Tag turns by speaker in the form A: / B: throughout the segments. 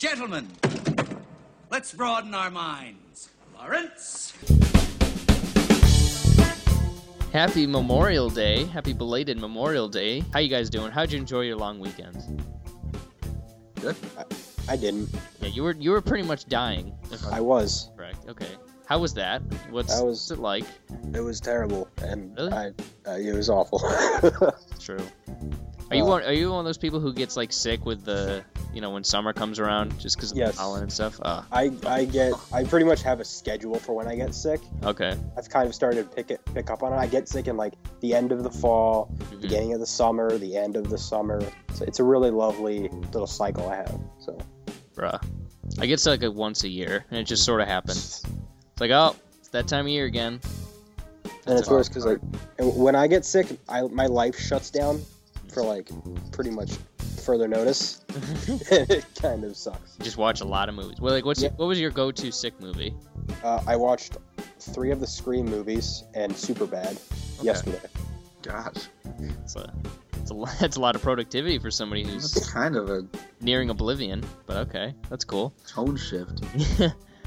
A: Gentlemen, let's broaden our minds. Lawrence?
B: Happy Memorial Day. Happy belated Memorial Day. How you guys doing? How'd you enjoy your long weekend?
C: I didn't.
B: Yeah, you were you were pretty much dying. If
C: I
B: I'm
C: was.
B: correct. Okay. How was that? What's,
C: That was-
B: what's it like?
C: It was terrible, and
B: Really?
C: I, uh, it was awful.
B: True. Are you
C: Uh,
B: one, are you one of those people who gets like sick with the you know when summer comes around just because of
C: Yes.
B: the pollen and stuff? Ah,
C: I, I get, I pretty much have a schedule for when I get sick.
B: okay.
C: I've kind of started to pick it, pick up on it. I get sick in like the end of the fall,
B: Mhm.
C: beginning of the summer, the end of the summer. So it's a really lovely little cycle I have. So
B: Bruh. I get sick like once a year, and it just sort of happens. It's like, oh, it's that time of year again.
C: and
B: That's
C: it's worse because like and when I get sick, I my life shuts down for like pretty much further notice. it kind of sucks.
B: Just watch a lot of movies. Well, like, what's
C: Yeah.
B: what was your go-to sick movie?
C: Uh, I watched three of the Scream movies and Superbad
B: Okay.
C: yesterday.
D: Gosh,
B: It's a, it's a, lo- that's a lot of productivity for somebody who's
D: that's kind of a
B: nearing oblivion. But okay, that's cool.
D: tone shift.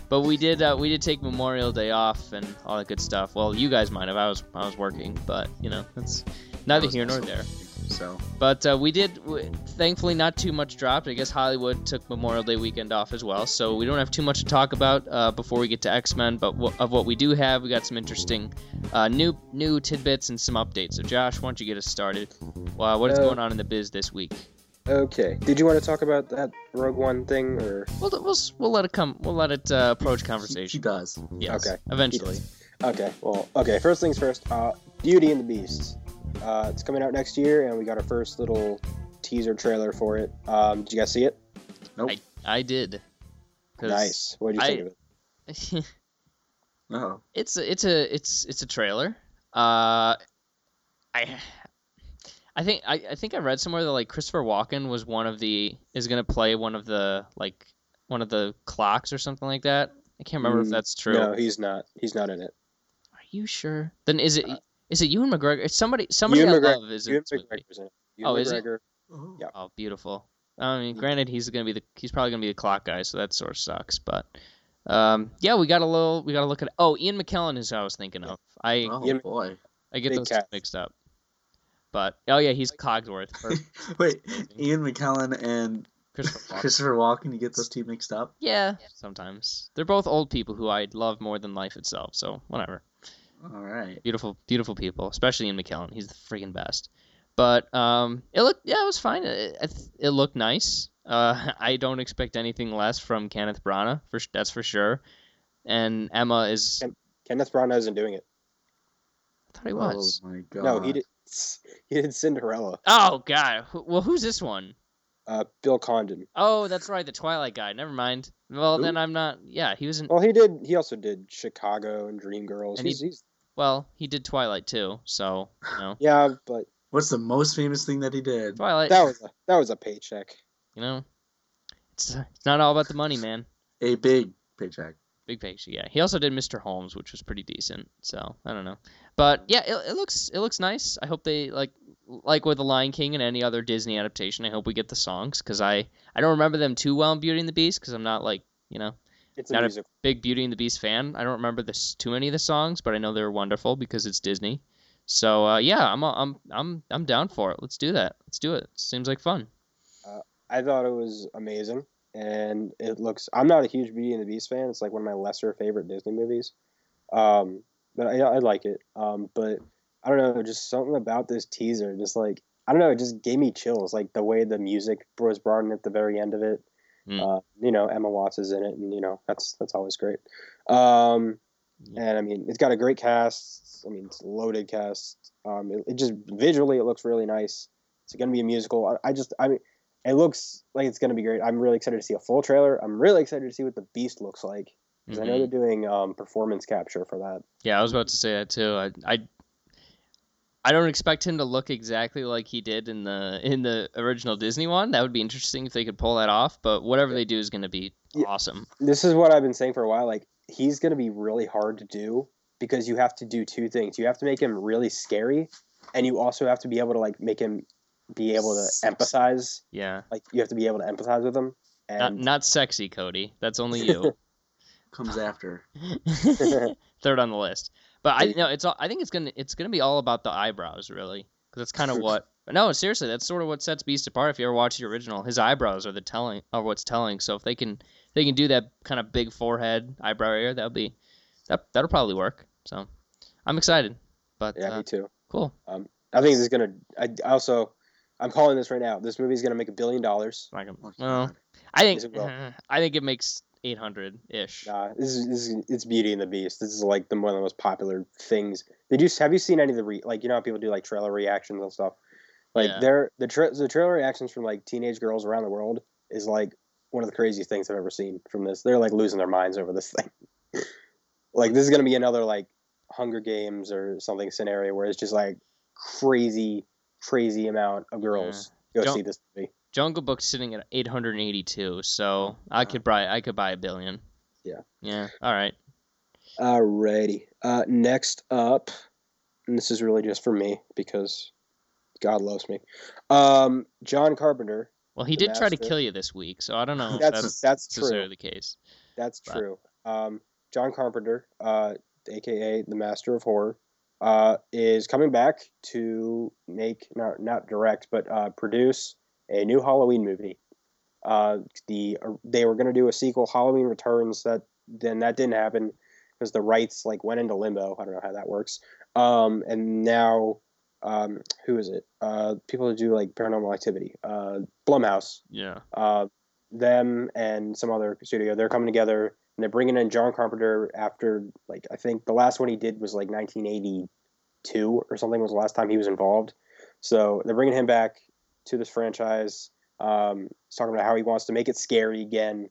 B: but we did uh, we did take Memorial Day off and all that good stuff. Well, you guys might have. I was I was working, but you know that's neither
D: That was
B: here nor
D: also-
B: there.
D: So
B: But uh, we did, w- thankfully, not too much dropped. I guess Hollywood took Memorial Day weekend off as well, so we don't have too much to talk about uh, before we get to X Men. But w- of what we do have, we got some interesting uh, new new tidbits and some updates. So Josh, why don't you get us started? Wow, what is
C: Uh,
B: going on in the biz this week?
C: Okay. Did you want to talk about that Rogue One thing or
B: We'll we'll, s- we'll let it come. We'll let it uh, approach
D: he, he
B: conversation.
D: does.
B: Yes,
C: Okay.
B: eventually.
C: Okay, well, okay, first things first, uh Beauty and the Beast. Uh it's coming out next year and we got our first little teaser trailer for it. Um did you guys see it?
B: I did. 'Cause
C: Nice. What did you
B: I-
C: think of it?
D: Oh,
B: it's a, it's a it's it's a trailer. Uh, I I think I, I think I read somewhere that like Christopher Walken was one of the is gonna play one of the like one of the clocks or something like that. I can't remember if
C: Mm,
B: that's true.
C: No, he's not. He's not in it.
B: Are you sure? Then is it is it Ewan McGregor? It's somebody somebody
C: Uh, Ewan
B: I
C: McGreg-
B: love is in
C: Ewan
B: this movie.
C: McGregor's in it.
B: Oh,
C: Ewan
B: is he?
C: McGregor. Yeah.
B: Oh, beautiful. I
C: Mm.
B: mean, granted, he's gonna be the he's probably gonna be the clock guy, so that sort of sucks. But um, yeah, we got a little we got to look at. Oh, Ian McKellen is who I was thinking of. I
D: Oh
C: Give me-
D: boy.
B: I get
C: Big
B: those
C: cat.
B: mixed up. But oh yeah, he's Cogsworth. Or
D: Wait, Ian McKellen and
B: Christopher Walken.
D: Christopher Walken. You get those two mixed up.
B: Yeah, sometimes they're both old people who I love more than life itself. So whatever.
D: All right.
B: Beautiful, beautiful people, especially in McKellen. He's the freaking best. But um, it looked yeah, it was fine. It, it- it looked nice. Uh, I don't expect anything less from Kenneth Branagh. For s- that's for sure. And Emma is. I
C: Em- Kenneth Branagh isn't doing it.
B: thought he was.
D: Oh my god.
C: No, he did he did Cinderella.
B: Oh God. Who- Well, who's this one?
C: Uh Bill Condon.
B: Oh, that's right, the Twilight guy. Never mind. Well,
C: Who?
B: then I'm not. Yeah, he was in.
C: Well, he did he also did Chicago and Dreamgirls.
B: And he-
C: He's, he's
B: Well, he did Twilight too, so you know,
C: yeah, but
D: What's the most famous thing that he did?
B: Twilight.
C: that was a, that was a paycheck.
B: You know, it's it's not all about the money, man.
D: A big paycheck.
B: Big picture, yeah. He also did Mr. Holmes, which was pretty decent. So I don't know, but yeah, it, it looks it looks nice. I hope they like like with the Lion King and any other Disney adaptation. I hope we get the songs because I I don't remember them too well in Beauty and the Beast because I'm not like you know
C: It's a
B: Not a-
C: musical.
B: big Beauty and the Beast fan. I don't remember this too many of the songs, but I know they're wonderful because it's Disney. So uh, yeah, I'm I'm I'm I'm down for it. Let's do that. Let's do it. Seems like fun.
C: I thought it was amazing, and it looks. I'm not a huge Beauty and the Beast fan. It's like one of my lesser favorite Disney movies, um, but I, I like it. Um, but I don't know, just something about this teaser, just like I don't know, it just gave me chills. Like the way the music was brought in at the very end of it.
B: Hmm.
C: Uh, you know, Emma Watts is in it, and you know that's that's always great. Um,
B: Yeah.
C: and I mean, it's got a great cast. I mean, it's a loaded cast. Um, it, it just visually, it looks really nice. It's going to be a musical. I, I just, I mean, it looks like it's going to be great. I'm really excited to see a full trailer. I'm really excited to see what the Beast looks like because I know
B: Mhm.
C: they're doing um, performance capture for that.
B: Yeah, I was about to say that too. I, I I don't expect him to look exactly like he did in the in the original Disney one. That would be interesting if they could pull that off. But whatever they do is going to be
C: Yeah.
B: awesome.
C: This is what I've been saying for a while. Like, he's going to be really hard to do because you have to do two things. You have to make him really scary, and you also have to be able to like make him be able to
D: Sexy.
C: empathize.
B: Yeah,
C: Like, you have to be able to empathize with him.
B: Not,
C: And
B: not sexy, Cody. That's only you.
D: Comes after.
B: Third on the list. But I
C: Hey.
B: no, it's all, I think it's gonna it's gonna be all about the eyebrows, really, because that's kind of what. No, seriously, that's sort of what sets Beast apart. If you ever watch the original, his eyebrows are the telling are what's telling. So if they can they can do that kind of big forehead eyebrow area, that'll be that that'll probably work. So I'm excited. But
C: yeah,
B: uh,
C: me too.
B: cool.
C: I think this is gonna. I I also, I'm calling this right now. This movie is gonna make a billion dollars.
B: Like, um,
D: Oh,
B: well,
D: God.
B: I think
C: Yes, it will.
B: uh, I think it makes 800 ish.
C: Nah, this is, this is it's Beauty and the Beast. This is like the one of the most popular things. Did you have you seen any of the re, like you know how people do like trailer reactions and stuff? Like
B: Yeah.
C: they're the tra- the trailer reactions from like teenage girls around the world is like one of the craziest things I've ever seen from this. They're like losing their minds over this thing. like this is gonna be another like Hunger Games or something scenario where it's just like crazy crazy amount of girls go
B: Don't-
C: see this movie.
B: Jungle Book's sitting at 882, so I could buy I could buy a billion.
C: Yeah.
B: Yeah. All right.
C: Alrighty. Uh, next up, and this is really just for me because God loves me. Um, John Carpenter.
B: Well, he
C: The
B: did try to
C: Master.
B: kill you this week, so I don't know if that's,
C: That's that's
B: necessarily
C: true.
B: the case.
C: That's
B: but-
C: true. Um, John Carpenter, uh, aka the Master of Horror, uh, is coming back to make not not direct but uh, produce a new Halloween movie. Uh, the they were going to do a sequel, Halloween Returns. That then that didn't happen because the rights like went into limbo. I don't know how that works. Um, and now, um, who is it? Uh, people who do like Paranormal Activity, uh, Blumhouse
B: Yeah.
C: uh, them and some other studio they're coming together and they're bringing in john carpenter after like i think the last one he did was like 1982 or something was the last time he was involved so they're bringing him back to this franchise um, he's talking about how he wants to make it scary again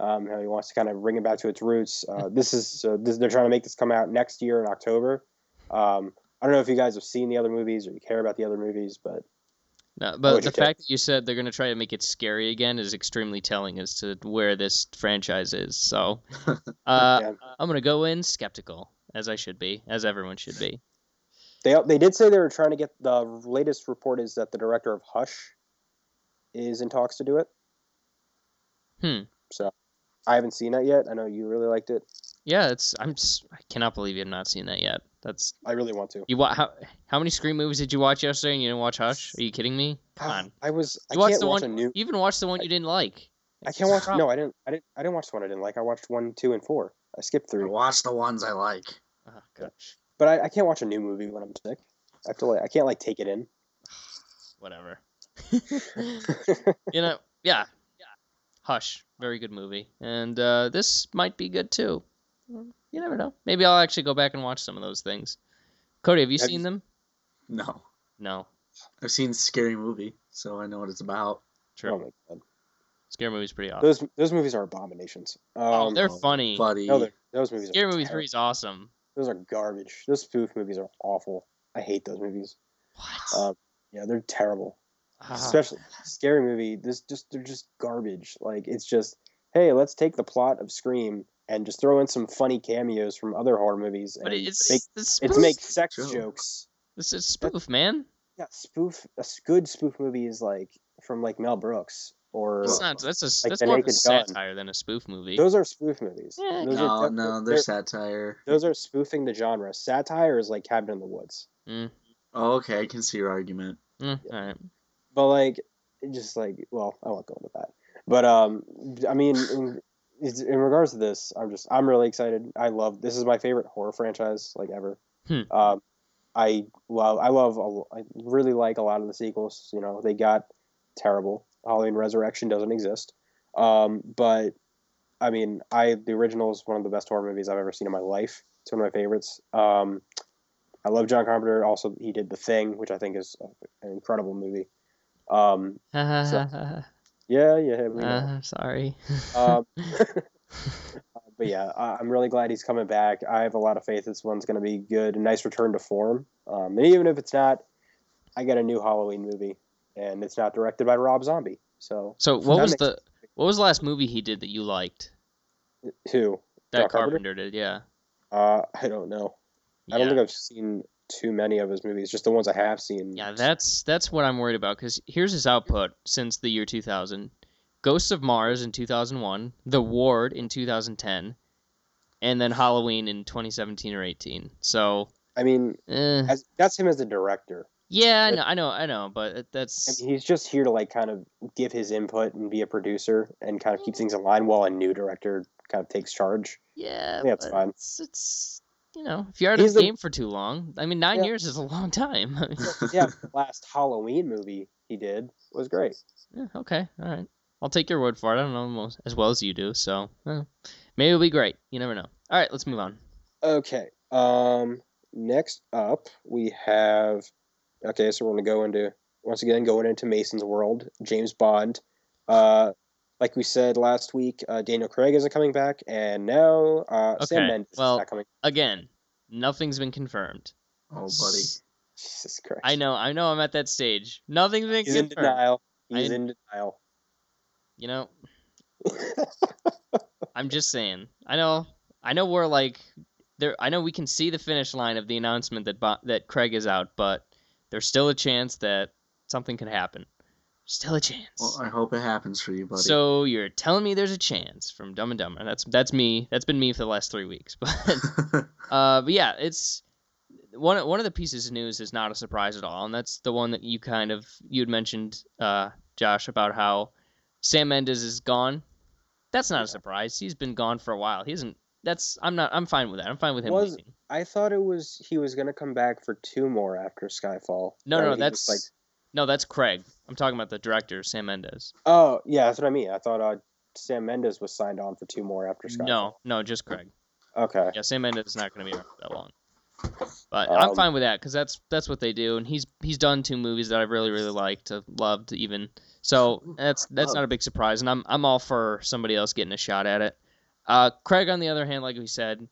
C: um, how he wants to kind of bring it back to its roots uh, this is so this, they're trying to make this come out next year in october um, i don't know if you guys have seen the other movies or you care about the other movies but
B: No, but
C: would
B: the
C: you take?
B: fact that you said they're going to try to make it scary again is extremely telling as to where this franchise is. So, uh,
C: Yeah.
B: I'm going to go in skeptical, as I should be, as everyone should be.
C: They they did say they were trying to get the latest report is that the director of Hush is in talks to do it.
B: Hmm.
C: So I haven't seen that yet. I know you really liked it.
B: Yeah, it's I'm just, I cannot believe you've not seen that yet. That's
C: I really want to.
B: You wa- how how many Scream movies did you watch yesterday and you didn't watch Hush? Are you kidding me? Come on.
C: Ah, I was I
B: You watched
C: can't
B: the
C: watch
B: one-
C: a new
B: You even watched the one you didn't like.
C: I can't watch no, I didn't I didn't I didn't watch the one I didn't like. I watched one, two, and four. I skipped
D: I
C: three.
D: watch the ones I like.
B: Oh, gosh.
C: But I, I can't watch a new movie when I'm sick. I have to like I can't like take it in. Oh
B: Whatever. you know, yeah. Hush, very good movie, and uh, this might be good too. You never know. Maybe I'll actually go back and watch some of those things. Cody, have you
C: Have
B: seen
C: you-
B: them?
D: No.
B: No.
D: I've seen Scary Movie, so I know what it's about.
B: True.
C: Oh my god.
B: Scary movies pretty awesome.
C: Those those movies are abominations. Um,
B: oh, they're
D: no.
B: funny.
D: Buddy.
C: no, they're- those movies
B: Scary
C: are
B: movie
C: terrible.
B: three is awesome.
C: Those are garbage. Those spoof movies are awful. I hate those movies.
B: What?
C: Um, yeah, they're terrible.
B: Ah.
C: Especially scary movie. This just they're just garbage. Like it's just hey, let's take the plot of Scream and just throw in some funny cameos from other horror movies and
B: but it's
C: make,
B: the
C: it's
B: spoof.
C: make sex
D: Joke.
C: jokes.
B: This is spoof, man.
C: Yeah, spoof. A s- good spoof movie is like from like Mel Brooks or
B: That's
D: Well,
B: not. That's a.
C: like
B: that's
C: The
B: more of a
C: Naked Gun.
B: satire than a spoof movie.
C: those are spoof movies.
B: Yeah,
C: those
D: No,
C: are,
D: no, they're
C: they're-
D: satire.
C: those are spoofing the genre. Satire is like Cabin in the Woods.
D: Oh, okay, I can see your argument.
B: Mm, all right.
C: but like it just like well i won't go into that but um i mean in, it's- in regards to this i'm just i'm really excited i love this is my favorite horror franchise like ever
B: Hmm.
C: um i love i love a- i really like a lot of the sequels you know they got terrible halloween resurrection doesn't exist um but i mean i the original is one of the best horror movies i've ever seen in my life it's one of my favorites um i love john carpenter also he did the thing which i think is an incredible movie um, yeah, yeah, we know.
B: Uh, sorry.
C: Um, but yeah, I, I'm really glad he's coming back. I have a lot of faith this one's going to be good. A nice return to form. Um, and even if it's not, I got a new Halloween movie, and it's not directed by Rob Zombie. So
B: So what
C: That
B: was
C: makes-
B: the what was the last movie he did that you liked?
C: who?
B: That
C: John
B: Carpenter?
C: Carpenter?
B: did, yeah.
C: Uh, I don't know. I
B: yeah.
C: don't think I've seen too many of his movies. Just the ones I have seen.
B: yeah, that's that's what I'm worried about because here's his output since the year 2000. Ghosts of Mars in 2001, The Ward in 2010, and then Halloween in 2017 or 18. So,
C: I mean,
B: eh.
C: as, that's him as the director.
B: yeah, I know, I know, I know, but it-
C: I
B: that's
C: mean, he's just here to like kind of give his input and be a producer and kind
B: Mm.
C: of keep things in line while a new director kind of takes charge.
B: yeah,
C: Yeah, it's
B: but
C: fine.
B: It's, it's you know, if you're out of
C: He's
B: the
C: the-
B: game for too long, I mean, nine
C: Yeah.
B: years is a long time. I mean,
C: yeah, the last Halloween movie he did was great.
B: yeah, okay, all right, I'll take your word for it. I don't know most, as well as you do, so eh. maybe it'll be great. You never know. All right, let's move on.
C: Okay. Um. Next up, we have. Okay, so we're gonna go into once again going into Mason's world. James Bond. Uh, like we said last week, uh, Daniel Craig isn't coming back, and now uh,
B: Okay,
C: Sam Mendes
B: well-
C: is not coming.
B: Again, nothing's been confirmed.
D: Oh, buddy.
C: Jesus Christ!
B: I know, I know, I'm at that stage. Nothing's been
C: He's in
B: confirmed.
C: denial. He's
B: I-
C: in denial.
B: You know, I'm just saying. I know. I know we're like there. I know we can see the finish line of the announcement that Bo- that Craig is out, but there's still a chance that something could happen. Still a chance.
D: Well, I hope it happens for you, buddy.
B: so you're telling me there's a chance from Dumb and Dumber. That's that's me. That's been me for the last three weeks. But uh, but yeah, it's one one of the pieces of news is not a surprise at all, and that's the one that you kind of you had mentioned, uh, Josh, about how Sam Mendes is gone. That's not
C: Yeah.
B: a surprise. He's been gone for a while. He isn't. That's I'm not. I'm fine with that. I'm fine with him
C: Was-
B: leaving.
C: I thought it was he was gonna come back for two more after Skyfall.
B: No,
C: Or
B: no,
C: he
B: that's
C: was like
B: no, that's Craig. I'm talking about the director, Sam Mendes.
C: oh yeah, that's what I mean. I thought uh, Sam Mendes was signed on for two more after Skyfall.
B: No, no, just Craig.
C: Okay.
B: Yeah, Sam Mendes is not going to be around for that long. But I'm
C: Um,
B: fine with that because that's that's what they do, and he's he's done two movies that I really really liked, uh, loved even. So that's that's not a big surprise, and I'm I'm all for somebody else getting a shot at it. Uh, Craig, on the other hand, like we said,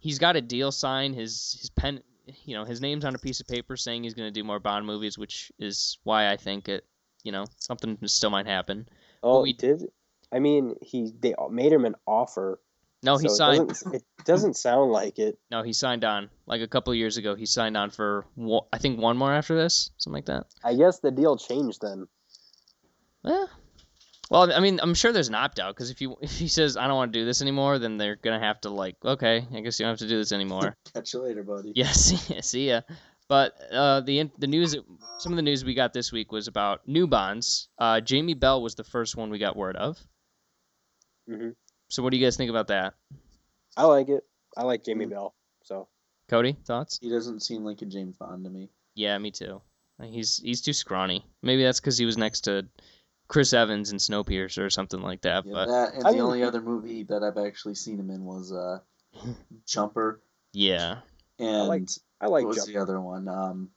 B: he's got a deal signed. His his pen, you know, his name's on a piece of paper saying he's going to do more Bond movies, which is why I think it, you know, something still might happen.
C: Oh,
B: we-
C: he did. I mean, he they made him an offer.
B: No, he
C: so
B: signed.
C: It doesn't, it doesn't sound like it.
B: No, he signed on like a couple years ago. He signed on for one, I think one more after this, something like that.
C: I guess the deal changed then.
B: Eh. Well, I mean, I'm sure there's an opt out because if you if he says I don't want to do this anymore, then they're gonna have to like, okay, I guess you don't have to do this anymore.
D: Catch you later, buddy.
B: yes, yeah, see, see ya. But uh, the in- the news, some of the news we got this week was about new bonds. Uh, Jamie Bell was the first one we got word of.
C: Mhm.
B: So, what do you guys think about that,
C: I like it. I like Jamie
B: Mm.
C: Bell. So
B: Cody? Thoughts?
D: He doesn't seem like a James Bond to me.
B: Yeah, me too. Uh, He's he's too scrawny. Maybe that's because he was next to Chris Evans in Snowpiercer or something like that.
D: Yeah,
B: but
D: that and
C: I e-
D: the
C: mean-
D: only other movie that I've actually seen him in was uh, Jumper
B: yeah.
D: and
C: like- I like
D: what was
C: Jump.
D: the other one? Um,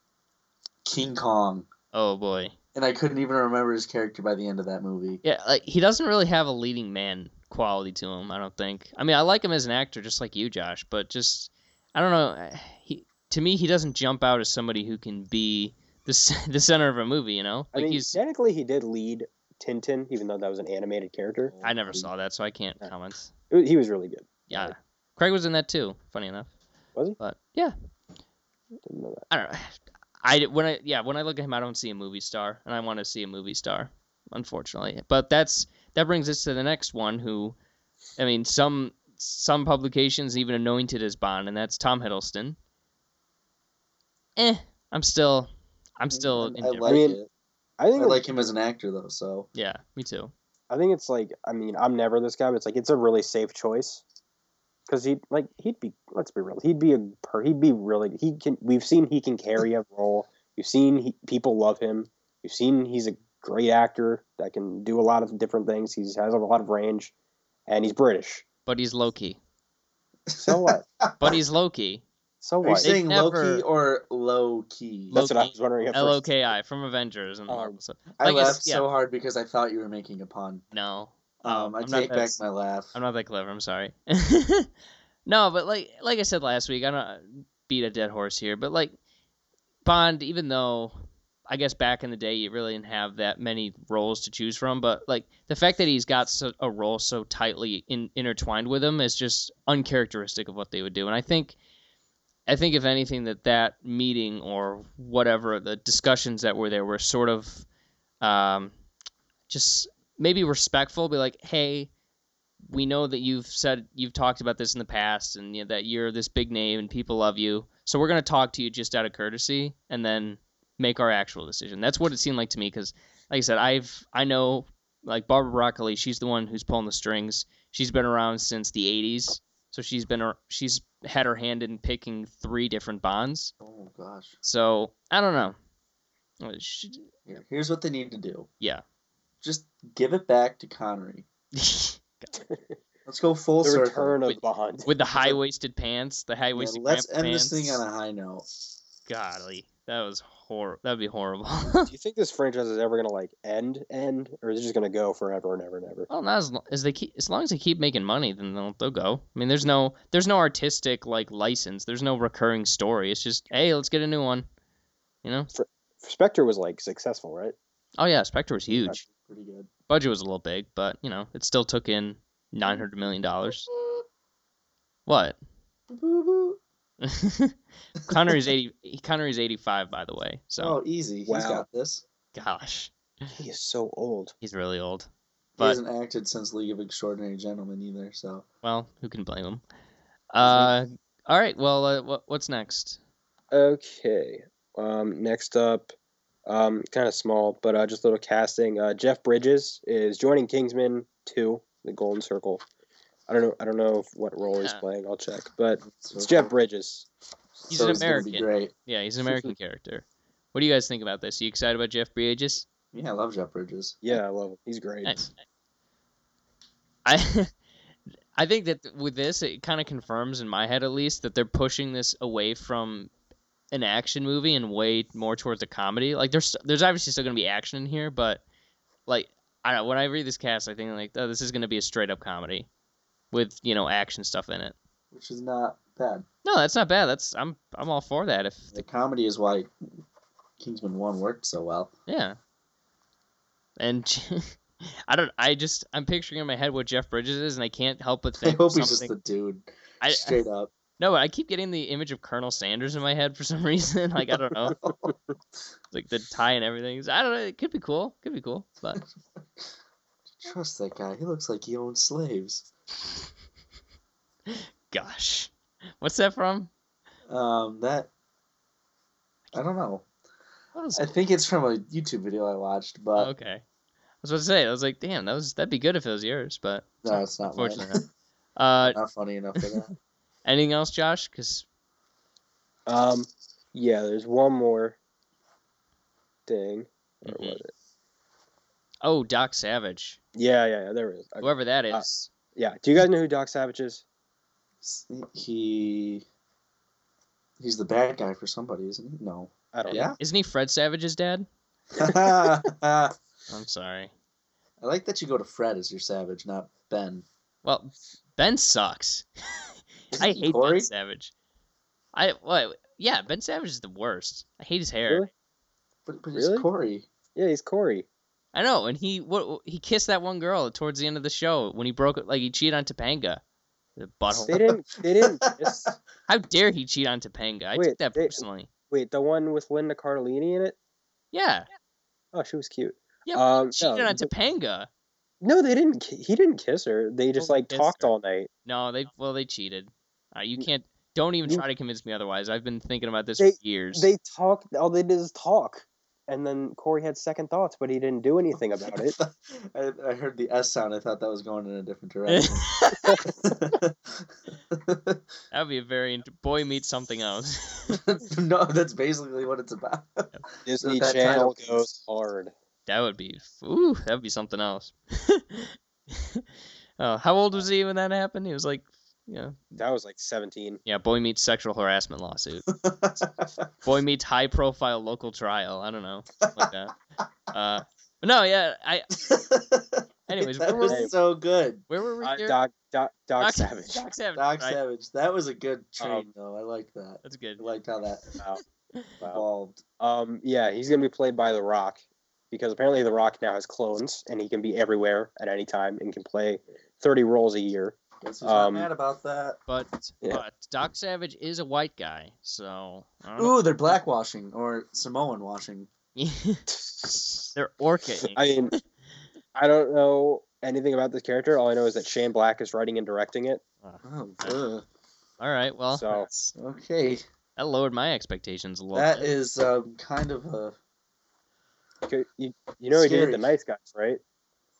D: King Kong.
B: Oh boy.
D: And I couldn't even remember his character by the end of that movie.
B: Yeah, like he doesn't really have a leading man quality to him. I don't think. I mean, I like him as an actor, just like you, Josh. But just, I don't know. uh, He to me, he doesn't jump out as somebody who can be the c- the center of a movie. You know,
C: I
B: like
C: mean,
B: he's.
C: technically, he did lead Tintin, even though that was an animated character.
B: I never saw that, so I can't comment.
C: It was- he was really good.
B: Yeah, Craig was in that too. Funny enough.
C: Was he?
B: But yeah,
C: Didn't know that.
B: I don't know. I when I yeah when I look at him, I don't see a movie star, and I want to see a movie star, unfortunately. But that's that brings us to the next one. Who, I mean, some some publications even anointed as Bond, and that's Tom Hiddleston. Eh, I'm still, I'm still
D: Mm, I, I
B: indifferent.
D: like
C: I mean,
D: it.
C: I
D: I
C: think it's-
D: like him as an actor though. So
B: yeah, me too.
C: I think it's like I mean I'm never this guy, but it's like it's a really safe choice because he like he'd be let's be real he'd be a per he'd be really he can we've seen he can carry a role you've seen he, people love him you've seen he's a great actor that can do a lot of different things he has a lot of range and he's British
B: But he's Loki.
C: so what
B: But he's Loki.
C: so
D: Are you
C: what
B: They
D: saying low
B: never-
D: key or low key?
B: Low-
C: that's what I was wondering at
B: L O
C: first.
B: K I from Avengers and
C: Oh.
B: Marvel. So,
D: I
B: like, it's-
D: laughed so hard because I thought you were making a pun.
B: no, No,
D: Um, I
B: Oh, I'm not-
D: take back
B: that's-
D: my laugh.
B: I'm not that clever. I'm sorry. no, but like like I said last week, I don't beat a dead horse here, but like Bond, even though I guess back in the day you really didn't have that many roles to choose from, but like the fact that he's got so, a role so tightly in, intertwined with him is just uncharacteristic of what they would do, and I think. I think if anything that that meeting or whatever the discussions that were there were sort of um, just maybe respectful, be like, hey, we know that you've said you've talked about this in the past, and you know, that you're this big name and people love you, so we're gonna talk to you just out of courtesy, and then make our actual decision. That's what it seemed like to me, because like I said, I've I know like Barbara Broccoli, she's the one who's pulling the strings. She's been around since the '80s, so she's been ar- she's had her hand in picking three different bonds.
D: Oh gosh.
B: So I don't know. Uh, she-
D: Here, here's what they need to do.
B: Yeah.
D: Just give it back to Connery. Let's go full
C: The
D: circle.
C: return of
B: Wait.
C: Bond.
B: with the high waisted pants, the high
D: Yeah,
B: waisted
D: let's
B: pants.
D: end this thing on a high note.
B: Golly, that was horrible. That'd be horrible.
C: Do you think this franchise is ever gonna like end, end, or is it just gonna go forever and ever and ever?
B: well, not as long as they keep as long as they keep making money, then they'll they'll go. I mean, there's no there's no artistic like license. There's no recurring story. It's just hey, let's get a new one. You know?
C: Spectre was like successful, right?
B: Oh yeah, Spectre was huge.
D: Pretty good.
B: Budget was a little big, but you know, it still took in nine hundred million dollars. What?
D: Boo-boo-boo.
B: Connery's eighty. Connery's eighty-five, by the way. So,
D: Oh, easy. He's
C: Wow.
D: got this.
B: gosh,
C: He is so old.
B: he's really old.
D: he
B: But
D: hasn't acted since League of Extraordinary Gentlemen either, so
B: Well, who can blame him? Uh, all right. Well, uh, what, what's next?
C: Okay. Um, next up, um, kind of small, but uh, just a little casting. Uh, Jeff Bridges is joining Kingsman Two: The Golden Circle. I don't know. I don't know if- what role he's
B: Yeah.
C: playing. I'll check, but
D: so-
C: it's Jeff Bridges.
B: He's
D: so
B: an
D: gonna be
B: American.
D: Great.
B: Yeah, he's an American character. What do you guys think about this? you excited about Jeff Bridges?
D: Yeah, I love Jeff Bridges.
C: Yeah, I love him. He's great.
B: I, I, I think that with this, it kind of confirms in my head at least that they're pushing this away from an action movie and way more towards a comedy. Like there's there's obviously still gonna be action in here, but like I don't, when I read this cast, I think like oh, this is gonna be a straight up comedy with you know action stuff in it.
D: Which is not bad.
B: No, that's not bad. That's I'm I'm all for that. If
D: The comedy is why Kingsman One worked so well.
B: yeah, and I don't. I just I'm picturing in my head what Jeff Bridges is, and I can't help but
D: I
B: think
D: hope he's just
B: something.
D: the dude.
B: I,
D: Straight up.
B: no, I keep getting the image of Colonel Sanders in my head for some reason. Like I don't know, like the tie and everything. I don't know. It could be cool. Could be cool, but
D: Trust that guy. He looks like he owns slaves.
B: gosh, what's that from?
D: Um, that I don't know.
B: That was-
D: I think it's from a YouTube video I watched, but
B: Oh, okay. I was about to say. I was like, damn, that was that'd be good if it was yours, but
D: no, it's not. Mine.
B: unfortunately, not. uh,
D: not funny enough for that.
B: anything else, Josh? Because
C: Um, yeah. There's one more thing. Or
B: Mhm.
C: was it?
B: oh, Doc Savage.
C: Yeah, yeah, yeah. There it is. Okay.
B: whoever that is.
C: Uh, Yeah. Do you guys know who Doc Savage is?
D: S- He he's the bad guy for somebody, isn't he? No.
C: I don't.
D: Yeah.
B: Isn't he Fred Savage's dad?
D: I
B: I'm sorry.
D: like that you go to Fred as your savage, not Ben.
B: Well, Ben sucks. I
D: Isn't he
B: hate
D: Corey?
B: Ben Savage. I what? Yeah, Ben Savage is the worst. I hate his hair.
C: Really?
D: But, but
C: Really?
D: it's Corey.
C: Know. Yeah, he's Corey.
B: I know, and he what he kissed that one girl towards the end of the show when he broke it. Like he cheated on Topanga. The
C: They
B: butthole.
C: didn't. They didn't. kiss.
B: How dare he cheat on Topanga? I took
C: Wait,
B: that
C: they-
B: personally.
C: Wait, the one with Linda Cardellini in it?
B: Yeah,
C: Oh, she was cute.
B: Yeah, but
C: um,
B: cheated
C: no,
B: on Topanga.
C: no, they didn't. ki- He didn't kiss her. They just
B: Well,
C: like
B: they
C: talked
B: kissed her.
C: all night.
B: No, they well they cheated. Uh, you
C: N-
B: can't. Don't even
C: you-
B: try to convince me otherwise. I've been thinking about this
C: They-
B: for years.
C: They talked. All they did is talk. And then Corey had second thoughts, but he didn't do anything about it.
D: I, I heard the S sound. I thought that was going in a different direction.
B: that would be a very int- boy meets something else.
D: no, that's basically what it's about.
C: Disney
D: that
C: Channel
D: title-
C: goes hard.
B: That would be ooh, that would be something else. uh, how old was he when that happened? He was like, yeah,
C: That was like seventeen.
B: yeah. Boy meets sexual harassment lawsuit. boy meets high profile local trial. I don't know, something like that. Uh, but no, yeah. I anyways,
D: that
B: where were,
C: Hey.
D: was so good.
B: where were we?
C: Uh,
B: here?
C: Doc, Doc, Doc,
B: Doc-
C: Savage.
B: Doc Savage.
D: Doc
B: right,
D: Savage. That was a good train,
C: Um,
D: though. I like that.
B: That's good.
D: I liked how that
C: Wow. Wow.
D: evolved.
C: Um, yeah, he's gonna be played by The Rock because apparently The Rock now has clones and he can be everywhere at any time and can play thirty roles a year.
D: Guess who's
C: Um,
D: not mad about that?
B: But
C: Yeah.
B: but Doc Savage is a white guy, so I don't know.
D: Ooh, they're blackwashing or Samoan washing.
B: they're orca.
C: I mean, I don't know anything about this character. All I know is that Shane Black is writing and directing it.
D: Oh, ugh.
B: All right, well,
C: So-
B: that's-
D: okay.
B: that lowered my expectations a little.
D: That
B: bit.
D: is um, kind of a
C: You, you know he did
D: Scary.
C: the Nice Guys, right?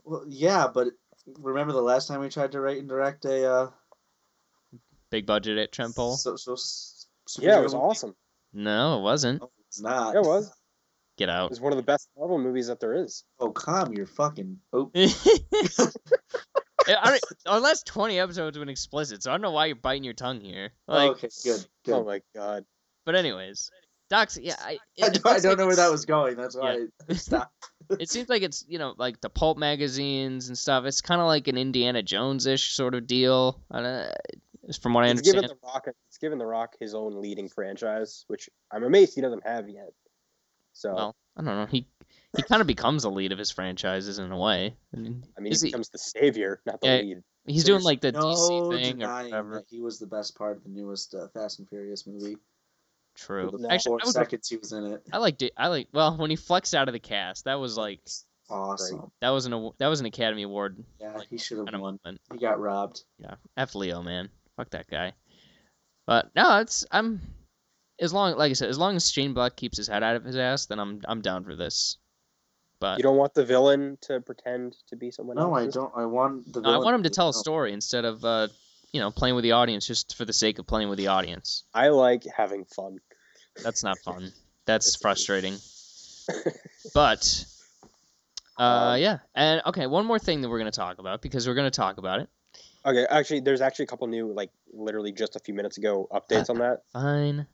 D: well, yeah, but remember the last time we tried to write and direct a uh,
B: Big budget at Tremple.
D: social s-
C: Yeah, it was
D: superhero movie?
C: awesome.
B: No, it wasn't.
D: No, it's not.
C: Yeah, it was.
B: Get
C: It
B: out.
C: was one of the best Marvel movies that there is.
D: Oh, calm your fucking. Oh,
B: I don't, our last twenty episodes have been explicit, so I don't know why you're biting your tongue here. Like,
D: okay, good, good.
C: Oh my god.
B: but anyways, Docs. Yeah, I,
D: I,
B: it- it
D: don't- I
B: looks
D: don't
B: like
D: know where
B: it's-
D: that was going. That's why I stopped.
B: it seems like it's you know like the pulp magazines and stuff. It's kind of like an Indiana Jones ish sort of deal. I don't, it's from what I
C: It's given
B: understand.
C: the Rock. It's given the Rock his own leading franchise, which I'm amazed he doesn't have yet. So
B: Well, I don't know. He he kind of becomes the lead of his franchises in a way. I mean,
C: I mean,
B: is
C: he
B: he-
C: becomes the savior, not the
B: Yeah.
C: lead.
B: he's doing
D: There's
B: like the
D: no
B: DC thing or
D: denying
B: whatever.
D: That he was the best part of the newest uh, Fast and Furious movie.
B: True.
D: The
B: Actually,
D: four
B: I, was,
D: seconds he was in it.
B: I liked it. I like well when he flexed out of the cast. That was like
D: Awesome.
B: that was an awa- that was an Academy Award
D: Yeah,
B: Like,
D: he should have
B: kind of
D: won.
B: moment.
D: He got robbed.
B: Yeah, F Leo, man. Fuck that guy. But no, it's I'm as long like I said, as long as Shane Black keeps his head out of his ass, then I'm I'm down for this. But
C: You don't want the villain to pretend to be someone
D: No,
C: else.
D: I don't. I want the.
B: no, I
D: villain
B: want him to tell a
D: know.
B: story instead of uh, you know playing with the audience just for the sake of playing with the audience.
C: I like having fun.
B: That's not fun. That's frustrating. But uh,
C: Um,
B: yeah, and okay, one more thing that we're gonna talk about because we're gonna talk about it.
C: Okay, actually, there's actually a couple new, like literally just a few minutes ago, updates on that.
B: Fine.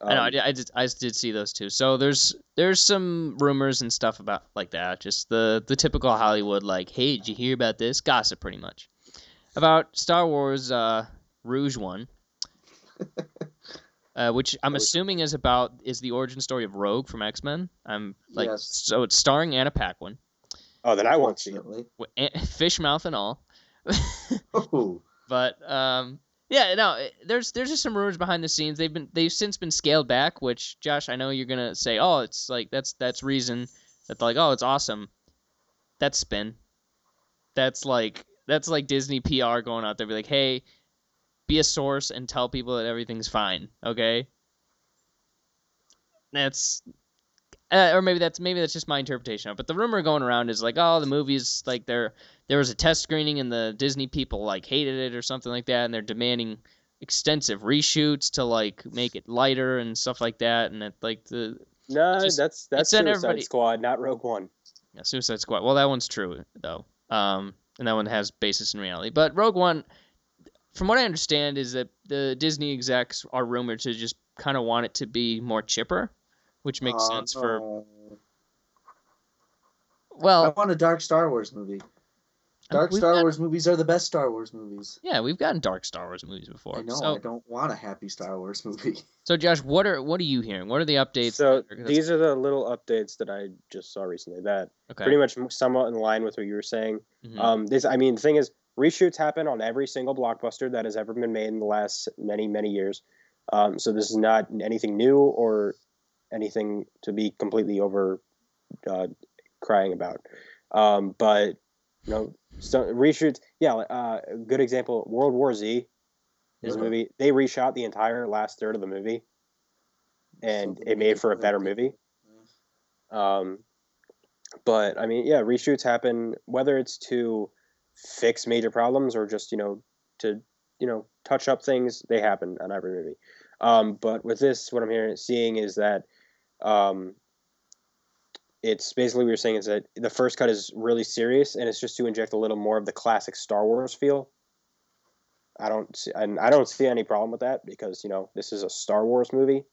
C: Um,
B: I know. I did, I did. I did see those too. So there's there's some rumors and stuff about like that. Just the the typical Hollywood like, hey, did you hear about this gossip? Pretty much about Star Wars uh, Rouge One, uh, which I'm
C: Rouge.
B: assuming is about is the origin story of Rogue from X Men. I'm like,
D: Yes.
B: so it's starring Anna Paquin,
C: oh, then I won't see it.
D: Unfortunately.
B: wi- a- eh, fish mouth and all.
D: Oh,
B: But um, yeah, no, it- there's there's just some rumors behind the scenes. They've been they've since been scaled back. Which Josh, I know you're gonna say, oh, it's like that's that's reason that like oh, it's awesome. That's spin. That's like that's like Disney PR going out there, be like, hey, be a source and tell people that everything's fine, okay? That's. Uh, or maybe that's maybe that's just my interpretation of it. But the rumor going around is like, oh, the movies like they're there was a test screening and the Disney people like hated it or something like that, and they're demanding extensive reshoots to like make it lighter and stuff like that. And it, like the
C: No,
B: Just-
C: that's that's
B: sent
C: Suicide
B: everybody-
C: Squad, not Rogue One.
B: yeah, Suicide Squad. Well, that one's true though, um, and that one has basis in reality. But Rogue One, from what I understand, is that the Disney execs are rumored to just kind of want it to be more chipper, which makes
D: oh,
B: sense for
D: no. I
B: well,
D: want a dark Star Wars movie. Dark
B: we've
D: Star
B: got-
D: Wars movies are the best Star Wars movies.
B: yeah, we've gotten dark Star Wars movies before.
D: I know.
B: So,
D: I don't want a happy Star Wars movie.
B: so Josh, what are what are you hearing? What are the updates?
C: So
B: that are-
C: these are the little updates that I just saw recently. That
B: okay.
C: pretty much somewhat in line with what you were saying.
B: Mhm.
C: Um, this, I mean, the thing is, reshoots happen on every single blockbuster that has ever been made in the last many, many years. Um, so this is not anything new or anything to be completely over uh, crying about. Um, but you know, so reshoots. Yeah, uh, a good example. World War Z is a
D: Yeah.
C: movie. They reshot the entire last third of the movie, and
D: Something
C: it made for a
D: different.
C: better movie. Um, but I mean, yeah, reshoots happen whether it's to fix major problems or just you know to you know touch up things. They happen on every movie. Um, but with this, what I'm hearing seeing is that um, it's basically what you're saying is that the first cut is really serious and it's just to inject a little more of the classic Star Wars feel. I don't see, and I don't see any problem with that because you know this is a Star Wars movie,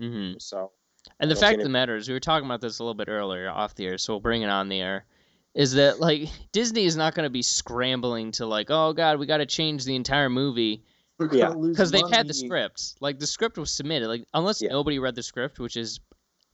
B: Mhm.
C: so
B: And the
C: Don't see
B: fact
C: any-
B: of the matter is, we were talking about this a little bit earlier off the air, so we'll bring it on the air. Is that like Disney is not going to be scrambling to like, oh god, we got to change the entire movie
D: We're
C: Yeah.
D: gonna lose
B: because they've had the
D: money.
B: script. Like the script was submitted. Like unless
C: Yeah.
B: nobody read the script, which is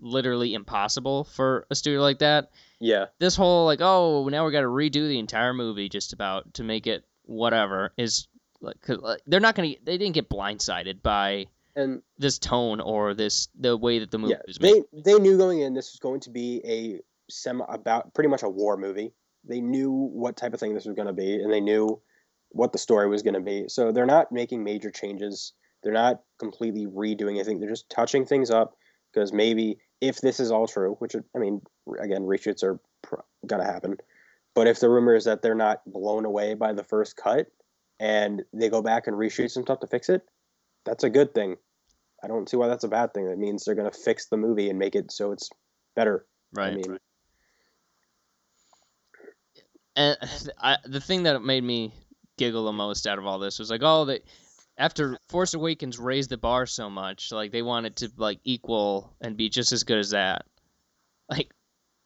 B: literally impossible for a studio like that.
C: yeah.
B: This whole like, oh, now we got to redo the entire movie just about to make it whatever is like, 'cause, like, they're not going to. They didn't get blindsided by
C: And
B: this tone or this the way that the movie
C: yeah,
B: was made.
C: they they knew going in this was going to be a semi about pretty much a war movie. they knew what type of thing this was going to be, and they knew what the story was going to be. So they're not making major changes. They're not completely redoing anything. They're just touching things up because maybe if this is all true, which I mean, again, reshoots are pr- going to happen. But if the rumor is that they're not blown away by the first cut and they go back and reshoot some stuff to fix it, that's a good thing. I don't see why that's a bad thing. That means they're going to fix the movie and make it so it's better.
B: Right.
C: I mean,
B: and I, the thing that made me giggle the most out of all this was like, oh, they after Force Awakens raised the bar so much, like they wanted to like equal and be just as good as that. Like,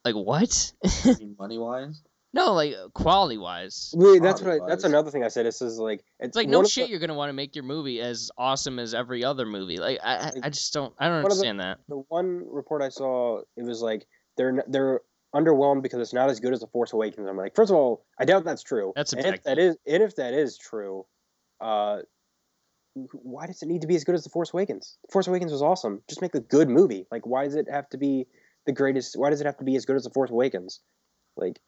B: like what?
D: money wise.
B: no, like quality wise,
C: Wait, that's what I, that's
D: Quality-wise.
C: another thing I said. This is like
B: it's like
C: one
B: no
C: of the-
B: shit. You're gonna want to make your movie as awesome as every other movie. Like, I, I- I just don't, I don't
C: One of the-
B: understand that.
C: the one report I saw, it was like they're n- they're underwhelmed because it's not as good as the Force Awakens. I'm like, first of all, I doubt that's true.
B: That's
C: and if
B: subjective.
C: that is and if that is true, uh, why does it need to be as good as the Force Awakens? Force Awakens was awesome. Just make a good movie. Like, why does it have to be the greatest? Why does it have to be as good as the Force Awakens? Like,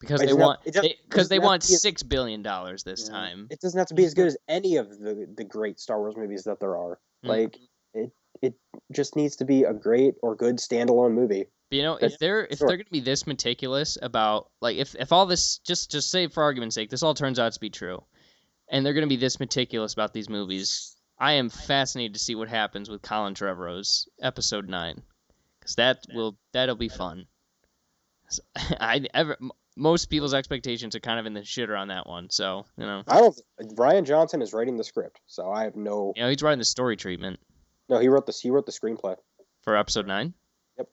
B: because
C: It
B: they
C: doesn't have-
B: want
C: it doesn't- it
B: because they,
C: doesn't have
B: want
C: to be a-
B: six billion dollars this
D: Yeah.
B: time.
C: it doesn't have to be as good as any of the the great Star Wars movies that there are.
B: Mm.
C: Like, it it just needs to be a great or good standalone movie.
B: But, you know,
C: But-
B: if they're if
C: sure.
B: they're gonna be this meticulous about like if if all this just just say for argument's sake, this all turns out to be true, and they're gonna be this meticulous about these movies, I am fascinated to see what happens with Colin Trevorrow's Episode Nine, because that will that'll be fun. So, I ever m- most people's expectations are kind of in the shitter on that one, so you know,
C: I don't. Ryan Johnson is writing the script, so I have no.
B: you know he's writing the story treatment
C: No, he wrote the he wrote the screenplay.
B: for Episode Nine.
C: Yep.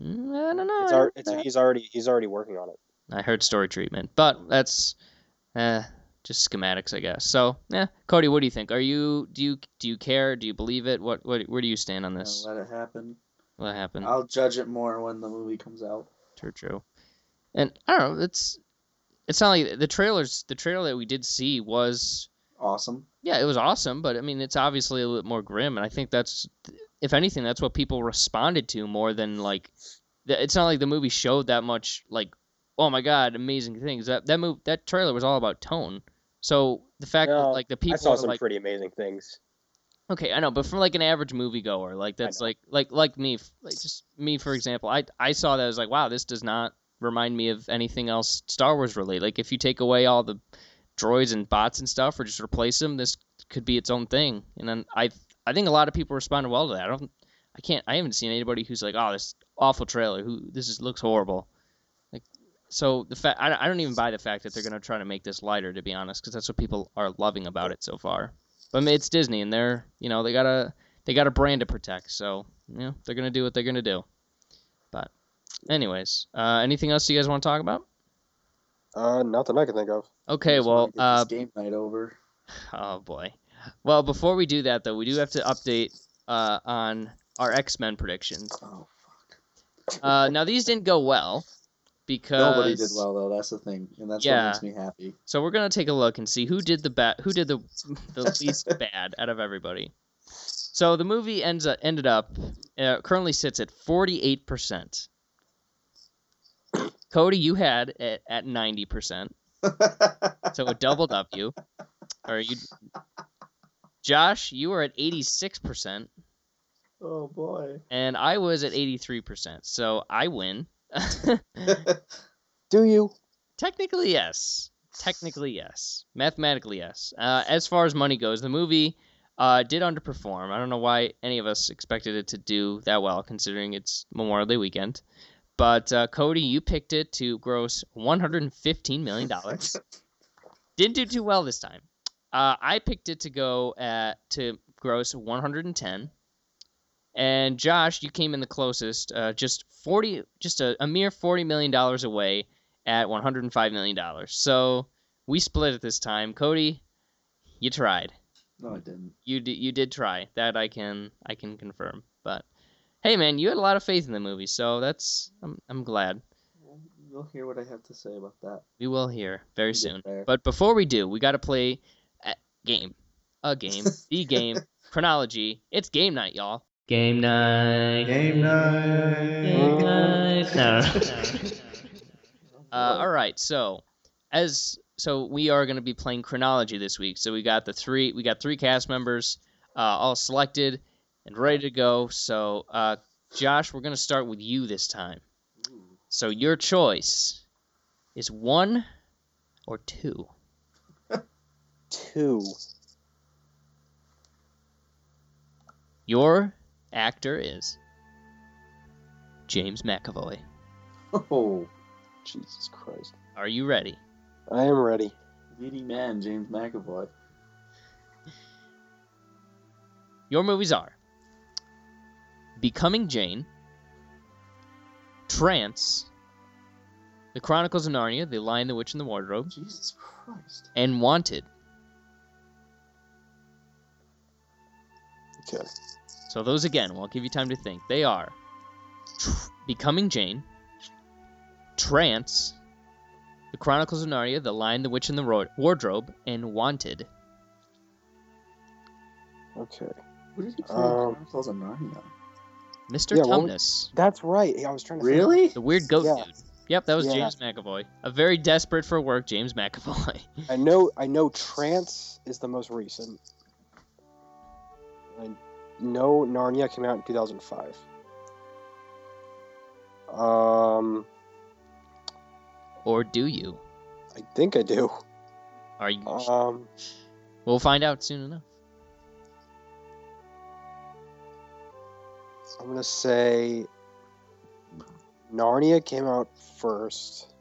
B: Mm, I don't know.
C: It's,
B: I
C: al-
B: don't
C: it's
B: know.
C: he's already he's already working on it.
B: I heard story treatment, but that's eh, just schematics, I guess. So, yeah, Cody, what do you think? Are you do you do you care? Do you believe it? What what where do you stand on
D: you know,
B: this?
D: let it happen.
B: What happened,
D: I'll judge it more when the movie comes out.
B: Turcho? And I don't know. It's it's not like the trailers. The trailer that we did see was
D: Awesome.
B: yeah, it was awesome, but I mean, it's obviously a little bit more grim, and I think that's if anything, that's what people responded to more than like. th- It's not like the movie showed that much like, oh my god, amazing things. That that move that trailer was all about tone. So the fact that
C: No,
B: like the people
C: I saw
B: are
C: some
B: like,
C: pretty amazing things.
B: okay, I know, but from like an average moviegoer, like that's
C: know.
B: like like like me, f- like just me for example, I I saw that as like, wow, this does not remind me of anything else Star Wars related. Like if you take away all the droids and bots and stuff, or just replace them, this could be its own thing. And then I I think a lot of people responded well to that. I don't I can't I haven't seen anybody who's like, oh, this awful trailer. Who this is looks horrible. Like so the fact I, I don't even buy the fact that they're gonna try to make this lighter to be honest, because that's what people are loving about it so far. But I mean, it's Disney, and they're you know they got a they got a brand to protect, so you know they're gonna do what they're gonna do. But anyways, uh, anything else you guys want to talk about?
C: Uh, nothing I can think of.
B: Okay,
D: Just
B: well,
D: wanna get
B: uh,
D: this game night over.
B: Oh boy. Well, before we do that though, we do have to update uh, on our X Men predictions.
D: Oh fuck.
B: Uh, now these didn't go well because
D: Nobody did well though. That's the thing, and that's
B: Yeah.
D: what makes me happy.
B: So we're gonna take a look and see who did the bad, who did the the least bad out of everybody. So the movie ends up, ended up uh, currently sits at forty eight percent. Cody, you had it at ninety percent, so it doubled up you. Or you, Josh, you were at eighty six percent.
D: oh boy.
B: and I was at 83%. So I win.
C: Do you?
B: Technically, yes. Technically, yes. Mathematically, yes. Uh, as far as money goes, the movie uh, did underperform. I don't know why any of us expected it to do that well, considering it's Memorial Day weekend. But uh, Cody, you picked it to gross $115 million. Didn't do too well this time. Uh, I picked it to go at, to gross 110. And Josh, you came in the closest, uh, just 40, just a, a mere $40 million away at $105 million. So we split it this time. Cody, you tried.
D: no, I didn't.
B: You did, you did try. That I can I can confirm. But hey man, you had a lot of faith in the movie, so that's I'm, I'm glad.
D: You'll hear what I have to say about that.
B: We will hear very
D: get
B: soon.
D: there.
B: But before we do, we got to play a game. A game, the game, chronology. It's game night, y'all. Game night.
E: Game night.
B: Game night. No. Uh, all right, so as so we are going to be playing chronology this week. So we got the three we got three cast members uh, all selected and ready to go. So uh, Josh, we're going to start with you this time.
D: Ooh.
B: So your choice is one or two.
C: Two.
B: Your actor is James McAvoy.
D: Oh,
C: Jesus Christ.
B: Are you ready?
C: I am ready.
D: leading man, James McAvoy.
B: Your movies are Becoming Jane, Trance, The Chronicles of Narnia, The Lion, the Witch, and the Wardrobe,
D: Jesus Christ.
B: and Wanted.
C: Okay.
B: So those again, I'll give you time to think. They are Tr- Becoming Jane, Trance, The Chronicles of Narnia, The Lion, the Witch, and the Ro- Wardrobe, and Wanted.
C: Okay.
D: What did he play in
C: Um,
D: Chronicles of Narnia?
B: Mr.
C: Yeah, what was-
B: Tumnus,
C: That's right. I was trying to. think.
D: Really?
B: the weird goat
C: Yeah.
B: dude. Yep, that was
C: Yeah.
B: James McAvoy. A very desperate for work James McAvoy.
C: I know. I know. Trance is the most recent. I know Narnia came out in 2005. Um,
B: or do you?
C: I think I do.
B: Are you?
C: Um,
B: We'll find out soon enough.
C: I'm gonna say Narnia came out first.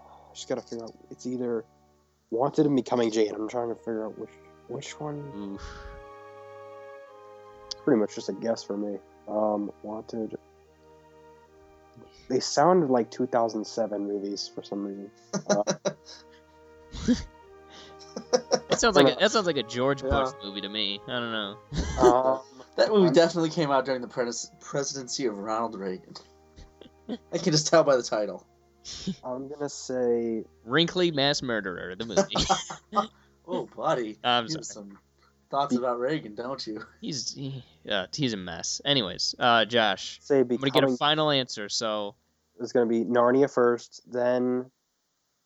C: I just gotta figure out. It's either Wanted and Becoming Jane. I'm trying to figure out which which one.
B: Oof.
C: Pretty much just a guess for me. Um, Wanted. They sounded like 2007 movies for some reason.
B: That sounds
C: I
B: like
C: don't
B: a, that sounds like a George
D: Yeah.
B: Bush movie to me. I don't know.
C: Um,
D: That movie
C: I'm-
D: definitely came out during the pres- presidency of Ronald Reagan. I can just tell by the title.
C: I'm gonna say
B: Wrinkly Mass Murderer, the movie.
D: Oh, buddy.
B: I'm
D: you
B: sorry.
D: have some thoughts about Reagan, don't you?
B: He's he, uh, he's a mess. Anyways, uh, Josh,
C: say
B: I'm gonna
C: Becoming
B: get a final answer. So
C: It's going to be Narnia first, then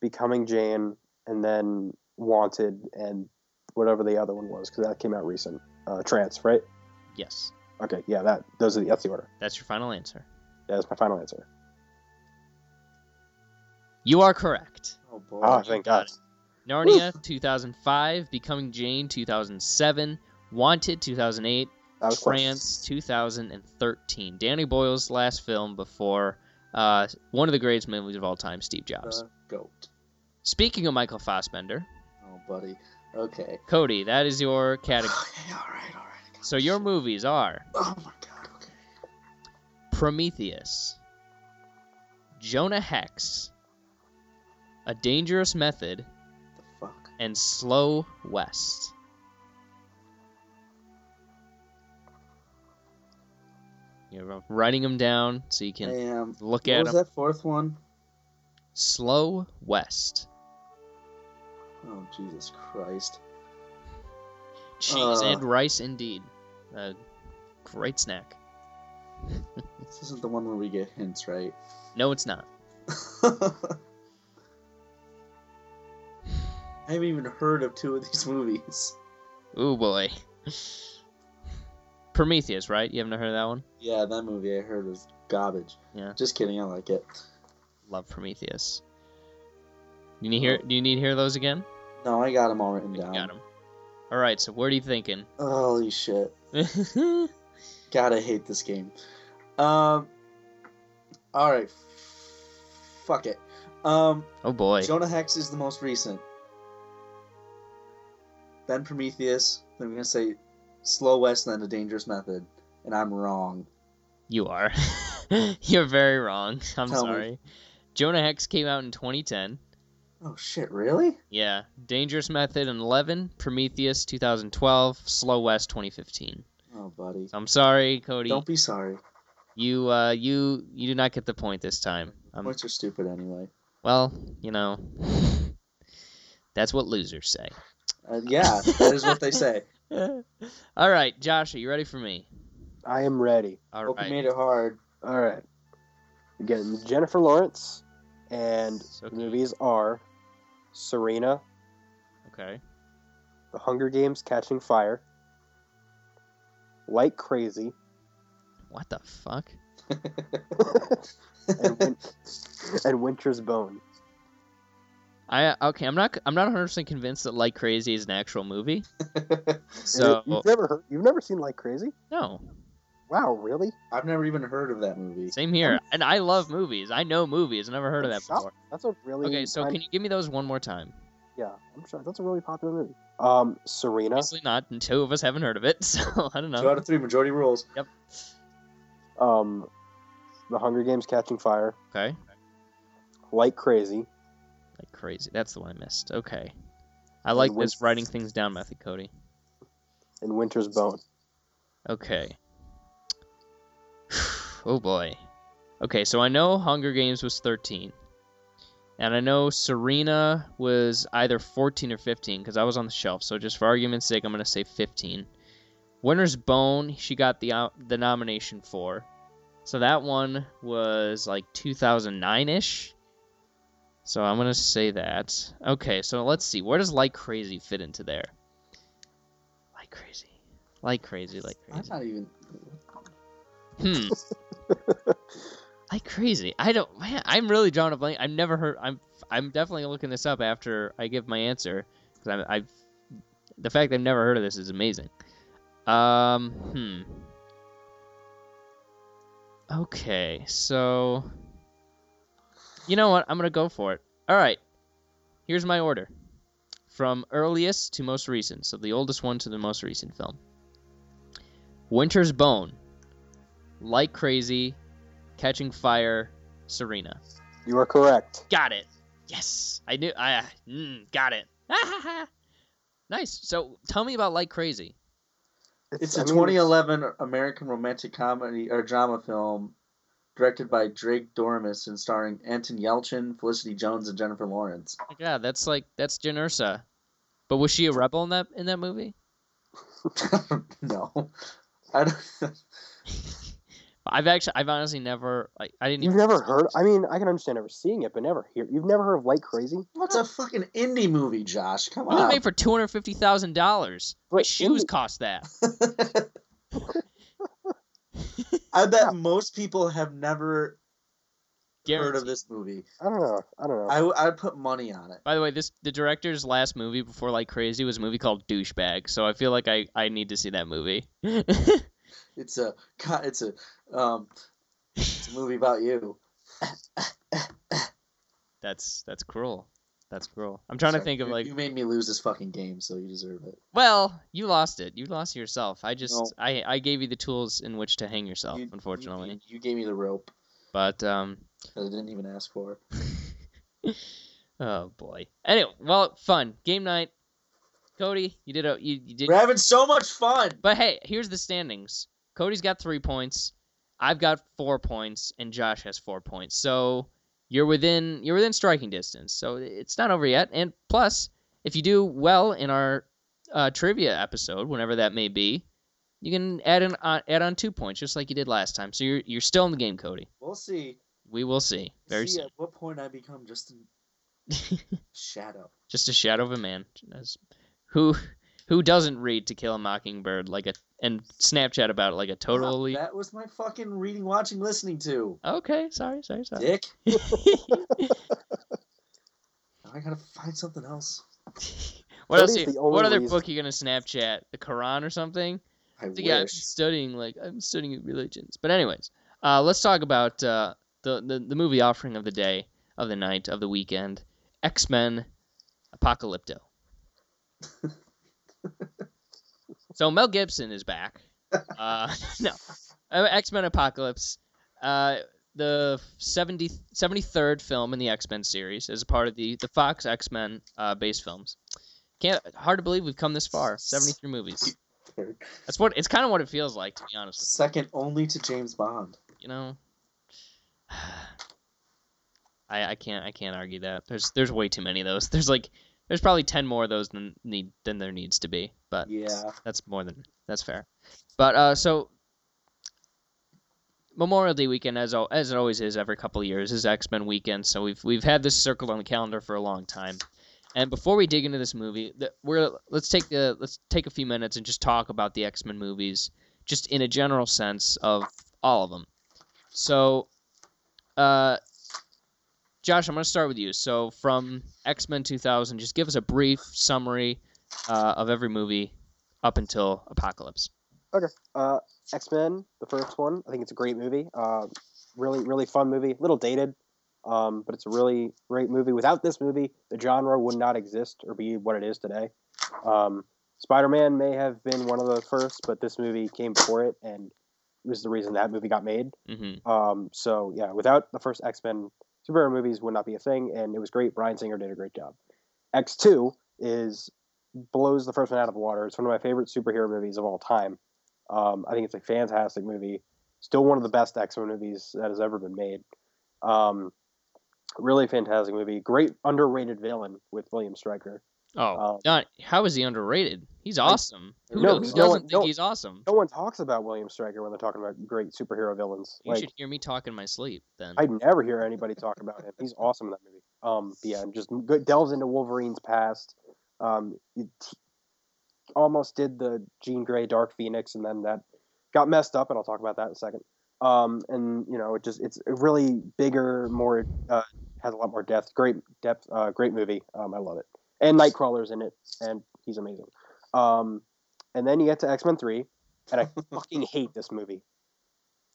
C: Becoming Jane, and then Wanted, and whatever the other one was because that came out recent. Uh, Trance, right?
B: yes,
C: Okay, yeah, that those are the, that's the order.
B: that's your final answer.
C: Yeah, that's my final answer.
B: You are correct.
D: Oh, boy.
C: Oh, thank God.
B: Narnia, 2005. Becoming Jane, 2007. Wanted, 2008.
C: That was close.
B: France 2013. Danny Boyle's last film before uh, one of the greatest movies of all time, Steve Jobs.
C: Uh.
D: The goat.
B: Speaking of Michael Fassbender,
D: Oh, buddy. Okay.
B: Cody, that is your
D: okay,
B: category.
D: all right, all right.
B: so your movies are
D: Oh, my God. Okay.
B: Prometheus, Jonah Hex, A Dangerous Method,
D: The fuck?
B: and Slow West. You're writing them down so you
D: I
B: can
D: am.
B: look
D: What
B: at
D: was
B: them.
D: that fourth one?
B: Slow West.
D: Oh, Jesus Christ.
B: Cheese
D: Uh.
B: and rice, indeed. A great snack.
D: This isn't the one where we get hints, right?
B: No, it's not.
D: I haven't even heard of two of these movies.
B: Ooh, boy. Prometheus, right? You haven't heard of that one?
D: Yeah, that movie I heard was garbage.
B: Yeah.
D: Just kidding, I like it.
B: Love Prometheus. You need hear? Do you need to hear those again?
D: No, I got them all written
B: You
D: down.
B: got them. All right. So, what are you thinking?
D: Holy shit. God, I hate this game. Um. All right. Fuck it. Um.
B: oh boy.
D: Jonah Hex is the most recent. Then Prometheus. Then I'm gonna say Slow West, and then A Dangerous Method, and I'm wrong.
B: You are. You're very wrong. I'm
D: Tell me.
B: sorry. Jonah Hex came out in 2010.
D: Oh shit! Really?
B: Yeah. Dangerous Method in 11. Prometheus 2012. Slow West 2015.
D: Oh, buddy.
B: So I'm sorry, Cody.
D: Don't be sorry.
B: You uh, you you do not get the point this time. Um,
D: Points are stupid anyway.
B: well, you know, that's what losers say.
D: Uh, yeah, that is what they say.
B: All right, Josh, are you ready for me?
C: I am ready.
B: All
D: Hope
B: right.
D: you made it hard.
C: All right. Again, Jennifer Lawrence, and
B: So
C: the
B: cute.
C: movies are Serena,
B: Okay.
C: The Hunger Games: Catching Fire, Like Crazy,
B: What the fuck?
C: and, Win- and Winter's Bone.
B: I okay. I'm not. I'm not 100 percent convinced that Like Crazy is an actual movie.
C: And
B: So
C: you've never heard, you've never seen Like Crazy?
B: no.
C: Wow, really?
D: I've never even heard of that movie.
B: Same here. And I love movies. I know movies. I've never heard of that
C: Shock.
B: before.
C: That's a really
B: Okay, so
C: I'm-
B: can you give me those one more time?
C: yeah, I'm sure that's a really popular movie. Um, Serena,
B: Obviously not. And two of us haven't heard of it, so I don't
D: Two
B: know.
D: out of three, majority rules.
C: um, The Hunger Games: Catching Fire,
B: Okay,
C: Like Crazy,
B: like crazy. That's the one I missed. Okay, I like
C: when-
B: this writing things down method, Cody.
C: and Winter's Bone.
B: Okay. Oh boy. Okay, so I know Hunger Games was 13. And I know Serena was either 14 or 15 because I was on the shelf. So just for argument's sake, I'm going to say 15. Winner's Bone, she got the uh, the nomination for. So that one was like 2009-ish. So I'm going to say that. Okay, so let's see. Where does Like Crazy fit into there? Like Crazy. Like Crazy, like Crazy.
D: I'm not even.
B: Hmm. like crazy. I don't. Man, I'm really drawing a blank. I've never heard. I'm. I'm definitely looking this up after I give my answer because I've. The fact I've never heard of this is amazing. Um. Hmm. Okay. So. You know what? I'm gonna go for it. All right. Here's my order. From earliest to most recent, so the oldest one to the most recent film. Winter's Bone, like Crazy, Catching Fire, Serena.
C: You are correct.
B: Got it. Yes, I knew. I mm, got it. nice. So tell me about Like Crazy.
D: It's
C: a
D: a 2011 American romantic comedy or drama film directed by Drake Dormus and starring Anton Yelchin, Felicity Jones, and Jennifer Lawrence.
B: Oh my God, that's like that's Jen Ersa. But was she a rebel in that in that movie?
D: no. I don't,
B: I've actually, I've honestly never, I, I didn't.
C: You've
B: even-
C: never heard. I mean, I can understand never seeing it, but never hear. You've never heard of Like Crazy?
D: what's a fucking indie movie, Josh? Come
B: It was
D: on.
B: made for two hundred fifty thousand dollars. My
C: Wait,
B: shoes
C: indie-
B: cost that.
D: I bet most people have never heard of
B: Guaranteed.
D: this movie.
C: I don't know. I don't know.
D: I I put money on it.
B: By the way, this the director's last movie before Like Crazy was a movie called Douchebag. So I feel like I I need to see that movie.
D: It's a co- it's a um it's a movie about you.
B: That's that's cruel. That's cruel. I'm trying to
D: Sorry,
B: think of
D: you-
B: like
D: you made me lose this fucking game, so you deserve it.
B: well, you lost it. You lost yourself. I just
D: No.
B: I I gave you the tools in which to hang yourself,
D: You- you-
B: Oh, unfortunately.
D: you, gave me the rope
B: But um
D: that I didn't even ask for.
B: oh boy. Anyway, well, fun. Game night. Cody, you did a you, you did
D: We're having so much fun.
B: But hey, here's the standings. Cody's got 3 points. I've got 4 points and Josh has 4 points. So you're within you're within striking distance. So it's not over yet. And plus, if you do well in our uh, trivia episode, whenever that may be, you can add in uh, add on 2 points just like you did last time. So you're you're still in the game, Cody.
D: We'll see.
B: We will see very
D: see
B: soon.
D: at what point I become just a shadow.
B: just a shadow of a man as- who who doesn't read To Kill a Mockingbird like a and Snapchat about it like a totally
D: That was my fucking reading, watching, listening to.
B: Okay, sorry, sorry, sorry.
D: Dick. Now I gotta find something else.
B: what else?
C: Cody's
B: you-
C: the only
B: what other
C: reason-
B: book you gonna Snapchat? The Quran or something?
D: I
B: So, yeah, I'm
D: wish.
B: studying like I'm studying religions. But anyways, uh, let's talk about uh, the, the the movie offering of the day, of the night, of the weekend. X Men, Apocalypto. so Mel Gibson is back. Uh, no, X Men Apocalypse. Uh, the 70, 73rd film in the X Men series is a part of the, the Fox X Men uh, base films. Can't hard to believe we've come this far. Seventy three movies. That's what it's kind of what it feels like, to be honest. With you.
D: Second only to James Bond.
B: you know I, I can't I can't argue that. There's there's way too many of those. There's like there's probably ten more of those than need than there needs to be. But
D: Yeah.
B: that's more than that's fair. But uh so Memorial Day weekend, as al- as it always is every couple of years, is X Men weekend. So we've we've had this circled on the calendar for a long time. And before we dig into this movie, th- we're let's take the let's take a few minutes and just talk about the X Men movies, just in a general sense of all of them. So, uh, Josh, I'm going to start with you. So from X Men 2000, just give us a brief summary uh, of every movie up until Apocalypse.
C: Uh, X Men, the first one. I think it's a great movie. Uh, really, really fun movie. A little dated, um, but it's a really great movie. Without this movie, the genre would not exist or be what it is today. Um, Spider Man may have been one of the first, but this movie came before it and was the reason that movie got made.
B: Mm-hmm.
C: Um, so yeah, without the first X Men, superhero movies would not be a thing, and it was great. Brian Singer did a great job. X two is blows the first one out of the water. It's one of my favorite superhero movies of all time. Um, I think it's a fantastic movie. Still one of the best X Men movies that has ever been made. Um, really fantastic movie. Great underrated villain with William Stryker.
B: Oh,
C: Um,
B: not, how is he underrated? He's awesome. Who,
C: No,
B: do- who
C: he's-
B: doesn't
C: no one-
B: think
C: no-
B: he's awesome?
C: No one talks about William Stryker when they're talking about great superhero villains.
B: you should hear me talk in my sleep then.
C: I never hear anybody talk about him. He's awesome in that movie. Um, but yeah, and just go- delves into Wolverine's past. Um, it almost did the Jean Grey Dark Phoenix, and then that got messed up, and I'll talk about that in a second. Um, and you know, it just it's a really bigger, more uh, has a lot more depth. Great depth. Uh, great movie. Um, I love it. And Nightcrawler's in it, and he's amazing. Um, and then you get to X Men Three, and I fucking hate this movie.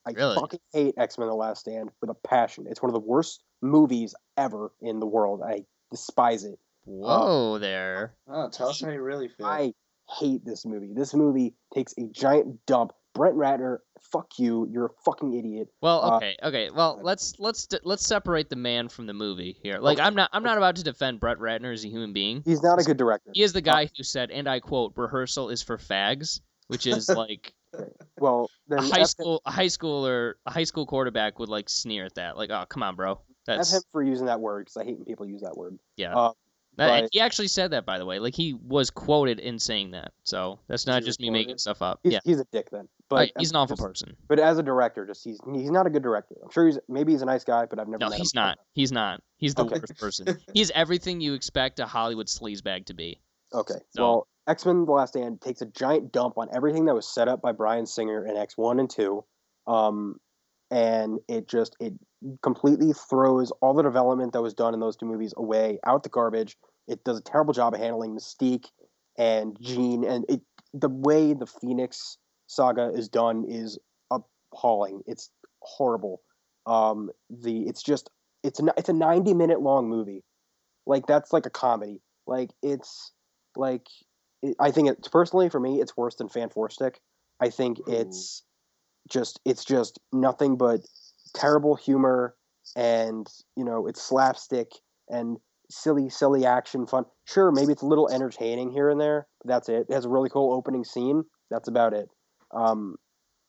C: I
B: Really?
C: fucking hate X Men: The Last Stand with a passion. It's one of the worst movies ever in the world. I despise it.
B: Whoa there.
D: Oh, tell us how you really feel.
C: I hate this movie. This movie takes a giant dump. Brent Ratner, fuck you. You're a fucking idiot.
B: Well,
C: Uh,
B: okay, okay. Well, let's let's d- let's separate the man from the movie here. Like, I'm not I'm not about to defend Brett Ratner as a human being.
C: He's not a good director.
B: He is the guy who said, and I quote, "Rehearsal is for fags," which is like
C: Well, then
B: a high
C: F-
B: school a high schooler a high school quarterback would like sneer at that. Like, oh come on, bro.
C: F
B: That's
C: him for using that word because I hate when people use that word.
B: Yeah.
C: Uh,
B: that- and
C: but-
B: he actually said that, by the way. Like he was quoted in saying that, so that's not
D: he
B: just me
D: recorded?
B: making stuff up.
C: He's,
B: yeah,
C: he's a dick then. But
B: Like, he's an awful
C: just-
B: person.
C: But as a director, just he's he's not a good director. I'm sure he's maybe he's a nice guy, but I've never.
B: No,
C: met
B: he's
C: him.
B: not. He's not. He's the
C: Okay.
B: worst person. He's everything you expect a Hollywood sleazebag to be.
C: Okay.
B: So-
C: Well, X Men: The Last Stand takes a giant dump on everything that was set up by Brian Singer in X One and Two, um, and it just it completely throws all the development that was done in those two movies away out the garbage. It does a terrible job of handling Mystique and Jean, and it the way the Phoenix saga is done is appalling. It's horrible. Um, the it's just it's a it's a ninety minute long movie, like that's like a comedy. Like it's like it, I think it's personally for me it's worse than Fan Stick. I think
D: Ooh.
C: it's just it's just nothing but terrible humor and you know it's slapstick and silly silly action fun. Sure, maybe it's a little entertaining here and there. But that's it. It has a really cool opening scene. That's about it. Um,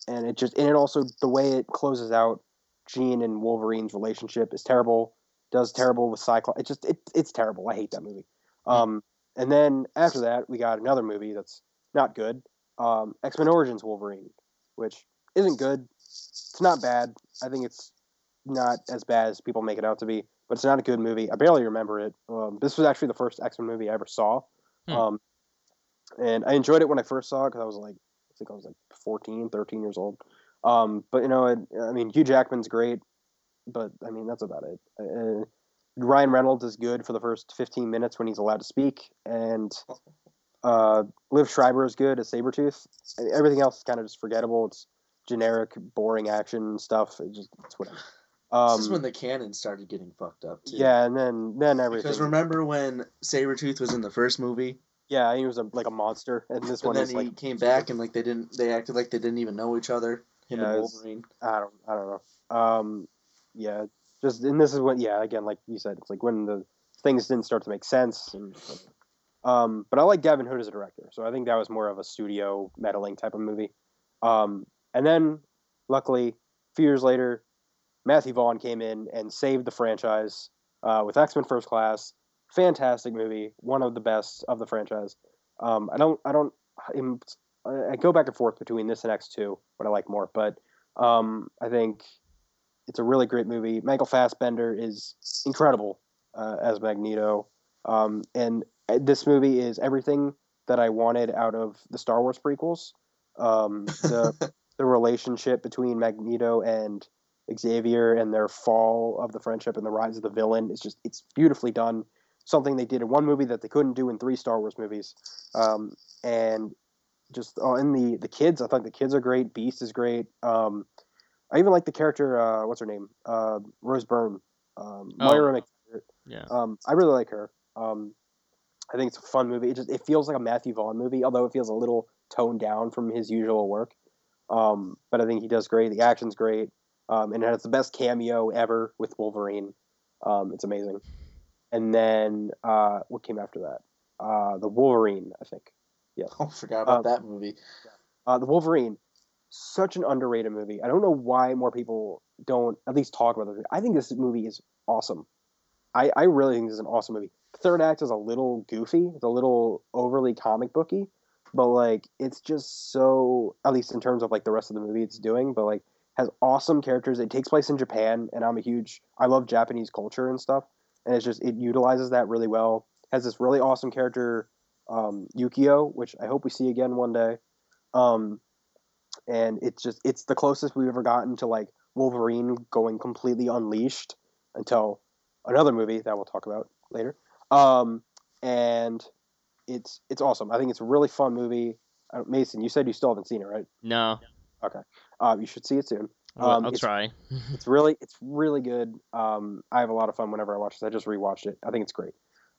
C: and it just and it also the way it closes out Jean and Wolverine's relationship is terrible. Does terrible with Cyclops. It just it, it's terrible. I hate that movie. Um, and then after that, we got another movie that's not good. Um, X Men Origins Wolverine, which isn't good. It's not bad. I think it's not as bad as people make it out to be, but it's not a good movie. I barely remember it. Um, this was actually the first X Men movie I ever saw,
B: Hmm.
C: um, and I enjoyed it when I first saw it because I was like, I think I was like 14, 13 years old. Um, but you know, it, I mean, Hugh Jackman's great, but I mean that's about it. Uh, Ryan Reynolds is good for the first 15 minutes when he's allowed to speak, and uh, Liv Schreiber is good as Sabretooth. E- Everything else is kind of just forgettable. It's generic, boring action stuff. It just it's whatever. Um,
D: this is when the canon started getting fucked up too.
C: yeah, and then then everything.
D: Because remember when Sabretooth was in the first movie?
C: yeah, he was a, like a monster, and this
D: But
C: one
D: then
C: is
D: he
C: like
D: came back and like they didn't they acted like they didn't even know each other. Him
C: Yeah,
D: and
C: it's-
D: Wolverine.
C: I don't I don't know. Um, yeah, just and this is when yeah again like you said it's like when the things didn't start to make sense. And, um, but I like Gavin Hood as a director, so I think that was more of a studio meddling type of movie. Um, and then luckily, a few years later, Matthew Vaughn came in and saved the franchise uh, with X Men First Class. Fantastic movie, one of the best of the franchise. Um, I don't I don't I'm, I I go back and forth between this and X two, what I like more, but Um, I think it's a really great movie. Michael Fassbender is incredible uh, as Magneto, um, and uh, this movie is everything that I wanted out of the Star Wars prequels. Um, the the relationship between Magneto and Xavier and their fall of the friendship and the rise of the villain is just it's beautifully done. Something they did in one movie that they couldn't do in three Star Wars movies, um, and just oh, and the the kids. I think the kids are great. Beast is great. Um, I even like the character. Uh, what's her name? Uh, Rose Byrne. Um,
B: Oh.
C: Moira Mc-
B: Yeah.
C: um, I really like her. Um, I think it's a fun movie. It just it feels like a Matthew Vaughn movie, although it feels a little toned down from his usual work. Um, but I think he does great. The action's great, um, and it has the best cameo ever with Wolverine. Um, it's amazing. And then uh, what came after that? Uh, the Wolverine, I think.
D: Oh, forgot about
C: Um,
D: that movie.
C: Uh, the Wolverine, such an underrated movie. I don't know why more people don't at least talk about this. I think this movie is awesome. I, I really think this is an awesome movie. The third act is a little goofy, it's a little overly comic booky, but like it's just so at least in terms of like the rest of the movie it's doing, but like has awesome characters. It takes place in Japan, and I'm a huge I love Japanese culture and stuff, and it's just it utilizes that really well. Has this really awesome character, um, Yukio, which I hope we see again one day um, and it's just it's the closest we've ever gotten to like Wolverine going completely unleashed until another movie that we'll talk about later. Um, and it's it's awesome. I think it's a really fun movie. I don't- Mason, you said you still haven't seen it, right?
B: No,
C: Uh, you should see it soon.
B: I'll,
C: Um,
B: I'll
C: it's-
B: try.
C: It's really it's really good. Um, I have a lot of fun whenever I watch this. I just rewatched it. I think it's great.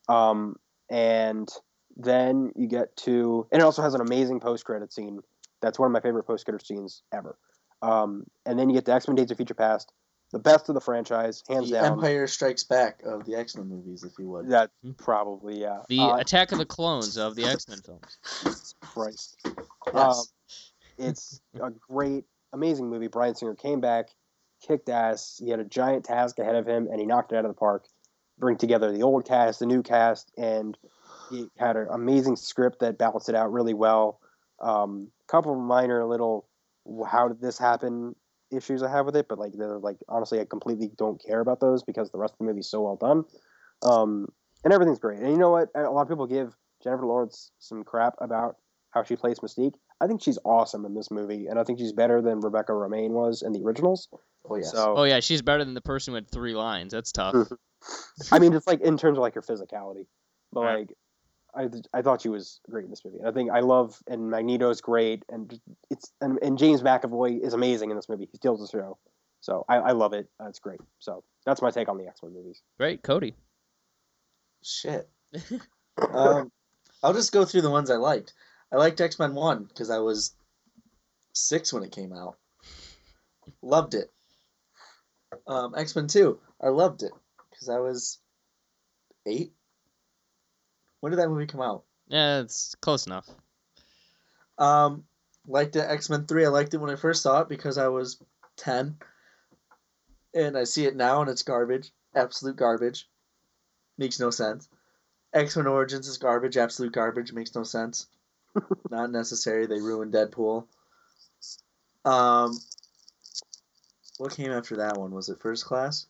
C: Um, and then you get to and it also has an amazing post credit scene. That's one of my favorite post credit scenes ever. Um, and then you get to X Men Days of Future Past, the best of the franchise, hands
D: The
C: down.
D: Empire Mm-hmm. Strikes Back of the X Men movies, if you would.
C: That probably yeah.
B: The
C: Uh,
B: Attack of the Clones of the X Men films.
C: Christ. Um,
D: Yes.
C: it's a great, amazing movie. Brian Singer came back, kicked ass. He had a giant task ahead of him, and he knocked it out of the park. Bring together the old cast, the new cast, and he had an amazing script that balanced it out really well. A um, couple of minor little "Wh- "how did this happen" issues I have with it, but like they're like honestly, I completely don't care about those because the rest of the movie's so well done, um, and everything's great. And you know what? A lot of people give Jennifer Lawrence some crap about how she plays Mystique. I think she's awesome in this movie, and I think she's better than Rebecca Romaine was in the originals.
D: oh yes.
C: So,
B: Oh yeah, she's better than the person who had three lines. That's tough.
C: Mm. I mean, just like in terms of like her physicality, but
B: Right.
C: like, I, th- I thought she was great in this movie, and I think I love and Magneto's great, and it's and, and James McAvoy is amazing in this movie. He steals the show, so I, I love it. Uh, it's great. So that's my take on the X Men movies.
B: Great, Cody.
D: Shit. um, I'll just go through the ones I liked. I liked X Men One because I was six when it came out. Loved it. Um, X Men Two, I loved it because I was eight. When did that movie come out?
B: Yeah, it's close enough.
D: Um, liked it. X Men Three. I liked it when I first saw it because I was ten, and I see it now and it's garbage, absolute garbage. Makes no sense. X Men Origins is garbage, absolute garbage. Makes no sense. Not necessary. They ruined Deadpool. Um, what came after that one? Was it First Class?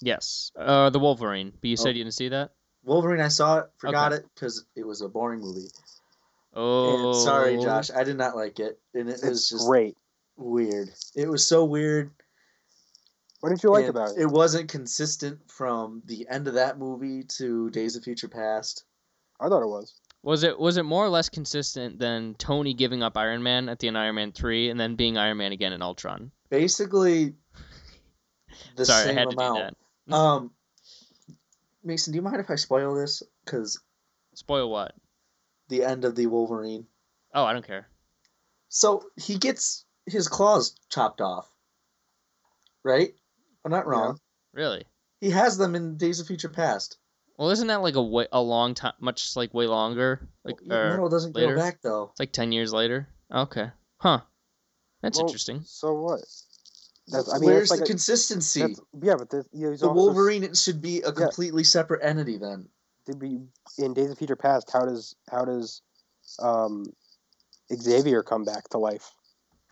B: Yes. Uh, the Wolverine. But you said
D: Oh.
B: you didn't see that.
D: Wolverine. I saw it, forgot it because it was a boring movie.
B: Oh,
D: And sorry, Josh. I did not like it, and it
C: It's
D: was just
C: great.
D: weird. It was so weird.
C: What did you like
D: and
C: about it?
D: It wasn't consistent from the end of that movie to Days of Future Past.
C: I thought it was.
B: Was it was it more or less consistent than Tony giving up Iron Man at the end of Iron Man three and then being Iron Man again in Ultron?
D: Basically, the
B: Sorry, I
D: same
B: had to
D: amount.
B: do that.
D: Um, Mason, do you mind if I spoil this? Because
B: Spoil what?
D: the end of the Wolverine.
B: Oh, I don't care.
D: So he gets his claws chopped off. Right? I'm not wrong.
B: Really?
D: He has them in Days of Future Past.
B: Well, isn't that like a way, a long time, much like way longer? Like or-
D: Metal doesn't
B: later?
D: go back though.
B: it's like ten years later. Okay. Huh. That's
C: Well,
B: interesting.
C: So what? That's I mean,
D: Where's
C: it's like
D: the
C: a-
D: consistency?
C: that's, yeah, but this, yeah, he's
D: The
C: also-
D: Wolverine should be a completely separate entity then.
C: did we in Days of Future Past? How does how does um, Xavier come back to life?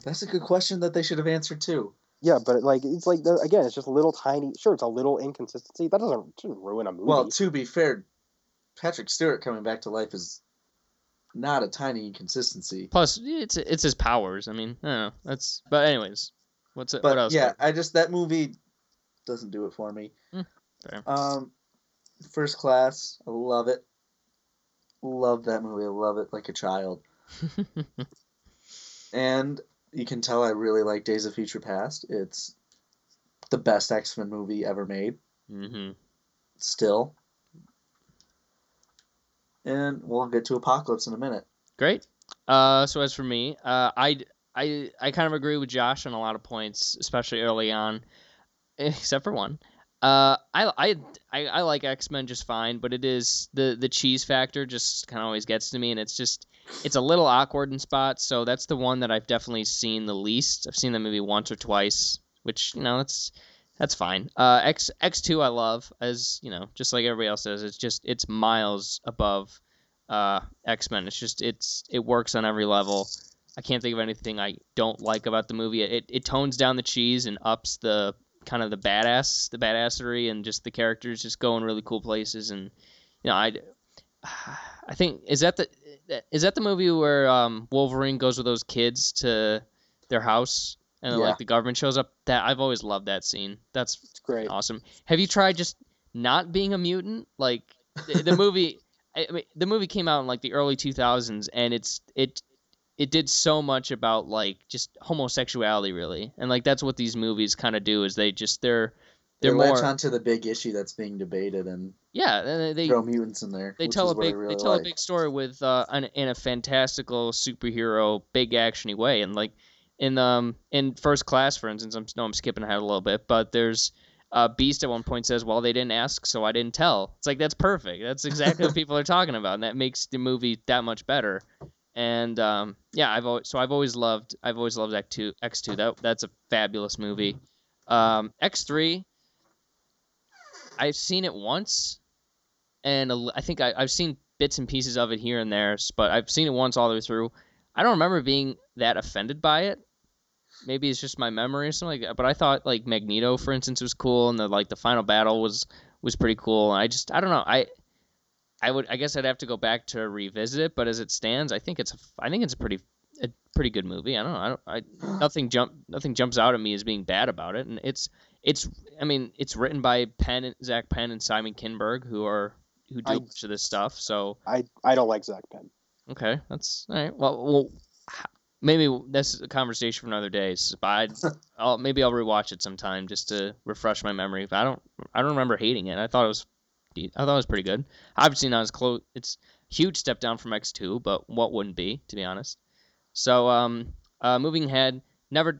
D: That's a good question that they should have answered too.
C: Yeah, but like it's like the- again, it's just little tiny. Sure, it's a little inconsistency. That doesn't shouldn't ruin a movie.
D: Well, to be fair, Patrick Stewart coming back to life is not a tiny inconsistency.
B: Plus, it's it's his powers. I mean, I don't know. That's but anyways, what's it?
D: But
B: what else?
D: yeah, I just that movie doesn't do it for me.
B: Hmm, fair.
D: Um, First Class, I love it. Love that movie. I love it like a child. And you can tell I really like Days of Future Past. It's the best X Men movie ever made,
B: mm-hmm.
D: still. And we'll get to Apocalypse in a minute.
B: Great. Uh, so as for me, uh, I I I kind of agree with Josh on a lot of points, especially early on, except for one. Uh, I, I, I, I like X Men just fine, but it is the, the cheese factor just kind of always gets to me, and it's just it's a little awkward in spots. So that's the one that I've definitely seen the least. I've seen that maybe once or twice, which you know that's that's fine. Uh, X X two I love as you know just like everybody else does. It's just it's miles above uh, X Men. It's just it's it works on every level. I can't think of anything I don't like about the movie. It it tones down the cheese and ups the kind of the badass, the badassery, and just the characters just going really cool places. And you know, I I think is that the is that the movie where um, Wolverine goes with those kids to their house and
D: Yeah.
B: like the government shows up. That I've always loved that scene. That's
C: it's great.
B: awesome. Have you tried just not being a mutant? Like the, the movie, I I mean, the movie came out in like the early 2000s, and it's it it did so much about like just homosexuality, really, and like that's what these movies kind of do is they just they're
D: They
B: they're
D: latch
B: more
D: onto the big issue that's being debated and
B: yeah they, they
D: throw mutants in there.
B: they
D: which
B: tell
D: is
B: a
D: what I
B: big
D: really
B: they tell
D: like.
B: a big story with uh an, in a fantastical superhero big actiony way and like in um in first class for instance I'm no I'm skipping ahead a little bit but there's uh, Beast at one point says, "Well, they didn't ask, so I didn't tell." It's like that's perfect. That's exactly what people are talking about, and that makes the movie that much better. And um, yeah, I've always, so I've always loved I've always loved X two X two. That that's a fabulous movie.
D: Mm-hmm.
B: Um, X three, I've seen it once, and a l- I think I, I've seen bits and pieces of it here and there, s- but I've seen it once all the way through. I don't remember being that offended by it. Maybe it's just my memory or something like that. But I thought like Magneto, for instance, was cool, and the like the final battle was was pretty cool. And I just I don't know I. I would, I guess, I'd have to go back to revisit it. But as it stands, I think it's, a, I think it's a pretty, a pretty good movie. I don't know, I don't, I, nothing jump, nothing jumps out at me as being bad about it. And it's, it's, I mean, it's written by Penn, and- Zach Penn, and Simon Kinberg, who are, who do
C: I-
B: much of this stuff. So
C: I I don't like Zach Penn.
B: okay, that's all right. Well, well, h- maybe that's a conversation for another day. s- But I'd, I'll maybe I'll rewatch it sometime just to refresh my memory. But I don't, I don't remember hating it. I thought it was, de- I thought it was pretty good. Obviously not as close. It's huge step down from X two, but what wouldn't be to be honest. So um, uh, moving ahead, never.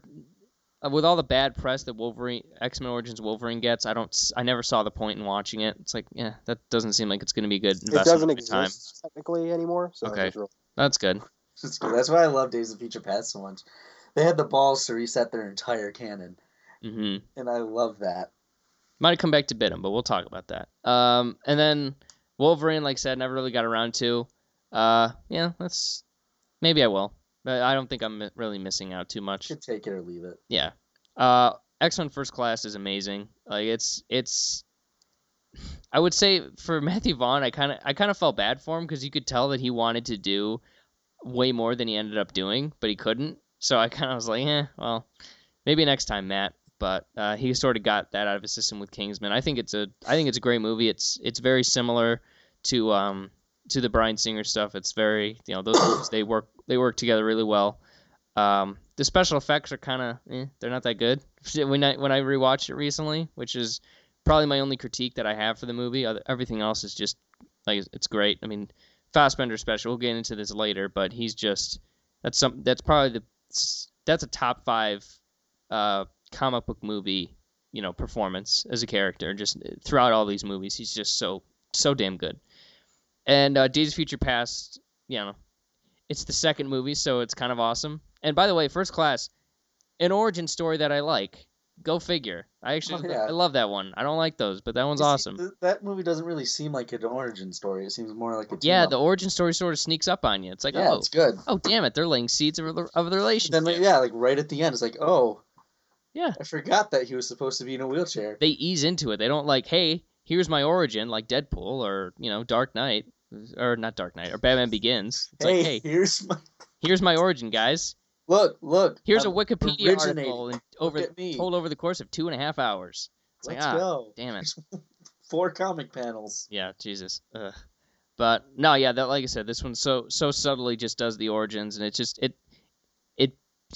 B: uh, With all the bad press that Wolverine, X Men Origins Wolverine gets, I don't, s- I never saw the point in watching it. It's like, yeah, that doesn't seem like it's going to be a good investment.
C: It doesn't
B: of my
C: exist
B: time.
C: technically anymore. So
B: Okay.
C: it's real-
B: That's good.
D: It's cool. That's why I love Days of Future Past so much. They had the balls to reset their entire canon,
B: hmm
D: and I love that.
B: Might have come back to bit him, but we'll talk about that. Um, and then Wolverine, like I said, never really got around to. Uh, yeah, that's maybe I will, but I don't think I'm mi- really missing out too much.
D: Should take it or leave it.
B: Yeah. Uh, X Men First Class is amazing. Like it's it's. I would say for Matthew Vaughn, I kind of I kind of felt bad for him because you could tell that he wanted to do way more than he ended up doing, but he couldn't. So I kind of was like, eh, well, maybe next time, Matt. But uh, he sort of got that out of his system with Kingsman. I think it's a I think it's a great movie. It's it's very similar to um to the Brian Singer stuff. It's very you know those movies, they work they work together really well. Um, the special effects are kind of eh, they're not that good. When I when I rewatched it recently, which is probably my only critique that I have for the movie. Other, everything else is just like it's great. I mean, Fassbender special. We'll get into this later, but he's just that's some that's probably the that's a top five uh, comic book movie you know performance as a character. Just uh, throughout all these movies, he's just so so damn good. And uh, Days of Future Past, you know, it's the second movie, so it's kind of awesome. And by the way, First Class, an origin story that I like. Go figure. I actually
D: Oh, yeah.
B: I love that one. I don't like those, but that one's
D: You see,
B: awesome.
D: e- th- that movie doesn't really seem like an origin story. It seems more like a
B: yeah,
D: team-up.
B: the origin story sort of sneaks up on you. It's like,
D: yeah,
B: oh,
D: it's good.
B: oh, damn it, they're laying seeds of a, of a relationship.
D: Then like, yeah, like right at the end, it's like oh,
B: Yeah.
D: I forgot that he was supposed to be in a wheelchair.
B: They ease into it. They don't like, hey, here's my origin, like Deadpool or you know Dark Knight or not Dark Knight or Batman Begins. It's
D: hey,
B: like, hey,
D: here's my
B: here's my origin, guys.
D: look, look. uh,
B: Here's
D: I'm-
B: a Wikipedia
D: originating.
B: article and
D: look
B: over
D: at me.
B: told over the course of two and a half hours. It's like,
D: Let's
B: ah,
D: go.
B: damn it.
D: Four comic panels.
B: Yeah, Jesus. Ugh. But no, yeah, that like I said, this one so so subtly just does the origins, and it just it it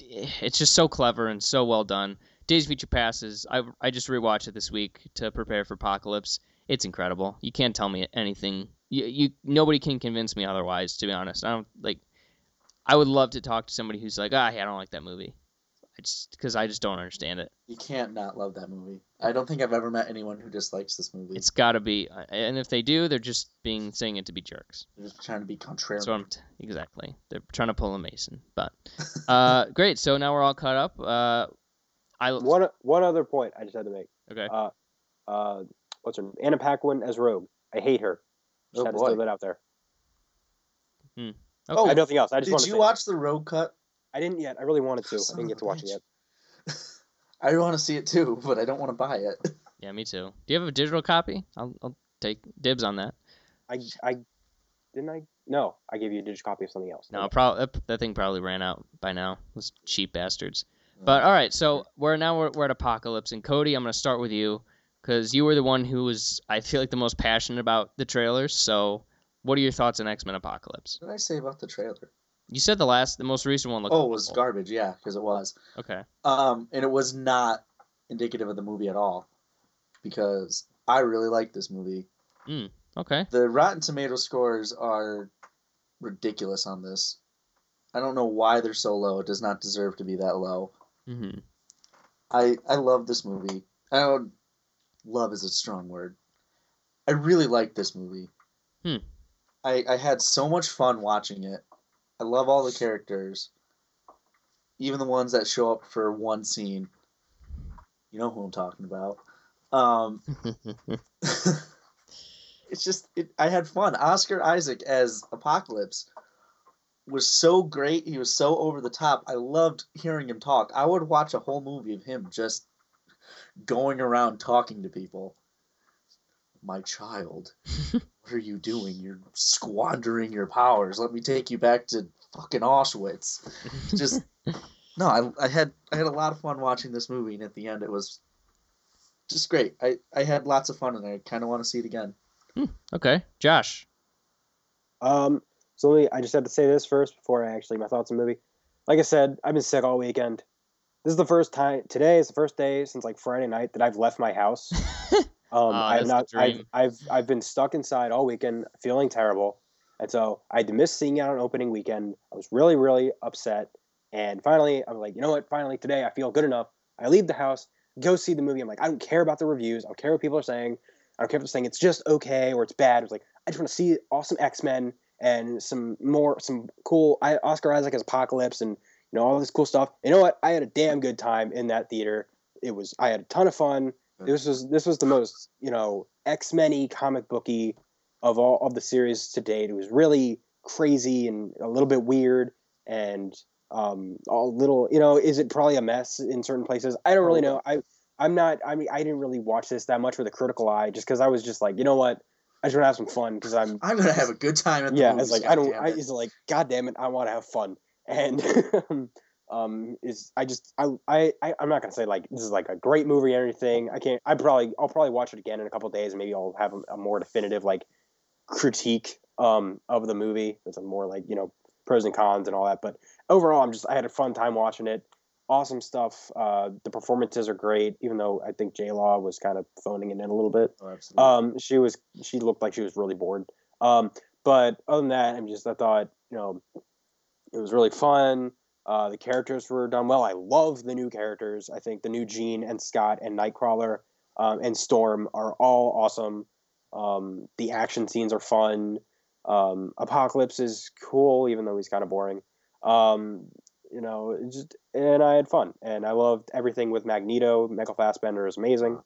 B: it's just so clever and so well done. Days of Future Passes. I I just rewatched it this week to prepare for Apocalypse. It's incredible. You can't tell me anything. You, you nobody can convince me otherwise. To be honest, I don't like. I would love to talk to somebody who's like, ah, I don't like that movie. I just because I just don't understand it.
D: You can't not love that movie. I don't think I've ever met anyone who dislikes this movie.
B: It's got to be, uh, and if they do, they're just being saying it to be jerks.
D: They're just trying to be contrarian.
B: That's what I'm t- exactly. They're trying to pull a Mason, but uh, great. So now we're all caught up. Uh, I
C: One one other point I just had to make.
B: okay.
C: Uh, what's her name? Anna Paquin as Rogue. I hate her. Just
D: oh
C: had to
D: boy.
C: throw that out there. I
B: okay.
C: have nothing else. I just want
D: Oh, Did
C: to.
D: you watch the road cut?
C: I didn't yet. I really wanted to. I
D: Son
C: didn't get
D: of a
C: to watch it
D: bitch.
C: yet.
D: I want to see it too, but I don't want to buy it.
B: yeah, me too. Do you have a digital copy? I'll, I'll take dibs on that.
C: I I didn't I. No, I gave you a digital copy of something else.
B: No, probably that, that thing probably ran out by now. Those cheap bastards. But all right, so we're now we're, we're at apocalypse, and Cody, I'm gonna start with you because you were the one who was I feel like the most passionate about the trailers. So, what are your thoughts on X Men Apocalypse?
D: what did I say about the trailer?
B: You said the last, the most recent one looked.
D: Oh, it was
B: awful.
D: garbage. Yeah, because it was.
B: Okay.
D: Um, and it was not indicative of the movie at all, because I really like this movie.
B: Okay.
D: The Rotten Tomato scores are ridiculous on this. I don't know why they're so low. It does not deserve to be that low.
B: Mm-hmm.
D: I I love this movie. I don't love is a strong word. I really like this movie.
B: Hmm.
D: I I had so much fun watching it. I love all the characters, even the ones that show up for one scene. You know who I'm talking about. Um,
B: Mm-hmm.
D: it's just it, I had fun. Oscar Isaac as Apocalypse was so great. He was so over the top. I loved hearing him talk. I would watch a whole movie of him just going around talking to people. My child, what are you doing? You're squandering your powers. Let me take you back to fucking Auschwitz. Just no, I, I had I had a lot of fun watching this movie, and at the end, it was just great. I, I had lots of fun, and I kind of want to see it again.
B: Okay, Josh.
C: Um, so let me, I just had to say this first before I actually my thoughts on the movie. Like I said, I've been sick all weekend. This is the first time. Today is the first day since like Friday night that I've left my house. Um,
B: Aw,
C: I've not.
B: that's the
C: I've,
B: dream.
C: I've I've been stuck inside all weekend, feeling terrible, and so I had to miss seeing out on opening weekend. I was really really upset, and finally I'm like, you know what? Finally today I feel good enough. I leave the house, go see the movie. I'm like, I don't care about the reviews. I don't care what people are saying. I don't care if they're saying it's just okay or it's bad. It's like I just want to see awesome X Men and some more some cool I, Oscar Isaac as Apocalypse and you know all this cool stuff. You know what? I had a damn good time in that theater. It was I had a ton of fun. This was this was the most you know X Men comic booky of all of the series to date. It was really crazy and a little bit weird and um all little you know is it probably a mess in certain places i don't really know i i'm not i mean i didn't really watch this that much with a critical eye just because i was just like you know what i just want to have some fun because i'm
D: I'm gonna have a good time at the
C: yeah,
D: movies,
C: it's like I don't.
D: goddammit.
C: I, it's like God damn it, I want to have fun, and um, is I just I I I- I'm not gonna say like this is like a great movie or anything. I can't. I probably I'll probably watch it again in a couple days, and maybe I'll have a, a more definitive like critique um of the movie. It's a more like you know pros and cons and all that. But overall, I'm just I had a fun time watching it. Awesome stuff. Uh, the performances are great, even though I think J Law was kind of phoning it in a little bit.
D: Oh, absolutely.
C: Um, she was she looked like she was really bored. Um, but other than that, I'm just I thought you know it was really fun. Uh, the characters were done well. I love the new characters. I think the new Jean and Scott and Nightcrawler um, and Storm are all awesome. Um, the action scenes are fun. Um, Apocalypse is cool, even though he's kind of boring. Um, you know, it just and I had fun, and I loved everything with Magneto. Michael Fassbender is amazing,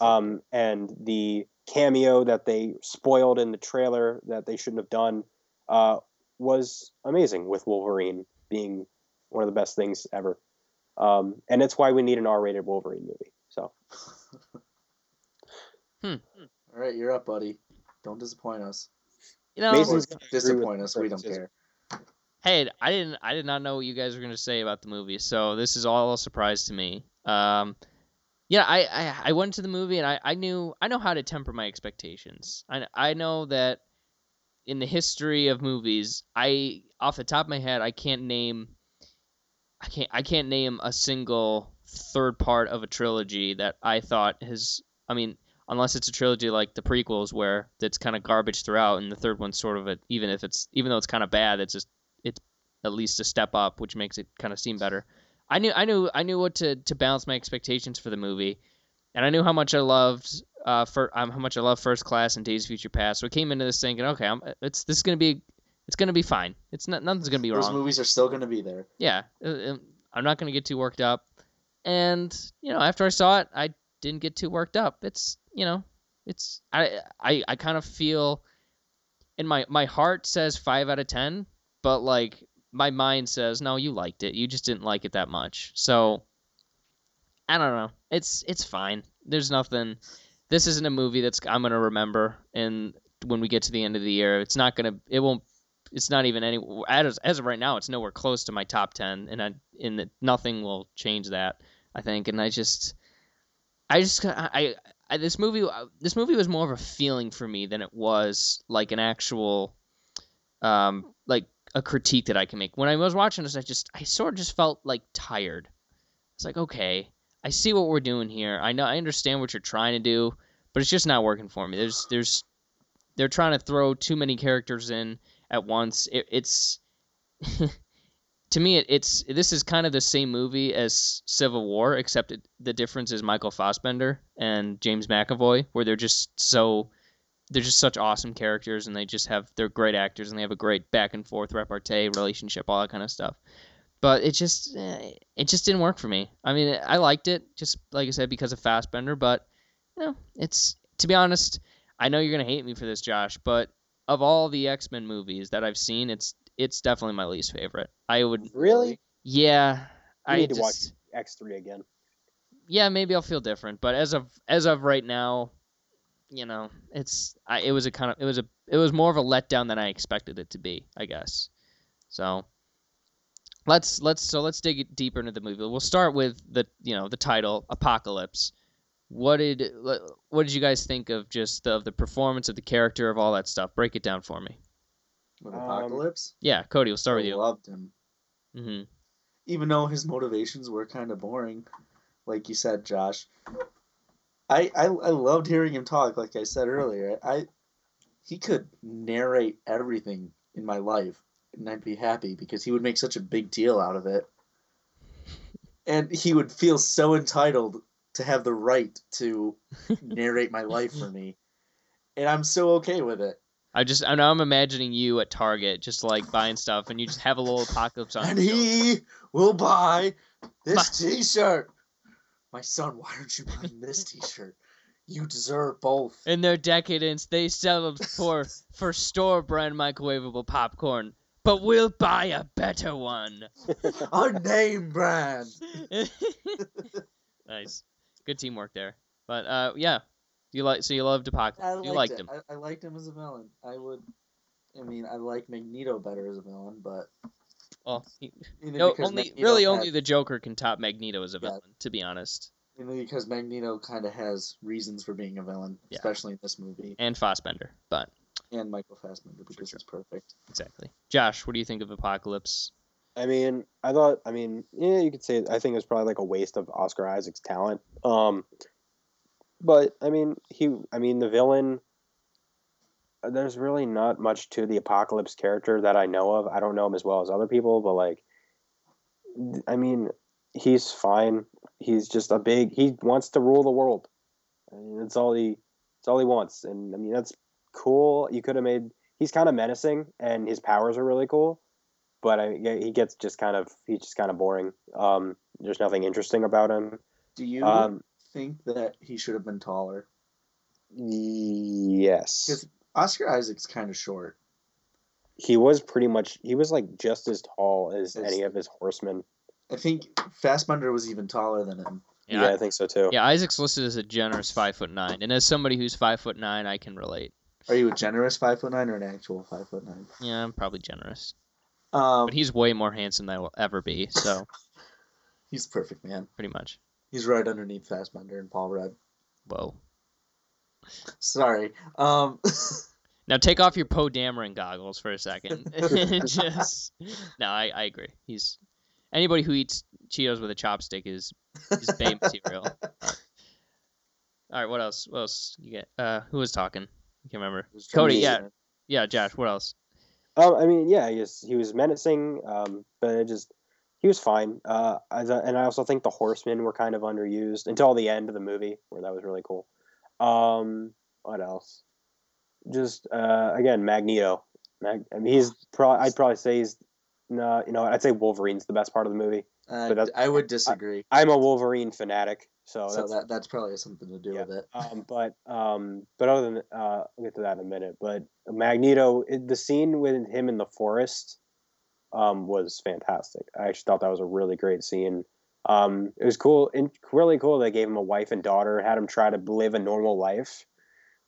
C: um, and the cameo that they spoiled in the trailer that they shouldn't have done uh, was amazing. With Wolverine being one of the best things ever, um, and it's why we need an R-rated Wolverine movie. So
D: All right, you're up, buddy. Don't disappoint us.
B: You know,
C: Mason's gonna
D: Or
C: agree with
D: disappoint
C: the
D: us. We don't
C: criticism.
D: care.
B: hey, I didn't I did not know what you guys were gonna say about the movie, so this is all a surprise to me. Um, yeah, I, I I went to the movie and I, I knew I know how to temper my expectations. I I know that in the history of movies, I off the top of my head I can't name I can't I can't name a single third part of a trilogy that I thought has I mean unless it's a trilogy like the prequels where that's kind of garbage throughout and the third one's sort of a even if it's even though it's kind of bad it's just it's at least a step up which makes it kind of seem better i knew i knew i knew what to to balance my expectations for the movie and i knew how much i loved uh for um, how much i love first class and days of future past so i came into this thinking okay I'm, it's this is gonna be it's gonna be fine it's not nothing's gonna be
D: Those
B: wrong
D: movies are still going to be there.
B: yeah, uh, um, I'm not going to get too worked up. And you know, after I saw it, I didn't get too worked up. It's you know, it's I I, I kind of feel, and my my heart says five out of ten, but like my mind says no, you liked it. You just didn't like it that much. So I don't know. It's it's fine. There's nothing. This isn't a movie that's I'm gonna remember. And when we get to the end of the year, it's not gonna. It won't it's not even any as, as of right now it's nowhere close to my top 10 and I, in that nothing will change that i think and i just i just I, I this movie uh, this movie was more of a feeling for me than it was like an actual um like a critique that i can make when i was watching this i just i sort of just felt like tired it's like okay i see what we're doing here i know i understand what you're trying to do but it's just not working for me there's there's they're trying to throw too many characters in at once. It, it's to me, it, it's this is kind of the same movie as Civil War, except it, the difference is Michael Fassbender and James McAvoy, where they're just so they're just such awesome characters, and they just have they're great actors, and they have a great back and forth repartee relationship, all that kind of stuff. But it just eh, it just didn't work for me. I mean, I liked it just like I said because of Fassbender, but you know, it's to be honest. I know you're gonna hate me for this, Josh, but of all the X Men movies that I've seen, it's it's definitely my least favorite. I would,
C: really,
B: yeah, I
C: I need to
B: just,
C: watch X three again.
B: yeah, maybe I'll feel different, but as of as of right now, you know, it's I, it was a kind of it was a it was more of a letdown than I expected it to be, I guess. So let's let's so let's dig deeper into the movie. We'll start with the you know the title Apocalypse. What did what did you guys think of just the, of the performance of the character of all that stuff? Break it down for me.
D: With
C: Um,
D: Apocalypse,
B: Yeah, Cody, we'll start with
D: I
B: you.
D: loved him.
B: Mm-hmm.
D: even though his motivations were kind of boring, like you said, Josh. I, I I loved hearing him talk. Like I said earlier, I he could narrate everything in my life, and I'd be happy because he would make such a big deal out of it, and he would feel so entitled to have the right to narrate my life for me, and I'm so okay with it.
B: I just I know I'm imagining you at Target just like buying stuff and you just have a little apocalypse on.
D: and
B: your shoulder.
D: he will buy this T-shirt. My son, why aren't you buying this T-shirt? You deserve both.
B: In their decadence, they sell them for for store brand microwavable popcorn, but we'll buy a better one.
D: Our name brand.
B: nice, good teamwork there. But uh, yeah, you like so you loved
D: I
B: apocalypse.
D: liked
B: You liked
D: it.
B: him.
D: I, I liked him as a villain. I would. I mean, I like Magneto better as a villain, but
B: Well, Oh, he-
D: either
B: no,
D: because
B: only
D: Magneto
B: really
D: had-
B: only the Joker can top Magneto as a
D: Yeah.
B: villain. To be honest,
D: only because Magneto kind of has reasons for being a villain,
B: Yeah.
D: especially in this movie,
B: and Fossbender, but
D: and Michael Fassbender because
B: sure.
D: he's perfect.
B: exactly. Josh, what do you think of Apocalypse?
C: I mean, I thought. I mean, yeah, you could say. I think it was probably like a waste of Oscar Isaac's talent. Um, but I mean, he. I mean, the villain. uh, There's really not much to the apocalypse character that I know of. I don't know him as well as other people, but like, I mean, he's fine. He's just a big. He wants to rule the world. I mean, that's all he. It's all he wants, and I mean, that's cool. You could have made. He's kind of menacing, and his powers are really cool but I, yeah, he gets just kind of he's just kind of boring. Um, there's nothing interesting about him.
D: Do you
C: Um,
D: think that he should have been taller?
C: yes,
D: Because Oscar Isaac's kind of short.
C: he was pretty much he was like just as tall as
D: As-
C: any of his horsemen.
D: I think Fassbender was even taller than him.
B: Yeah,
C: Yeah,
B: I-
C: I think so too.
B: Yeah, Isaac's listed as a generous five foot nine, and as somebody who's five foot nine, I can relate.
D: Are you a generous five foot nine or an actual five foot nine?
B: Yeah, I'm probably generous,
D: Um,
B: but he's way more handsome than I will ever be. So
D: he's perfect, man.
B: pretty much,
D: He's right underneath Fassbender and Paul Rudd.
B: whoa.
D: Sorry. Um,
B: Now take off your Poe Dameron goggles for a second. Just no, I, I agree. He's anybody who eats Cheetos with a chopstick is is bay material. All right, what else? What else you get? Uh, who was talking? I can't remember. Cody, yeah, yeah, Josh. What else?
C: Um, I mean, yeah, he was, he was menacing, um, but it just he was fine. Uh, I th- and I also think the horsemen were kind of underused until the end of the movie, where that was really cool. Um, what else? Just uh, again, Magneto. Mag- I mean, he's pro- I'd probably say he's no, you know, I'd say Wolverine's the best part of the movie.
D: uh,
C: But that's-
D: I would disagree.
C: I'm a Wolverine fanatic, so,
D: so
C: that's
D: that that's probably has something to do
C: Yeah.
D: with it.
C: um, but um, but other than uh, I'll get to that in a minute. But Magneto, it, the scene with him in the forest um, was fantastic. I actually thought that was a really great scene. Um, it was cool, and really cool. They gave him a wife and daughter, had him try to live a normal life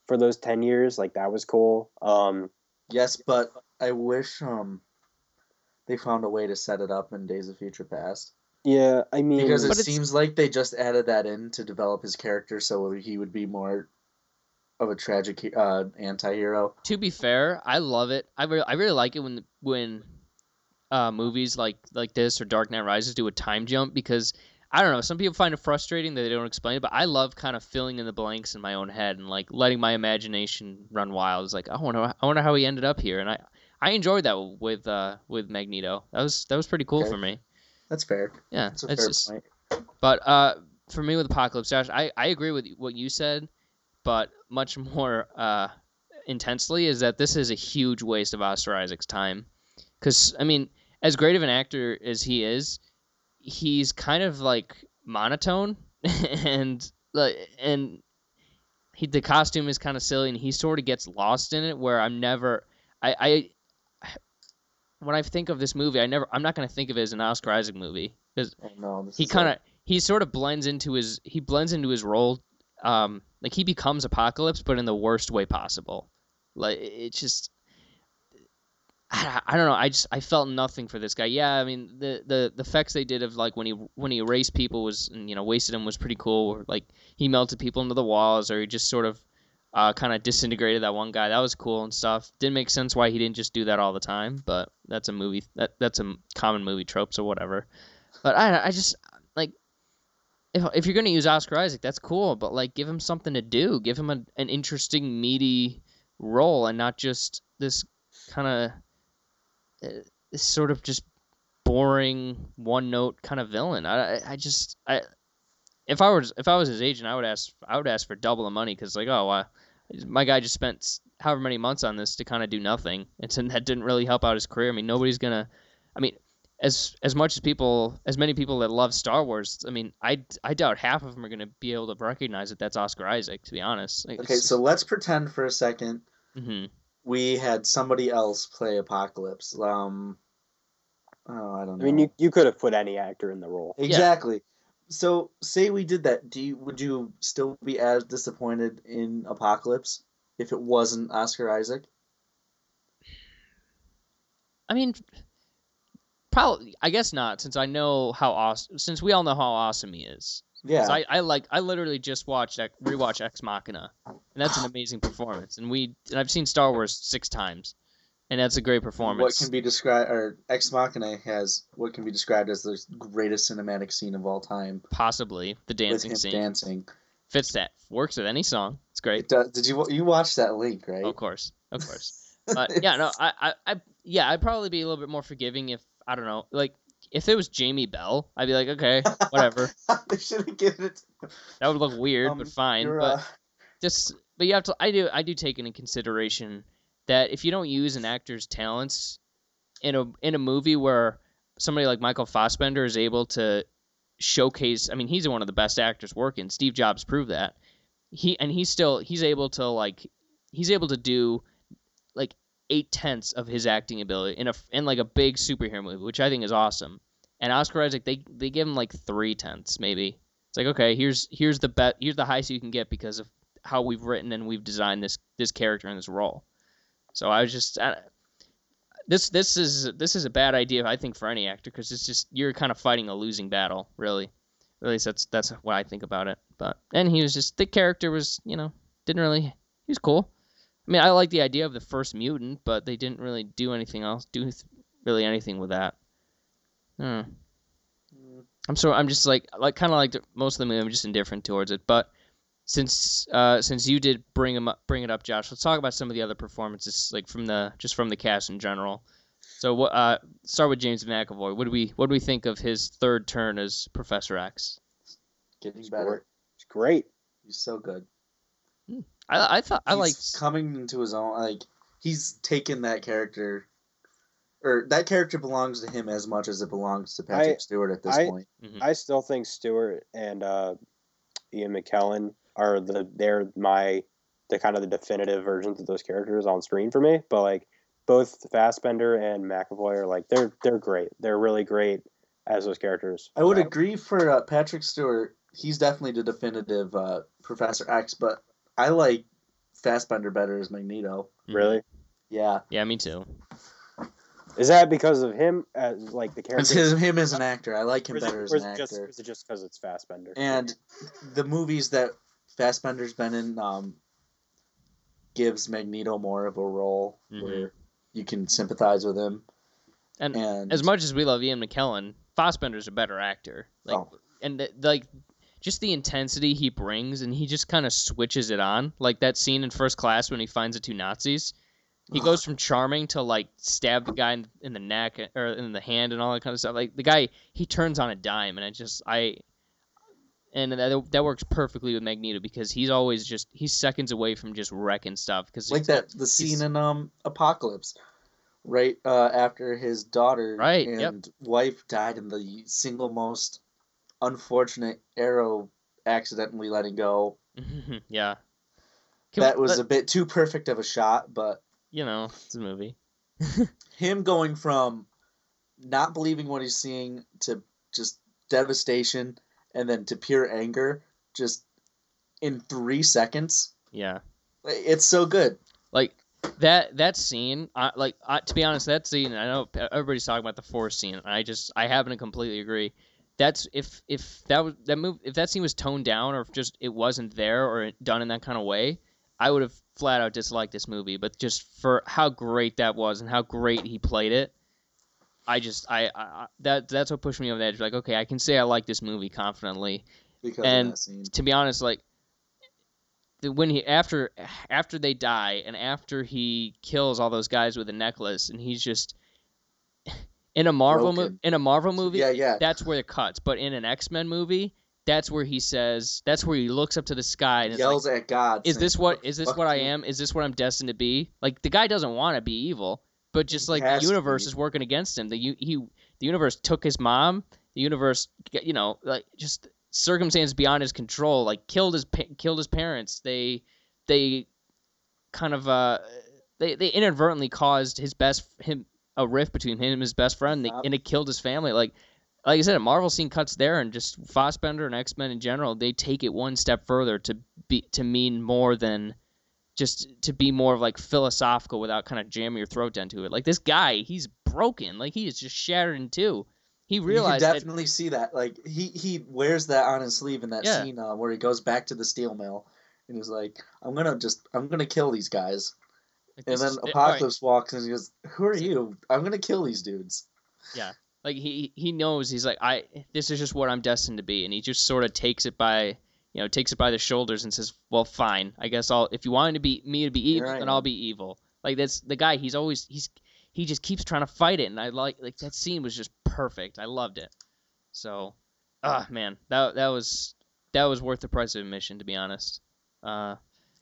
C: for those ten years. Like that was cool. Um,
D: Yes, but I wish um they found a way to set it up in Days of Future Past
C: yeah, I mean,
D: because it
B: But it's-
D: seems like they just added that in to develop his character so he would be more of a tragic he- uh, anti-hero.
B: to be fair, I love it. I really, I really like it when when uh, movies like like this or Dark Knight Rises do a time jump because I don't know. Some people find it frustrating that they don't explain it, but I love kind of filling in the blanks in my own head and like letting my imagination run wild. It's like I wonder, I wonder how he ended up here, and I I enjoyed that with uh, with Magneto. That was that was pretty cool
D: Okay.
B: for me.
D: That's fair.
B: Yeah,
D: That's a
B: it's
D: fair
B: just-
D: point.
B: but uh, for me with Apocalypse, Josh, I, I agree with what you said, but much more uh, intensely is that this is a huge waste of Oscar Isaac's time. Because, I mean, as great of an actor as he is, he's kind of like monotone and like and he, the costume is kind of silly and he sort of gets lost in it where i'm never I, I when i think of this movie i never i'm not going to think of it as an oscar isaac movie 'cause
D: Oh, no, this
B: he
D: is
B: kind
D: it.
B: of he sort of blends into his he blends into his role um like he becomes apocalypse but in the worst way possible like it's just I, I don't know i just i felt nothing for this guy yeah i mean the, the the effects they did of like when he when he erased people was and you know wasted them was pretty cool or like he melted people into the walls or he just sort of uh, kind of disintegrated that one guy that was cool and stuff didn't make sense why he didn't just do that all the time but that's a movie that that's a common movie tropes or whatever but I, I just like if, if you're gonna use Oscar Isaac, that's cool. But like, give him something to do. Give him a, an interesting, meaty role, and not just this kind of uh, this sort of just boring, one note kind of villain. I, I- I just I if I was if I was his agent, I would ask I would ask for double the money because like oh uh, my guy just spent s- however many months on this to kind of do nothing, and so that didn't really help out his career. I mean, nobody's gonna. I mean, as as much as people as many people that love Star Wars, I mean, I, I doubt half of them are going to be able to recognize that that's Oscar Isaac. To be honest, Like,
D: Okay,
B: it's-
D: so let's pretend for a second
B: Mhm.
D: we had somebody else play Apocalypse. Um, oh, I don't
C: I
D: know.
C: mean, you you could have put any actor in the role.
D: Exactly. So say we did that. Do you would you still be as disappointed in Apocalypse if it wasn't Oscar Isaac?
B: I mean, probably I guess not, since I know how awesome, since we all know how awesome he is. 'Cause
D: Yeah.
B: I, I like I literally just watched Ex- rewatched Ex Machina, and that's an amazing performance. And we and I've seen Star Wars six times, and that's a great
D: what
B: performance.
D: can be described or Ex Machina has what can be described as the greatest cinematic scene of all time
B: Possibly the dancing
D: with him
B: scene
D: dancing.
B: fits that works with any song. It's great.
D: It does, did you you watch that link right?
B: Of course, of course. But Oh, Uh, yeah, no, I, I, I, yeah, I'd probably be a little bit more forgiving if I don't know, like if it was Jamie Bell, I'd be like, okay, whatever.
D: they should have given it.
B: that would look weird,
D: Um,
B: but fine.
D: Your,
B: But
D: uh,
B: just, but you have to. I do, I do take into consideration that if you don't use an actor's talents in a in a movie where somebody like Michael Fassbender is able to showcase. I mean, he's one of the best actors working. Steve Jobs proved that. He and he's still he's able to like he's able to do like eight tenths of his acting ability in a in like a big superhero movie, which I think is awesome. And Oscar Isaac, they they give him like three tenths, maybe. It's like okay, here's here's the bet, here's the highest you can get because of how we've written and we've designed this this character and this role. So I was just I, this this is this is a bad idea I think for any actor because it's just you're kind of fighting a losing battle really. At least that's that's what I think about it. But and he was just the character was you know didn't really he was cool. I mean I like the idea of the first mutant, but they didn't really do anything else do th- really anything with that. Hmm.
D: mm,
B: I'm so I'm just like like kind of like the, most of the movie I'm just indifferent towards it. But since uh, since you did bring him up, bring it up, Josh, let's talk about some of the other performances like from the just from the cast in general. So what uh, start with James McAvoy. What do we what do we think of his third turn as Professor X?
D: Getting
C: He's
D: better.
C: great. He's great.
D: He's so good.
B: I I thought I
D: he's
B: liked
D: coming into his own. Like he's taken that character, or that character belongs to him as much as it belongs to Patrick
C: I-
D: Stewart at this
C: I-
D: point.
C: I still think Stewart and uh, Ian McKellen are the they're my the kind of the definitive versions of those characters on screen for me. But like both Fassbender and McAvoy are like they're they're great. They're really great as those characters.
D: I would
C: Uh,
D: agree for uh, Patrick Stewart. He's definitely the definitive uh, Professor X, but I like Fassbender better as Magneto.
C: Really,
D: Yeah,
B: Mm-hmm. yeah me too.
C: is that because of him as like the character?
D: it's him, him as an actor. I like him
C: or is it-
D: better as
C: or is
D: an
C: it just- or
D: actor.
C: is it just because it's Fassbender?
D: And the movies that Fassbender's been in um, gives Magneto more of a role
B: Mhm.
D: where you can sympathize with him.
B: And
D: and
B: as much as we love Ian McKellen, Fassbender's a better actor. Like,
D: Oh.
B: and the, like just the intensity he brings, and he just kind of switches it on. Like that scene in First Class when he finds the two Nazis, he goes from charming to like stab the guy in, in the neck eh, or in the hand and all that kind of stuff. Like the guy, he turns on a dime, and I just I. And that, that works perfectly with Magneto because he's always just he's seconds away from just wrecking stuff because
D: like that the
B: he's-
D: scene in um apocalypse right uh, after his daughter
B: Right,
D: and
B: yep.
D: wife died in the single most unfortunate arrow accidentally letting go
B: yeah Can-
D: that was
B: let-
D: a bit too perfect of a shot but
B: you know it's a movie
D: him going from not believing what he's seeing to just devastation and then to pure anger just in three seconds
B: yeah
D: it's so good
B: like that that scene I, like I, to be honest that scene i know everybody's talking about the forest scene and i just i happen to completely agree that's if if that was that move if that scene was toned down or if just it wasn't there or it done in that kind of way i would have flat out disliked this movie but just for how great that was and how great he played it i just i, I I- that that's what pushed me over the edge like okay i can say i like this movie confidently
D: because
B: And-
D: of that scene
B: to be honest, like the- when he after after they die and after he kills all those guys with a necklace and he's just in a Marvel mo-
D: Broken.
B: in a Marvel movie,
D: yeah yeah
B: that's where it cuts. But in an X Men movie, that's where he says that's where he looks up to the sky and is like,
D: yells at God.
B: "Is
D: saying,
B: this what is this
D: "Fuck
B: what I
D: you."
B: am? Is this what I'm destined to be?" Like the guy doesn't want to be evil, but just
D: He
B: like
D: has
B: the
D: to
B: universe
D: be.
B: is working against him. The u- he the universe took his mom. The universe, you know, like just circumstances beyond his control. Like killed his pa- killed his parents. They they kind of uh they they inadvertently caused his best him a rift between him and his best friend. They,
D: Yep.
B: and it killed his family. Like like I said, a Marvel scene cuts there, and just Fossbender and X Men in general, they take it one step further to be to mean more than just to be more of like philosophical without kind of jamming your throat down to it. Like this guy, he's broken. Like he is just shattered in two. He realized
D: you can
B: that
D: definitely see that. Like he he wears that on his sleeve in that
B: Yeah.
D: scene uh, where he goes back to the steel mill and is like, "I'm gonna just I'm gonna kill these guys."
B: like,
D: And
B: this
D: then
B: is- all right.
D: Apocalypse walks and he goes, "Who are you? I'm gonna kill these dudes."
B: like he he knows he's like I this is just what I'm destined to be, and he just sort of takes it by you know takes it by the shoulders and says, well, fine, I guess I'll if you want to be me to be
D: Here
B: evil,
D: I
B: then
D: am."
B: I'll be evil. Like that's the guy. He's always he's he just keeps trying to fight it, and I like like that scene was just perfect. I loved it. So, ah man, that that was that was worth the price of admission, to be honest. Uh,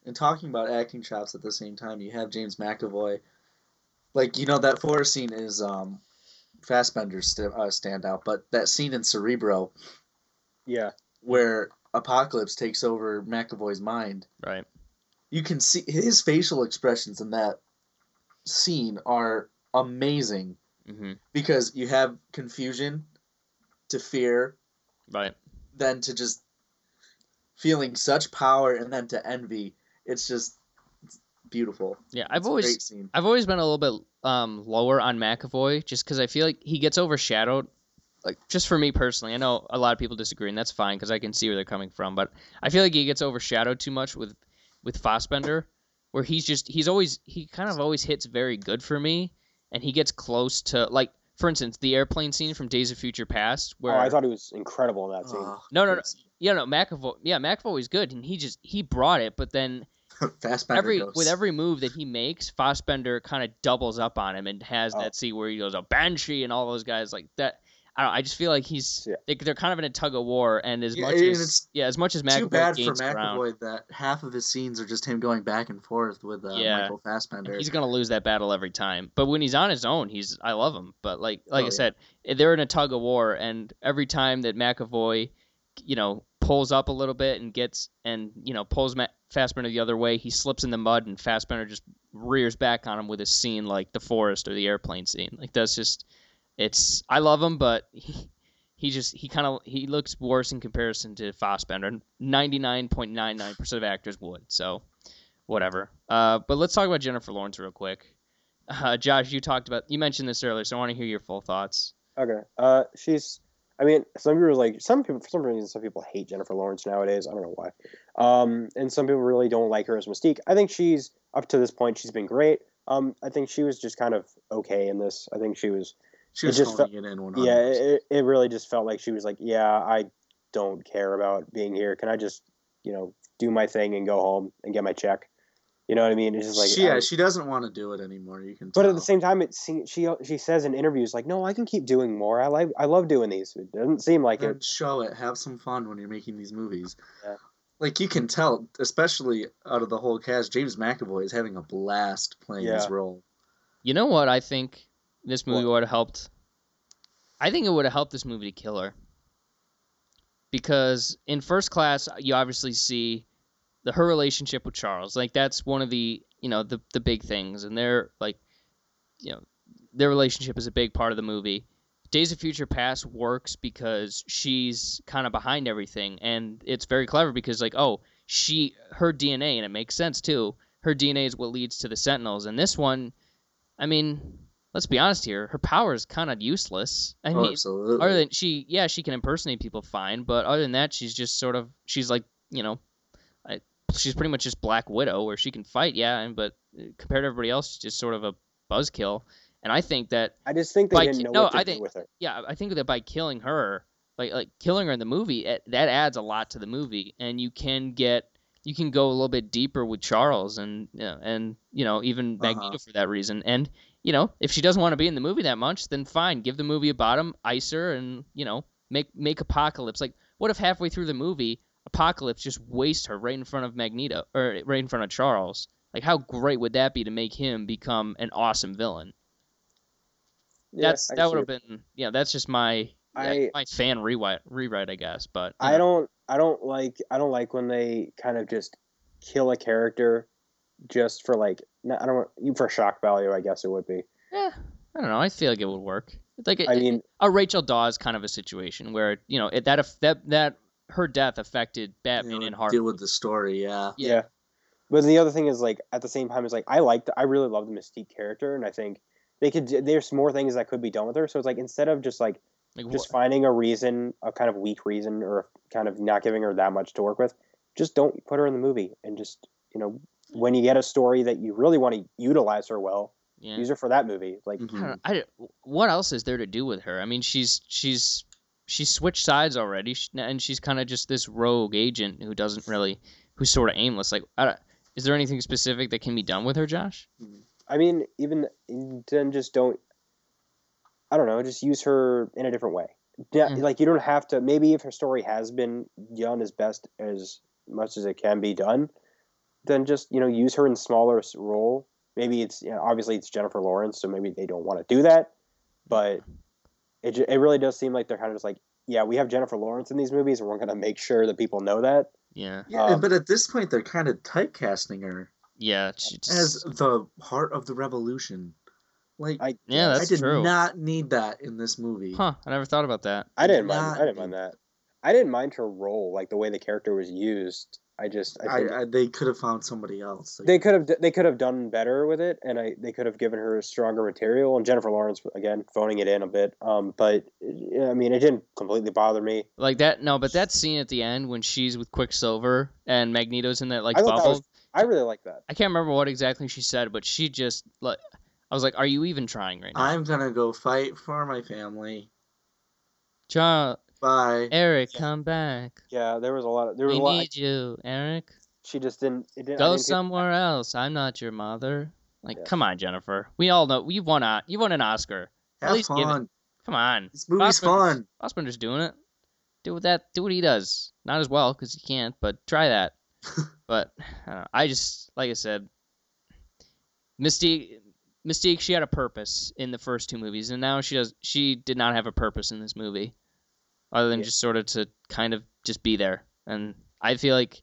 D: And talking about acting chops at the same time, you have James McAvoy Like you know that forest scene is um, Fassbender's st- uh, standout, but that scene in Cerebro
C: Yeah,
D: where Apocalypse takes over McAvoy's mind,
B: Right.
D: you can see his facial expressions in that scene are amazing
B: hmm
D: because you have confusion to fear
B: Right.
D: then to just feeling such power and then to envy it's just it's beautiful
B: Yeah. I've
D: It's a
B: always
D: great scene
B: I've always been a little bit um, lower on McAvoy just because I feel like he gets overshadowed. Like just for me personally, I know a lot of people disagree, and that's fine because I can see where they're coming from. But I feel like he gets overshadowed too much with with Fossbender, where he's just he's always he kind of always hits very good for me, and he gets close to like for instance the airplane scene from Days of Future Past where
C: oh, I thought he was incredible in that scene.
D: oh,
B: no no no yeah no McAvoy yeah McAvoy is good and he just he brought it, but then
D: Fassbender
B: every
D: goes.
B: with every move that he makes, Fossbender kind of doubles up on him and has
C: Oh.
B: that scene where he goes a banshee and all those guys like that. I don't. know, I just feel like he's
C: Yeah.
B: they, they're kind of in a tug of war, and as
D: Yeah,
B: much
D: and
B: as
D: it's
B: yeah, as much as
D: too bad
B: McAvoy
D: for
B: gains ground,
D: McAvoy that half of his scenes are just him going back and forth with uh,
B: Yeah.
D: Michael Fassbender.
B: he's gonna lose that battle every time. But when he's on his own, he's I love him. But like like
D: Oh,
B: I
D: yeah.
B: said, eh, they're in a tug of war, and every time that McAvoy, you know, pulls up a little bit and gets and you know pulls Ma- Fassbender the other way, he slips in the mud, and Fassbender just rears back on him with a scene like the forest or the airplane scene. Like that's just it's I love him, but. He, he just he kind of he looks worse in comparison to Fassbender. Ninety nine point nine nine percent of actors would. So, whatever. Uh, but let's talk about Jennifer Lawrence real quick. Uh, Josh, you talked about you mentioned this earlier, so I want to hear your full thoughts.
C: Okay. Uh, she's. I mean, some people are like some people for some reason some people hate Jennifer Lawrence nowadays. I don't know why. Um, and some people really don't like her as Mystique. I think she's up to this point she's been great. Um, I think she was just kind of okay in this. I think she was.
D: she was
C: it just
D: phoning it in. 100
C: Yeah, it, it really just felt like she was like, yeah, I don't care about being here. Can I just, you know, do my thing and go home and get my check? You know what I mean? It's just like
D: she, yeah,
C: I-
D: she doesn't want to do it anymore. You can. Tell.
C: but at the same time, it seems she she says in interviews like, "No, I can keep doing more. I like I love doing these." It doesn't seem like
D: Then
C: it.
D: show it. Have some fun when you're making these movies.
C: Yeah.
D: Like you can tell, especially out of the whole cast, James McAvoy is having a blast playing his
C: Yeah.
D: role.
B: You know what? I think this movie
C: What?
B: would have helped. I think it would have helped this movie to kill her. Because in first class, you obviously see the her relationship with Charles. Like that's one of the you know the the big things, and their like you know their relationship is a big part of the movie. Days of Future Past works because she's kind of behind everything, and it's very clever because like oh she her DNA and it makes sense too. Her DNA is what leads to the Sentinels, and this one, I mean, let's be honest here, her power is kind of useless. I
D: oh,
B: mean,
D: absolutely.
B: other than she yeah she can impersonate people fine but other than that she's just sort of she's like you know I, she's pretty much just black widow where she can fight yeah and but uh, compared to everybody else she's just sort of a buzzkill and i think that
C: I just think they
B: Like,
C: didn't know
B: no,
C: what to
B: I
C: do
B: think-
C: with her.
B: yeah, I think that by killing her, like like killing her in the movie, it, that adds a lot to the movie, and you can get you can go a little bit deeper with Charles and you know, and you know even
D: Uh-huh.
B: Magneto for that reason. And you know if she doesn't want to be in the movie that much, then fine, give the movie a bottom, ice her, and you know make make Apocalypse like what if halfway through the movie Apocalypse just wastes her right in front of Magneto or right in front of Charles? Like how great would that be to make him become an awesome villain?
C: Yeah,
B: that's
C: I
B: that
C: see
B: would
C: it.
B: have been yeah that's just my yeah,
C: I-
B: my fan rewrite rewrite i guess but you
C: I
B: know,
C: don't I don't like I don't like when they kind of just kill a character just for like no, I don't want for shock value. I guess it would be.
B: yeah i don't know i feel like it would work like
C: I mean,
B: a rachel dawes kind of a situation where you know it, that aff- that that her death affected batman
D: You
B: and
D: know,
B: harvey
D: deal with the story. Yeah.
B: yeah.
C: yeah. But the other thing is like at the same time is like I liked I really love the Mystique character, and I think they could there's more things that could be done with her. So it's like instead of just like
B: like
C: just
B: wh-
C: finding a reason, a kind of weak reason, or kind of not giving her that much to work with. Just don't put her in the movie, and just you know, when you get a story that you really want to utilize her well,
B: yeah.
C: use her for that movie. Like,
B: I
D: Mm-hmm.
B: don't- I don't- what else is there to do with her? I mean, she's she's she's switched sides already, sh- and she's kind of just this rogue agent who doesn't really, who's sort of aimless. Like, I don't, is there anything specific that can be done with her, Josh?
C: I mean, even then, just don't. I don't know. Just use her in a different way. Yeah,
B: Mhm.
C: like you don't have to. Maybe if her story has been done as best as much as it can be done, then just you know use her in smaller s- role maybe it's you know, obviously it's Jennifer Lawrence, so maybe they don't want to do that. But it ju- it really does seem like they're kind of just like, yeah, we have Jennifer Lawrence in these movies, and we're going to make sure that people know that.
B: Yeah,
D: Yeah,
C: Um,
D: but at this point, they're kind of typecasting her
B: yeah, she just-
D: as the heart of the revolution. Like,
C: I-
D: I,
B: yeah, that's
D: did
B: true.
D: not need that in this movie.
B: huh? I never thought about that.
C: I didn't
D: Not
C: mind. I didn't mind that. I didn't mind her role, like the way the character was used. I just I think
D: I, I, they could have found somebody else. Like,
C: they could have they could have done better with it, and I they could have given her stronger material. And Jennifer Lawrence again phoning it in a bit. Um, but I mean, it didn't completely bother me.
B: Like that? No, but that scene at the end when she's with Quicksilver and Magneto's in that like
C: I thought that
B: bubble.
C: was- I really like that.
B: I can't remember what exactly she said, but she just like I was like, "Are you even trying right now?"
D: I'm gonna go fight for my family.
B: Charles,
D: Bye.
B: Eric,
C: Yeah.
B: come back.
C: Yeah, there was a lot. Of, there was
B: We
C: a lot.
B: need you, Eric.
C: She just didn't. It didn't I
B: Go
C: didn't get-
B: somewhere else. I'm not your mother. Like,
C: Yeah.
B: come on, Jennifer. We all know you won. A, you won an Oscar. At
D: Have
B: least give it-
D: fun.
B: Come on.
D: This movie's
B: Fassbender's-
D: fun.
B: Fassbender's doing it. Do with that. Do what he does. Not as well because he can't, but try that. but I, don't know. I just, like I said, Mystique. Mystique, she had a purpose in the first two movies, and now she does. She did not have a purpose in this movie, other than
C: Yeah.
B: just sort of to kind of just be there. And I feel like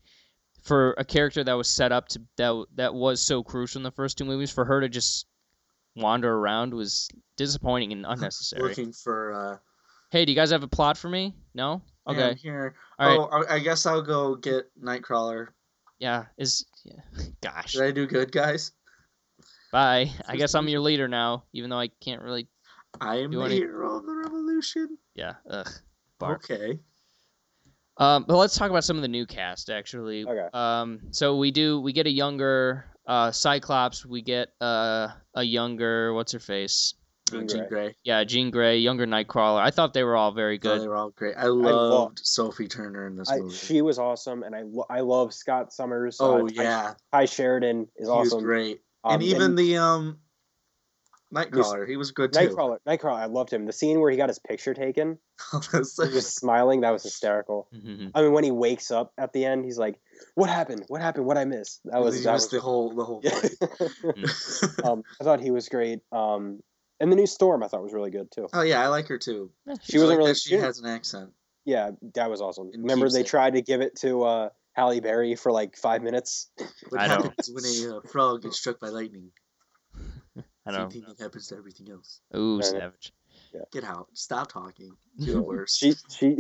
B: for a character that was set up to that that was so crucial in the first two movies, for her to just wander around was disappointing and unnecessary.
D: Looking for. Uh,
B: Hey, do you guys have a plot for me? No?
D: man
B: Okay.
D: Here.
B: All right.
D: oh, I I guess I'll go get Nightcrawler.
B: Yeah. Is yeah. gosh.
D: Did I do good, guys?
B: Bye. I guess I'm your leader now, even though I can't really.
D: I am
B: You
D: the
B: wanna-
D: hero of the revolution.
B: Yeah. Ugh. Barf.
D: Okay.
B: Um, but let's talk about some of the new cast actually.
C: Okay.
B: Um, so we do we get a younger uh, Cyclops. We get uh, a younger what's her face?
D: Jean
C: Jean
D: Grey.
B: Yeah, Jean Grey, younger Nightcrawler. I thought they were all very
D: No,
B: good.
D: Oh, they were all great. I loved
C: love-
D: Sophie Turner in this
C: I,
D: movie.
C: she was awesome, and I lo- I love Scott Summers.
D: oh
C: uh, Ty-
D: yeah,
C: Ty Sheridan
D: he
C: is awesome.
D: was great.
C: Um,
D: and even the um, Nightcrawler, he was good too.
C: Nightcrawler, Nightcrawler, I loved him. The scene where he got his picture taken,
D: That's
C: he was
D: like-
C: smiling. That was hysterical.
B: Mhm.
C: I mean, when he wakes up at the end, he's like, "What happened? What happened? What I miss?" That was
D: he
C: that
D: missed
C: was
D: the whole the whole. fight.
B: Mm.
C: um, I thought he was great. Um, and the new Storm, I thought was really good too.
D: oh yeah, I like her too.
B: Yeah,
C: She
D: I
C: wasn't
D: like
C: really-
D: that She
C: she didn't-
D: has an accent.
C: Yeah, that was awesome.
D: And
C: Remember,
D: keeps
C: they
D: it.
C: tried to give it to uh, Halle Berry for like five minutes.
D: What
B: I don't-
D: happens when a uh, frog gets struck by lightning?
B: I
D: Same
B: don't.
D: thing that happens to everything else.
B: Ooh,
C: I know.
B: savage.
D: Get out. Stop talking. You're the worst.
C: She she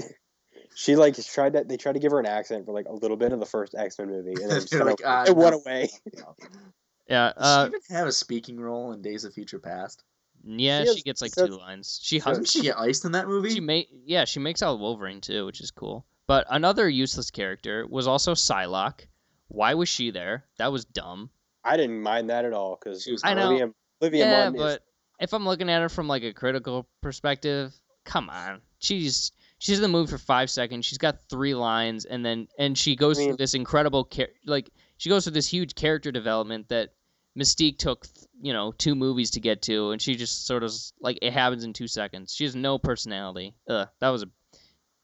C: she like tried to they tried to give her an accent for like a little bit of the first X Men movie, and then just
D: They're
C: kinda-
D: like, ah,
C: it went
D: no.
C: away.
B: Yeah.
D: Does
B: Uh,
D: she even have a speaking role in Days of Future Past?
B: yeah.
C: she
B: She,
C: has-
B: gets like
C: so-
B: two lines. She hugs.
D: Doesn't she get iced in that movie?
B: She made yeah, she makes out with Wolverine too, which is cool. But another useless character was also Psylocke. Why was she there? That was dumb.
C: I didn't mind that at all because
D: She was
B: I know.
C: Olivia, Olivia
B: yeah,
C: Munn is
B: but if I'm looking at her from like a critical perspective, come on. She's she's in the movie for 5 seconds. She's got 3 lines and then and she goes
C: I mean-
B: through this incredible char- like she goes through this huge character development that Mystique took, you know, two movies to get to and she just sort of s- like it happens in 2 seconds. She has no personality. Ugh, that was a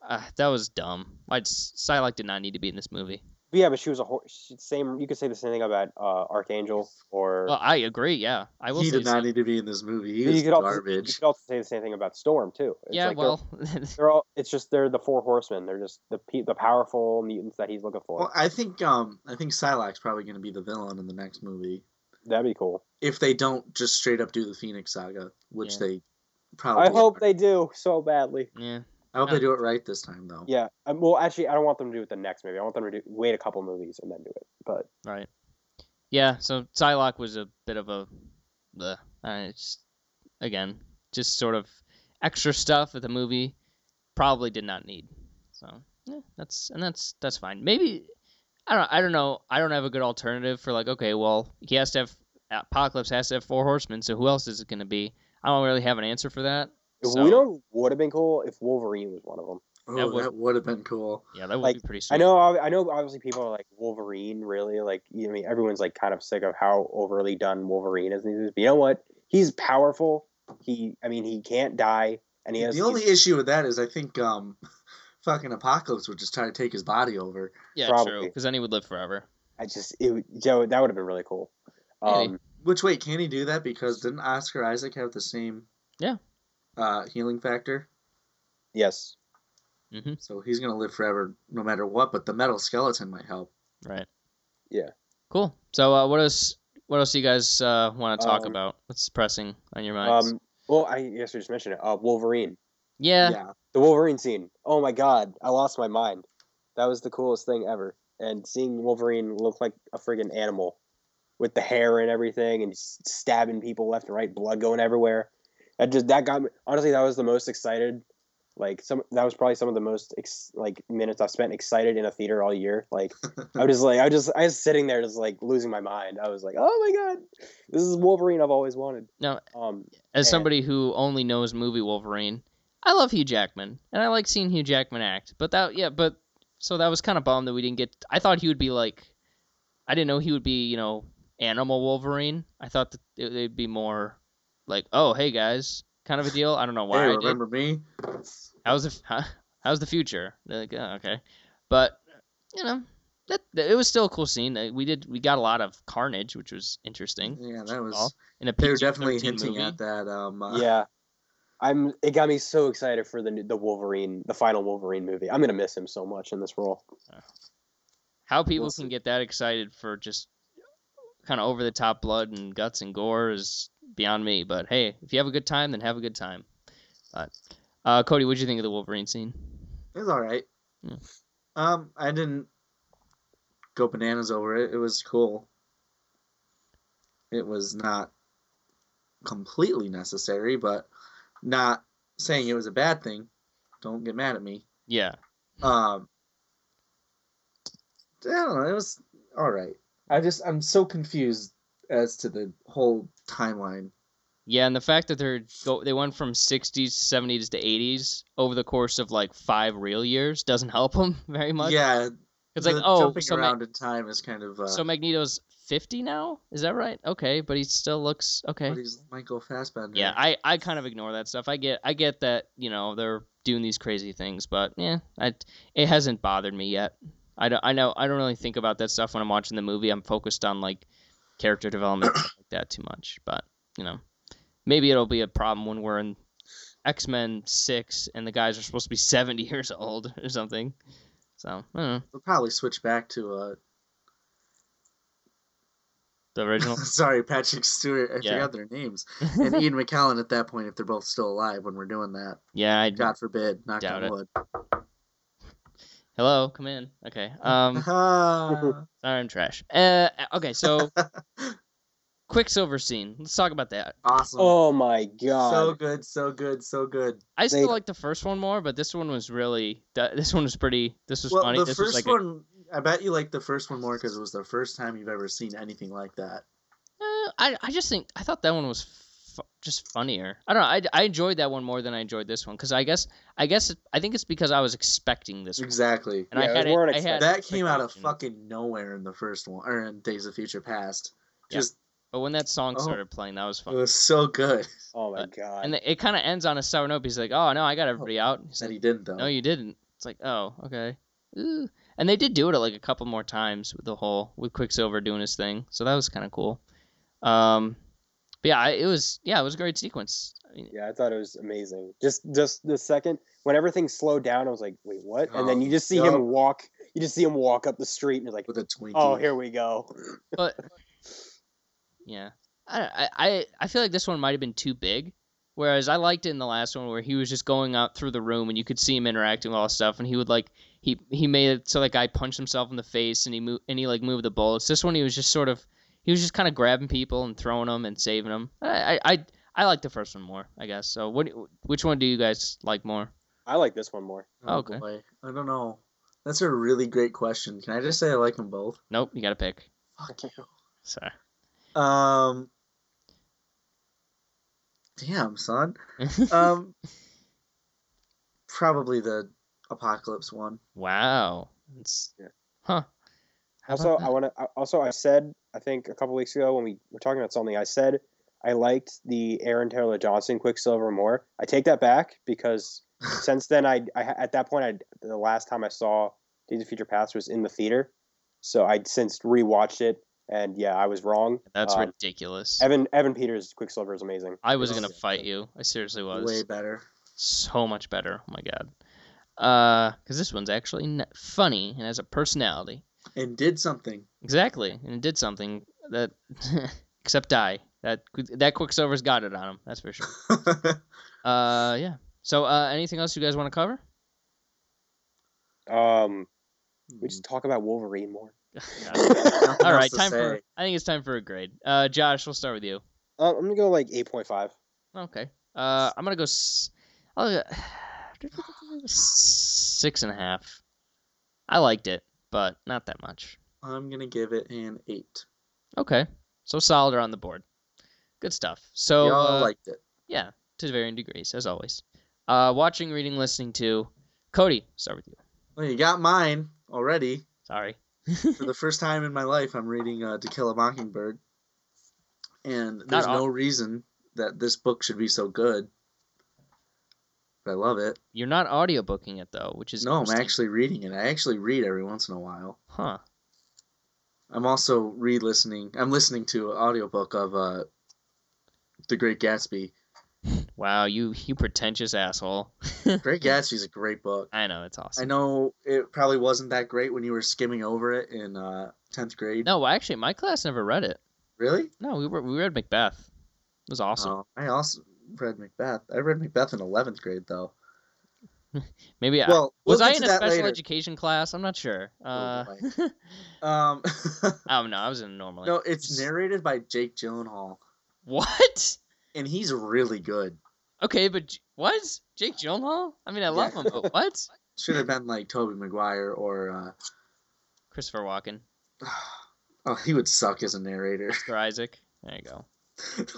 B: uh, that was dumb. I'd, Psylocke did not need to be in this movie.
C: yeah, but she was a whore. She, same. You could say the same thing about uh, Archangel or
B: Well, I agree. Yeah, I will.
D: he
B: say
D: did not need to be in this movie. He
C: you
D: was
C: could also- You
D: garbage.
C: could also say the same thing about Storm too. It's
B: yeah,
C: like they're-
B: well,
C: they're, all. It's just they're the four horsemen. They're just the pe- the powerful mutants that he's looking for.
D: Well, I think um, I think Psylocke's probably going to be the villain in the next movie
C: That'd be cool.
D: if they don't just straight up do the Phoenix Saga, which
B: Yeah.
D: they probably.
C: I hope
D: are.
C: they do so badly.
B: yeah.
D: I hope they do it right this time, though.
C: Yeah. Um, well, actually, I don't want them to do it the next movie. I want them to do, wait a couple movies and then do it. But
B: Right. Yeah, so Psylocke was a bit of a. Bleh. Uh, it's, again, just sort of extra stuff that the movie probably did not need. So, yeah, that's. And that's that's fine. Maybe. I don't, I don't know. I don't have a good alternative for, like, okay, well, he has to have. Apocalypse has to have four horsemen, so who else is it going to be? I don't really have an answer for that.
C: if
B: So,
C: we don't would have been cool if Wolverine was one of them.
B: That
D: Oh,
B: would-
D: that would have been cool.
B: yeah, that would
C: like,
B: be pretty sweet.
C: I know. ob- I know. Obviously, people are like Wolverine. Really, like you know, I mean, everyone's like kind of sick of how overly done Wolverine is. But you know what? He's powerful. He, I mean, he can't die, and he has
D: the only issue with that is I think um, fucking Apocalypse would just try to take his body over.
B: Yeah, true.
C: Probably.
B: Because then he would live forever.
C: I just it, would- Joe that would have been really cool.
B: Maybe.
C: Um,
D: Which wait, can he do that? Because didn't Oscar Isaac have the same?
B: Yeah.
D: Uh, healing factor,
C: Yes.
B: hmm
D: so he's gonna live forever no matter what. But the metal skeleton might help.
B: Right.
C: Yeah.
B: Cool. So uh, what else? What else do you guys uh, want to talk
C: Um,
B: about? What's pressing on your minds?
C: Um, well, I guess we just mentioned it. Uh, Wolverine.
B: yeah,
C: The Wolverine scene. Oh my god, I lost my mind. That was the coolest thing ever. And seeing Wolverine look like a friggin' animal with the hair and everything and s- stabbing people left and right, blood going everywhere. That just that got me honestly that was the most excited like some that was probably some of the most ex, like minutes I've spent excited in a theater all year. Like I was just like I was just I was sitting there just like losing my mind. I was like, "Oh my god. This is Wolverine I've always wanted."
B: No.
C: Um
B: as
C: and-
B: somebody who only knows movie Wolverine, I love Hugh Jackman and I like seeing Hugh Jackman act. But that yeah, but so that was kind of bummed that we didn't get. I thought he would be like, I didn't know he would be you know animal Wolverine. I thought that it, it'd be more like oh hey guys kind of a deal. I don't know why.
D: Hey,
B: I did.
D: remember me?
B: How's the f- huh? how's the future? They're like, oh, okay, but you know that, that- it was still a cool scene. Uh, We did we got a lot of carnage, which was interesting.
D: Yeah, that was.
B: All In a
D: They were
B: PG-13
D: Mm-hmm. definitely hinting
B: movie.
D: at that. Um, uh,
C: yeah i'm it got me so excited for the new- the wolverine the final wolverine movie i'm gonna miss him so much in this role
B: how people
C: We'll
B: can
C: see.
B: get that excited for just kind of over the top blood and guts and gore is beyond me. But hey, if you have a good time, then have a good time. But uh, Cody, what would you think of the Wolverine scene?
D: It was all right.
B: Yeah.
D: Um, I didn't go bananas over it. It was cool. It was not completely necessary, but not saying it was a bad thing. Don't get mad at me.
B: Yeah,
D: Um, I don't know. It was all right. I just I'm so confused as to the whole timeline.
B: yeah, and the fact that they're go- they went from 60s, 70s to 80s over the course of like five real years doesn't help them very much.
D: Yeah,
B: It's
D: the
B: like, oh,
D: jumping
B: so, Ma-
D: around in time is kind of uh,
B: so Magneto's 50 now? Is that right? Okay, but he still looks okay.
D: what is Michael Fassbender.
B: Yeah, I, I kind of ignore that stuff. I get I get that, you know, they're doing these crazy things, but yeah, I, it hasn't bothered me yet. I don't I know I don't really think about that stuff when I'm watching the movie. I'm focused on like character development stuff like that too much, but, you know, maybe it'll be a problem when we're in X-Men 6 and the guys are supposed to be 70 years old or something. So, I don't know.
D: They'll probably switch back to uh
B: The original
D: sorry, Patrick Stewart. I
B: Yeah.
D: forgot their names. And Ian McKellen at that point, if they're both still alive when we're doing that.
B: Yeah, I
D: God forbid, knock
B: Mm-hmm. Doubt
D: on
B: it.
D: wood.
B: Hello, come in. Okay. Um
D: Ah,
B: sorry, I'm trash. Uh okay, so Quicksilver scene. Let's talk about that.
D: awesome.
C: oh my
D: Hmm. so
C: god
D: good, so good, so good.
B: I still
C: They-
B: like the first one more, but this one was really th- this one was pretty this was
D: well,
B: funny.
D: the
B: this was
D: first
B: like a-
D: one, I bet you liked the first one more because it was the first time you've ever seen anything like that.
B: Uh, I I just think I thought that one was fu- just funnier. I don't know. I, I enjoyed that one more than I enjoyed this one cuz I guess I guess it, I think it's because I was expecting this one.
D: Exactly.
B: And
C: Yeah,
B: I had
C: we weren't
B: it, I had
D: That came out of
B: expectations.
D: fucking nowhere in the first one, or in Days of Future Past.
B: Yeah.
D: Just
B: But when that song
D: Oh.
B: started playing, that was
D: it
B: fun.
D: was so good
C: oh my
B: Uh,
C: god
B: And it kind of ends on a sour note. He's like, "Oh no, I got everybody out." He's
D: that
B: like,
D: he didn't though.
B: No, you didn't. It's like, oh, okay. Ooh. And they did do it like a couple more times with the whole with Quicksilver doing his thing, so that was kind of cool. Um, but yeah, I- it was yeah, it was a great sequence. I mean,
C: yeah i thought it was amazing just just the second when everything slowed down i was like wait what and then
D: Oh,
C: you just see
D: yup.
C: him walk you just see him walk up the street and you're like
D: with a Twinkie.
C: oh here we go
B: but yeah, I, I I I feel like this one might have been too big. Whereas I liked it in the last one where he was just going out through the room and you could see him interacting with all this stuff and he would like he he made it so that guy punched himself in the face and he moved and he like moved the bullets. This one he was just sort of he was just kind of grabbing people and throwing them and saving them. I I I, I like the first one more, I guess. So what which one do you guys like more?
C: i like this one more
D: Oh,
B: Okay.
D: boy. I don't know. That's a really great question. Can I just say I like them both?
B: Nope, you got to pick.
D: Fuck you.
B: Sorry.
D: Um. Damn, son. Um. probably the apocalypse one.
B: wow. It's,
C: Yeah.
B: Huh. How about
C: also
B: that?
C: i want to also i said i think a couple weeks ago when we were talking about something i said i liked the aaron taylor johnson quicksilver more i take that back because since then I, I at that point I the last time i saw days of future past was in the theater so i'd since rewatched it And yeah, I was wrong.
B: That's
D: Uh,
C: Um,
B: ridiculous.
C: Evan Evan Peters Quicksilver is amazing.
B: I was
D: Yes.
B: gonna fight you. I seriously was.
D: Way better.
B: so much better. Oh my god. Uh, because this one's actually n funny and has a personality.
D: And did something.
B: Exactly, and it did something that, except die. That that Quicksilver's got it on him. That's for sure. Uh, yeah. So, uh, anything else you guys want to cover?
C: Um, we just
D: Mm.
C: talk about Wolverine more.
B: God.
D: Nothing
B: All
D: else
B: right,
D: to
B: time for.
D: say.
B: I think it's time for a grade. Uh, Josh, we'll start with you.
C: Uh, I'm gonna go like eight point five.
B: Okay. Uh, I'm gonna go. S- I'll go six and a half. I liked it, but not that much.
D: I'm gonna give it an eight.
B: Okay. So solid are on the board. Good stuff. So
D: Y'all
B: uh,
D: liked it.
B: yeah, to varying degrees, as always. Uh, watching, reading, listening to. Cody, start with you.
D: Well, you got mine already.
B: Sorry.
D: For the first time in my life, I'm reading uh, To Kill a Mockingbird, and there's
B: all-
D: no reason that this book should be so good. But I love it.
B: You're not audiobooking it though, which is
D: No, I'm
B: interesting.
D: actually reading it. I actually read every once in a while.
B: Huh.
D: I'm also re-listening. I'm listening to an audiobook of uh, The Great Gatsby.
B: Wow, you you pretentious asshole.
D: Great Gatsby's a great book.
B: I know it's
D: I
B: awesome.
D: know it probably wasn't that great when you were skimming over it in uh, 10th grade.
B: No, well, actually, my class never read it.
D: Really?
B: No, we were, we read Macbeth. It was awesome.
D: Oh, I also read Macbeth. I read Macbeth in 11th grade, though.
B: Maybe I
D: Well,
B: was
D: we'll
B: I in
D: get to
B: a
D: that
B: special
D: later. Oh,
B: education class. I'm not sure. Uh,
D: Um,
B: oh no, I was in a normal.
D: no, it's
B: just-
D: narrated by Jake Gyllenhaal,
B: What?
D: and he's really good.
B: Okay, but J- what? Jake Gyllenhaal? I mean, I love
D: Yeah.
B: him, but what?
D: Should
B: Hmm.
D: have been like Toby Maguire or
B: Christopher Walken,
D: uh, oh, he would suck as a narrator.
B: Sir Isaac. There you go.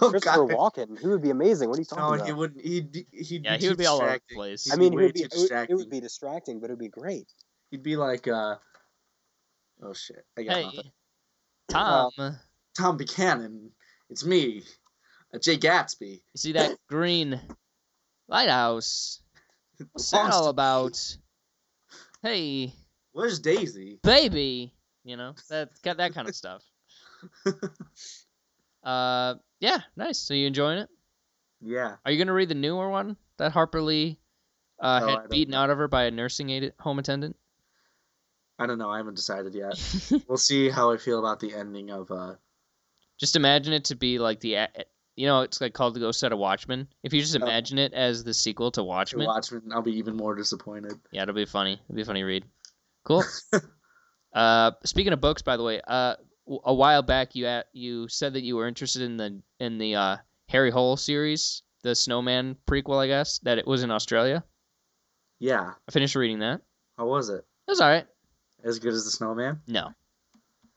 D: oh,
C: Christopher
D: God.
C: Walken, he would be amazing. What are you
D: No,
C: talking
D: he
C: about?
D: wouldn't. He'd be, he'd
B: Yeah,
D: be
B: he would
D: too
B: be all over the
D: distracting.
B: place.
D: He'd
C: I
D: be
C: mean, it
D: way
C: would be
D: too
C: it would, it
D: distracting.
C: would be distracting, but it would be great.
D: He'd be like, uh, oh shit, I got nothing.
B: Hey, Tom,
D: Um, Tom Buchanan, it's me, uh, Jay Gatsby.
B: you see that green lighthouse? What's that
D: Lost-
B: all about? Hey,
D: Where's Daisy?
B: baby, you know that got that kind of stuff. Uh, yeah, nice. So you enjoying it?
D: Yeah,
B: Are you gonna read the newer one that Harper Lee uh,
D: No, I
B: had
D: don't
B: beaten
D: know.
B: out of her by a nursing aid home attendant?
D: I don't know. I haven't decided yet. we'll see how I feel about the ending of uh
B: Just imagine it to be like the, a- you know, it's like called the Ghost Set of Watchmen. If you just
D: Oh.
B: imagine it as the sequel to
D: Watchmen.
B: Watchmen,
D: I'll be even more disappointed.
B: yeah, it'll be funny. It'll be a funny read. Cool. uh, speaking of books, by the way, uh, w- a while back you at, you said that you were interested in the in the uh, Harry Hole series, the Snowman prequel, I guess. That it was in Australia.
D: Yeah,
B: I finished reading that. It
D: how was it?
B: was all right.
D: As good as the Snowman?
B: No,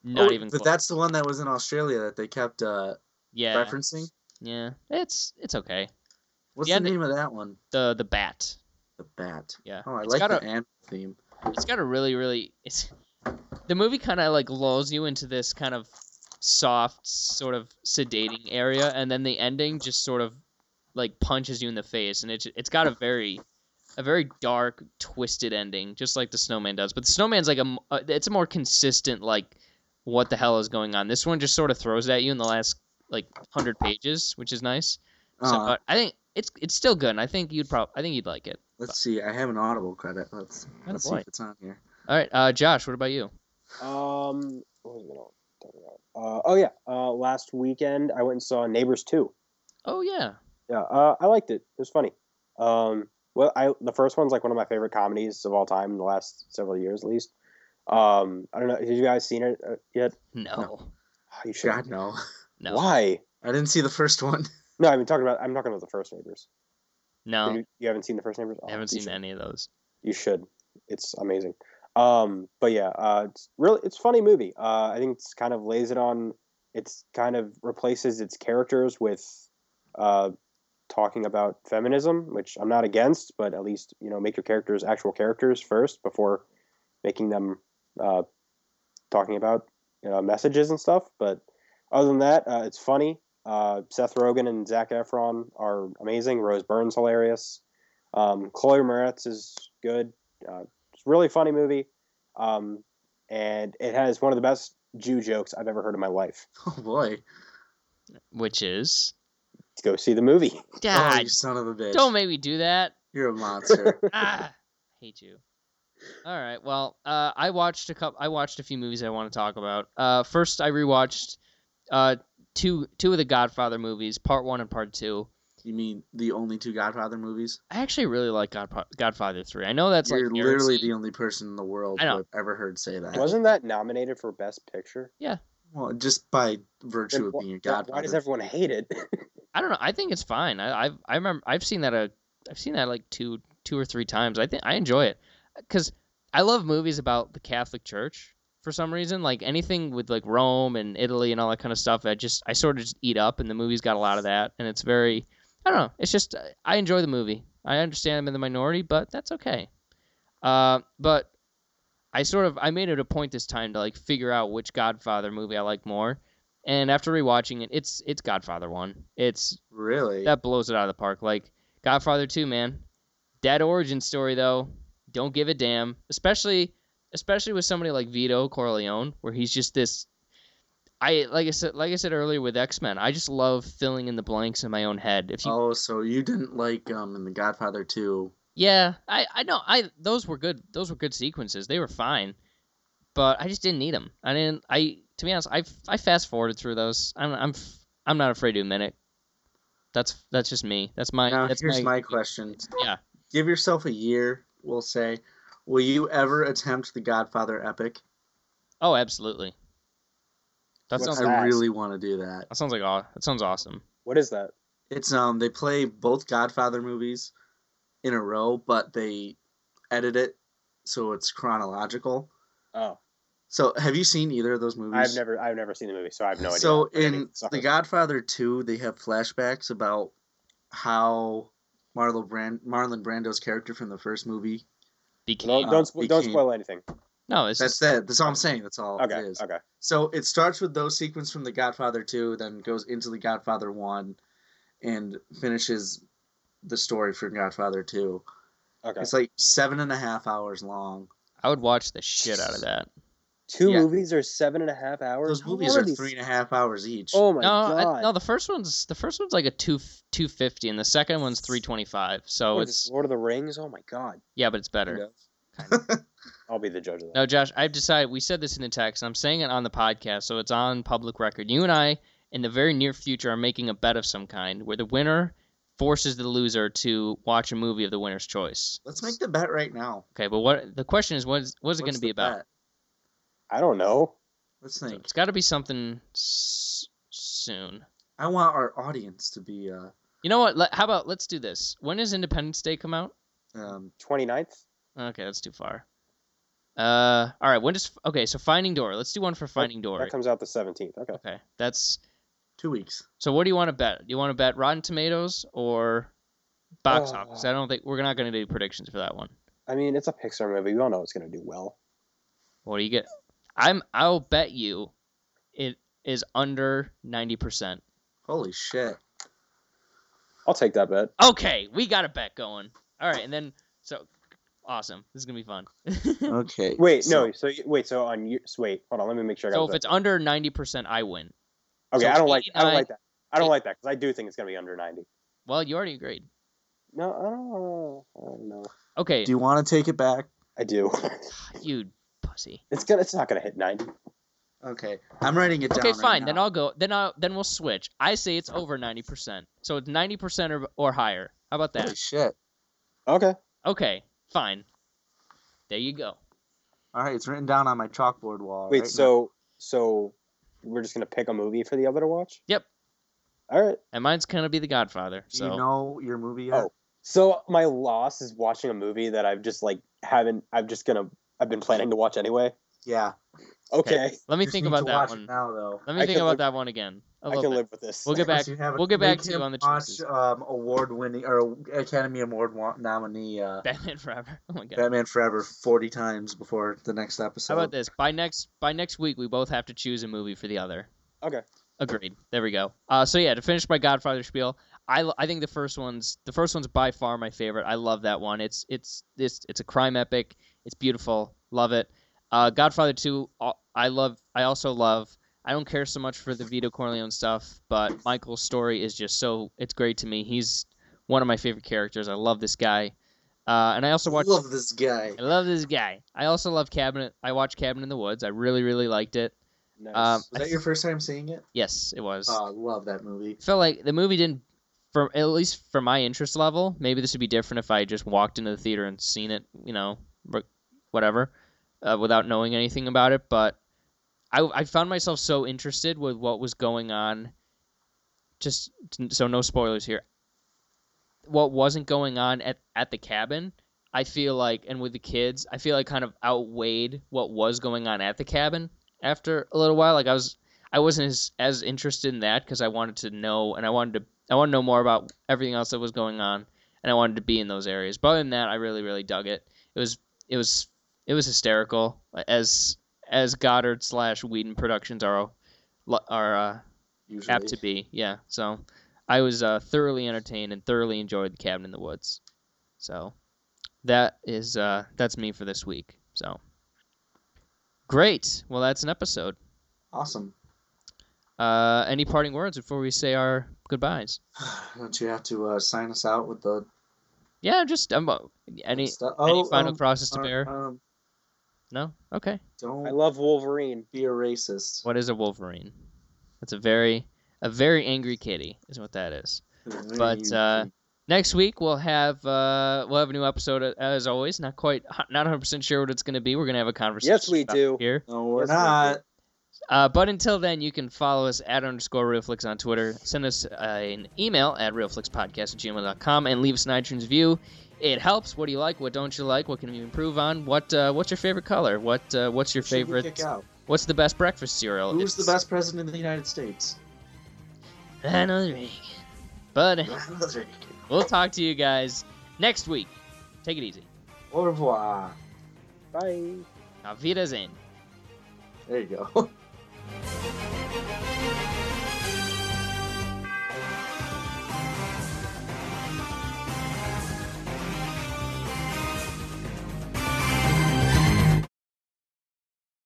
B: not
D: Oh,
B: even
D: But
B: close.
D: that's the one that was in Australia that they kept uh
B: yeah,
D: referencing.
B: yeah. It's it's okay.
D: What's
B: Yeah,
D: the
B: they-
D: name of that one?
B: The the bat.
D: The Bat.
B: Yeah.
D: Oh, I
B: It's
D: like
B: got
D: the
B: a-
D: ant theme.
B: it's got a really really it's the movie kind of like lulls you into this kind of soft sort of sedating area and then the ending just sort of like punches you in the face and it's it's got a very a very dark twisted ending just like the snowman does but the snowman's like a m- uh, it's a more consistent like what the hell is going on this one just sort of throws it at you in the last like 100 pages which is nice so
D: Uh,
B: but i think it's it's still good and i think you'd probably i think you'd like it
D: let's see. I have an Audible credit. Let's let's see
B: Attaboy.
D: if it's on here.
B: all right uh josh what about you
C: Um, what was I gonna talk about? Uh, oh yeah, uh, last weekend I went and saw Neighbors Two.
B: oh yeah
C: Yeah, uh, I liked it. It was funny. Um, well, I the first one's like one of my favorite comedies of all time in the last several years, at least. Um, I don't know. Have you guys seen it uh, yet?
B: no
C: Oh, you should.
D: God no.
B: no
C: Why?
D: I didn't see the first one.
C: No, I've been talking about. I'm talking about the first Neighbors.
B: No,
C: You, you haven't seen the first Neighbors? Oh,
B: I haven't
C: you
B: seen
C: should.
B: any of those.
C: You should. It's amazing. Um, but yeah, uh, it's really it's a funny movie. Uh, I think it's kind of lays it on. It's kind of replaces its characters with uh, talking about feminism, which I'm not against, but at least you know make your characters actual characters first before making them uh, talking about you know, messages and stuff. But other than that, uh, it's funny. Uh, Seth Rogen and Zach Efron are amazing. Rose Byrne's hilarious. Um, Chloe Moretz is good. Uh, it's a really funny movie, um, and it has one of the best Jew jokes I've ever heard in my life.
D: Oh boy.
B: which is
C: Let's go see the movie.
D: Oh,
B: God.
D: you son of a bitch.
B: Don't make me do that.
D: You're a monster.
B: ah, hate you. All right. Well, uh, I watched a couple. I watched a few movies I want to talk about. Uh, first, I rewatched uh, two two of the Godfather movies, Part One and Part Two.
D: you mean the only two Godfather movies?
B: I actually really like Godpa- Godfather Three. I know that's
D: You're
B: like
D: literally
B: heresy.
D: the only person in the world
B: I know.
D: who I've ever heard say that.
C: Wasn't that nominated for Best Picture?
D: Well, just by virtue
C: Then
D: of
C: wh-
D: being a
C: then
D: Godfather.
C: why does everyone hate it?
B: I don't know. I think it's fine. I I've, I remember I've seen that a I've seen that like two two or three times. I think I enjoy it because I love movies about the Catholic Church for some reason. Like anything with like Rome and Italy and all that kind of stuff. I just I sort of just eat up, and the movie's got a lot of that, and it's very I don't know. It's just I enjoy the movie. I understand I'm in the minority, but that's okay. Uh, but I sort of I made it a point this time to like figure out which Godfather movie I like more. And after rewatching it, it's it's Godfather one. It's
D: Really?
B: that blows it out of the park. Like Godfather 2, man. That origin story though, don't give a damn. Especially especially with somebody like Vito Corleone, where he's just this I like I said like I said earlier with X Men, I just love filling in the blanks in my own head. If you
D: Oh, so you didn't like um in the Godfather two?
B: Yeah, I I know I those were good those were good sequences. They were fine, but I just didn't need them. I didn't I to be honest, I I fast forwarded through those. I'm I'm f- I'm not afraid to admit it. That's that's just me. That's my
D: Now
B: that's
D: here's
B: my,
D: my question:
B: yeah.
D: Give yourself a year. We'll say, will you ever attempt the Godfather epic?
B: Oh, absolutely. That
C: What's
B: sounds
C: that?
D: I really want to do that.
B: that sounds like aw- that sounds awesome.
C: what is that?
D: It's um they play both Godfather movies in a row, but they edit it so it's chronological.
C: Oh,
D: So have you seen either of those movies?
C: I've never, I've never seen the movie, so I have no idea.
D: so
C: I'm gonna
D: in
C: need to suck
D: The
C: it.
D: Godfather 2, they have flashbacks about how Marlon Brand Marlon Brando's character from the first movie.
B: Became
C: don't
D: uh,
C: don't, spo- don't
D: became-
C: spoil anything.
B: no, it's
D: That's
B: just,
D: that. That's all I'm saying. That's all
C: Okay,
D: Oh, it is.
C: okay.
D: So it starts with those sequence from The Godfather 2, then goes into The Godfather 1 and finishes the story for Godfather 2.
C: Okay.
D: It's like seven and a half hours long.
B: I would watch the shit out of that.
D: Oh
C: Two
D: yeah.
C: movies are seven and a half hours.
D: Those
C: How
D: movies
C: long
D: are
C: these-
D: three and a half hours each.
C: Oh my
B: no,
C: god!
B: I, no, the first one's the first one's like a two two fifty, and the second one's three twenty five. So
C: What is
B: it's
C: this, Lord of the Rings. Oh my god!
B: yeah, but it's better.
C: I'll be the judge of that.
B: No, Josh, I've decided. We said this in the text. and I'm saying it on the podcast, so it's on public record. You and I, in the very near future, are making a bet of some kind where the winner forces the loser to watch a movie of the winner's choice.
D: Let's make the bet right now.
B: Okay, but what the question is, what is, what is it going
D: What's
B: to be
D: the
B: about?
D: bet?
C: I don't know.
D: Let's
B: So
D: think.
B: it's got to be something s- soon.
D: I want our audience to be uh,
B: You know what? Let, how about let's do this. When does Independence Day come out?
D: um,
C: 29th?
B: Okay, that's too far. Uh, all right. When does okay? So Finding Dory. Let's do one for Finding Dory.
C: That comes out the 17th. Okay.
B: Okay, that's
D: two weeks.
B: So what do you want to bet? Do you want to bet Rotten Tomatoes or box
C: Uh.
B: office? I don't think we're not going to do predictions for that one.
C: I mean, it's a Pixar movie. We all know it's going to do well.
B: What do you get? I'm I'll bet you it is under 90%.
D: Holy shit!
C: I'll take that bet.
B: Okay, we got a bet going. All right, and then so awesome. This is going to be fun.
D: Okay.
C: Wait, no. So you- wait, so on your so wait, hold on. Let me make sure. I
B: so
C: got
B: if
C: this
B: it's under 90%, I win.
C: right. okay,
B: so
C: I don't like. I don't
B: 89
C: like that. I don't like that because I do think it's going to be under 90.
B: Well, you already agreed.
C: No, I don't. I don't know.
B: Okay,
D: Do you want to take it back?
C: I do.
B: you pussy.
C: it's gonna. It's not going to hit 90.
D: Okay, I'm writing it down.
B: Okay,
D: right
B: fine. then
D: now.
B: I'll go. Then I will then we'll switch. I say it's over 90%. So it's 90% or, or higher. How about that?
D: Holy shit!
C: Okay.
B: Okay, fine. There you go.
D: All right, it's written down on my chalkboard wall.
C: Wait.
D: right
C: so so we're just going to pick a movie for the other to watch.
B: Yep.
C: All right.
B: And mine's gonna be The Godfather.
D: now. Do
B: So
D: you know your movie yet?
C: Oh. So my loss is watching a movie that I've just like haven't. I'm just gonna. I've been planning to watch anyway.
D: Yeah.
C: Okay.
B: let me
D: Just
B: think
D: need
B: about
D: to
B: that
D: watch it
B: one.
D: now though.
B: Let me
C: I
B: think
C: can
B: about
C: live-
B: that one again. A
C: I
B: little
C: can
B: bit.
C: live with this.
B: We'll get back.
D: Unless you have-
B: we'll get
D: make
B: back to you
D: him
B: on the
D: watch,
B: choices.
D: um, award winning or Academy Award wa- nominee uh,
B: Batman Forever. Oh my god.
D: Batman Forever forty times before the next episode.
B: How about this? By next by next week, we both have to choose a movie for the other.
C: Okay.
B: Agreed. There we go. Uh, so yeah, to finish my Godfather spiel, I, l- I think the first one's the first one's by far my favorite. I love that one. It's it's this it's a crime epic. It's beautiful. Love it. Uh, Godfather Two, uh, I love. I also love. I don't care so much for the Vito Corleone stuff, but Michael's story is just so. It's great to me. He's one of my favorite characters. I love this guy, uh, and I also watched.
D: Love this guy.
B: I love this guy. I also love Cabinet. I watched Cabin in the Woods. I really, really liked it.
C: Nice.
B: Um,
D: Was that your first time seeing it?
B: Yes, it was.
D: Oh, I love that movie.
B: felt like the movie didn't for at least for my interest level maybe this would be different if i just walked into the theater and seen it you know re- whatever uh, without knowing anything about it but I, I found myself so interested with what was going on just so no spoilers here what wasn't going on at, at the cabin i feel like and with the kids i feel like kind of outweighed what was going on at the cabin after a little while like i was I wasn't as, as interested in that because I wanted to know and I wanted to I want to know more about everything else that was going on and I wanted to be in those areas. But other than that, I really really dug it. It was it was it was hysterical as as Goddard slash Whedon Productions are are uh,
D: Usually.
B: apt to be. Yeah, so I was uh, thoroughly entertained and thoroughly enjoyed the Cabin in the Woods. So that is uh, that's me for this week. So great. Well, that's an episode.
D: Awesome.
B: Uh, any parting words before we say our goodbyes?
D: Don't you have to uh, sign us out with the
B: Yeah, just um, uh, any
D: stuff?
B: any
D: Oh,
B: final
D: um,
B: crosses to
C: uh,
D: um,
B: bear?
D: um,
B: no. Okay.
C: I
D: don't
C: love Wolverine.
D: be a racist.
B: What is a Wolverine? That's a very a very angry kitty is what that is. But, uh, Next week we'll have uh, we'll have a new episode uh, as always. Not quite not 100 percent sure what it's going to be. We're going to have a conversation.
C: Yes, we
B: about
C: do.
B: it here.
D: no, we're
C: Yes,
D: not.
B: Uh, but until then, you can follow us at underscore RealFlix on Twitter. Send us uh, an email at RealFlixPodcast at gmail.com and leave us an iTunes review. It helps. What do you like? What don't you like? What can you improve on? What uh, What's your favorite color? What uh, What's your
D: Should we
B: favorite?
D: Kick out?
B: What's the best breakfast cereal?
D: Who's the
B: It's
D: best president of the United States?
B: Ronald Reagan. But uh,
D: Ronald Reagan.
B: we'll talk to you guys next week. Take it easy.
D: Au revoir.
C: Bye.
B: Auf Wiedersehen.
D: There you go.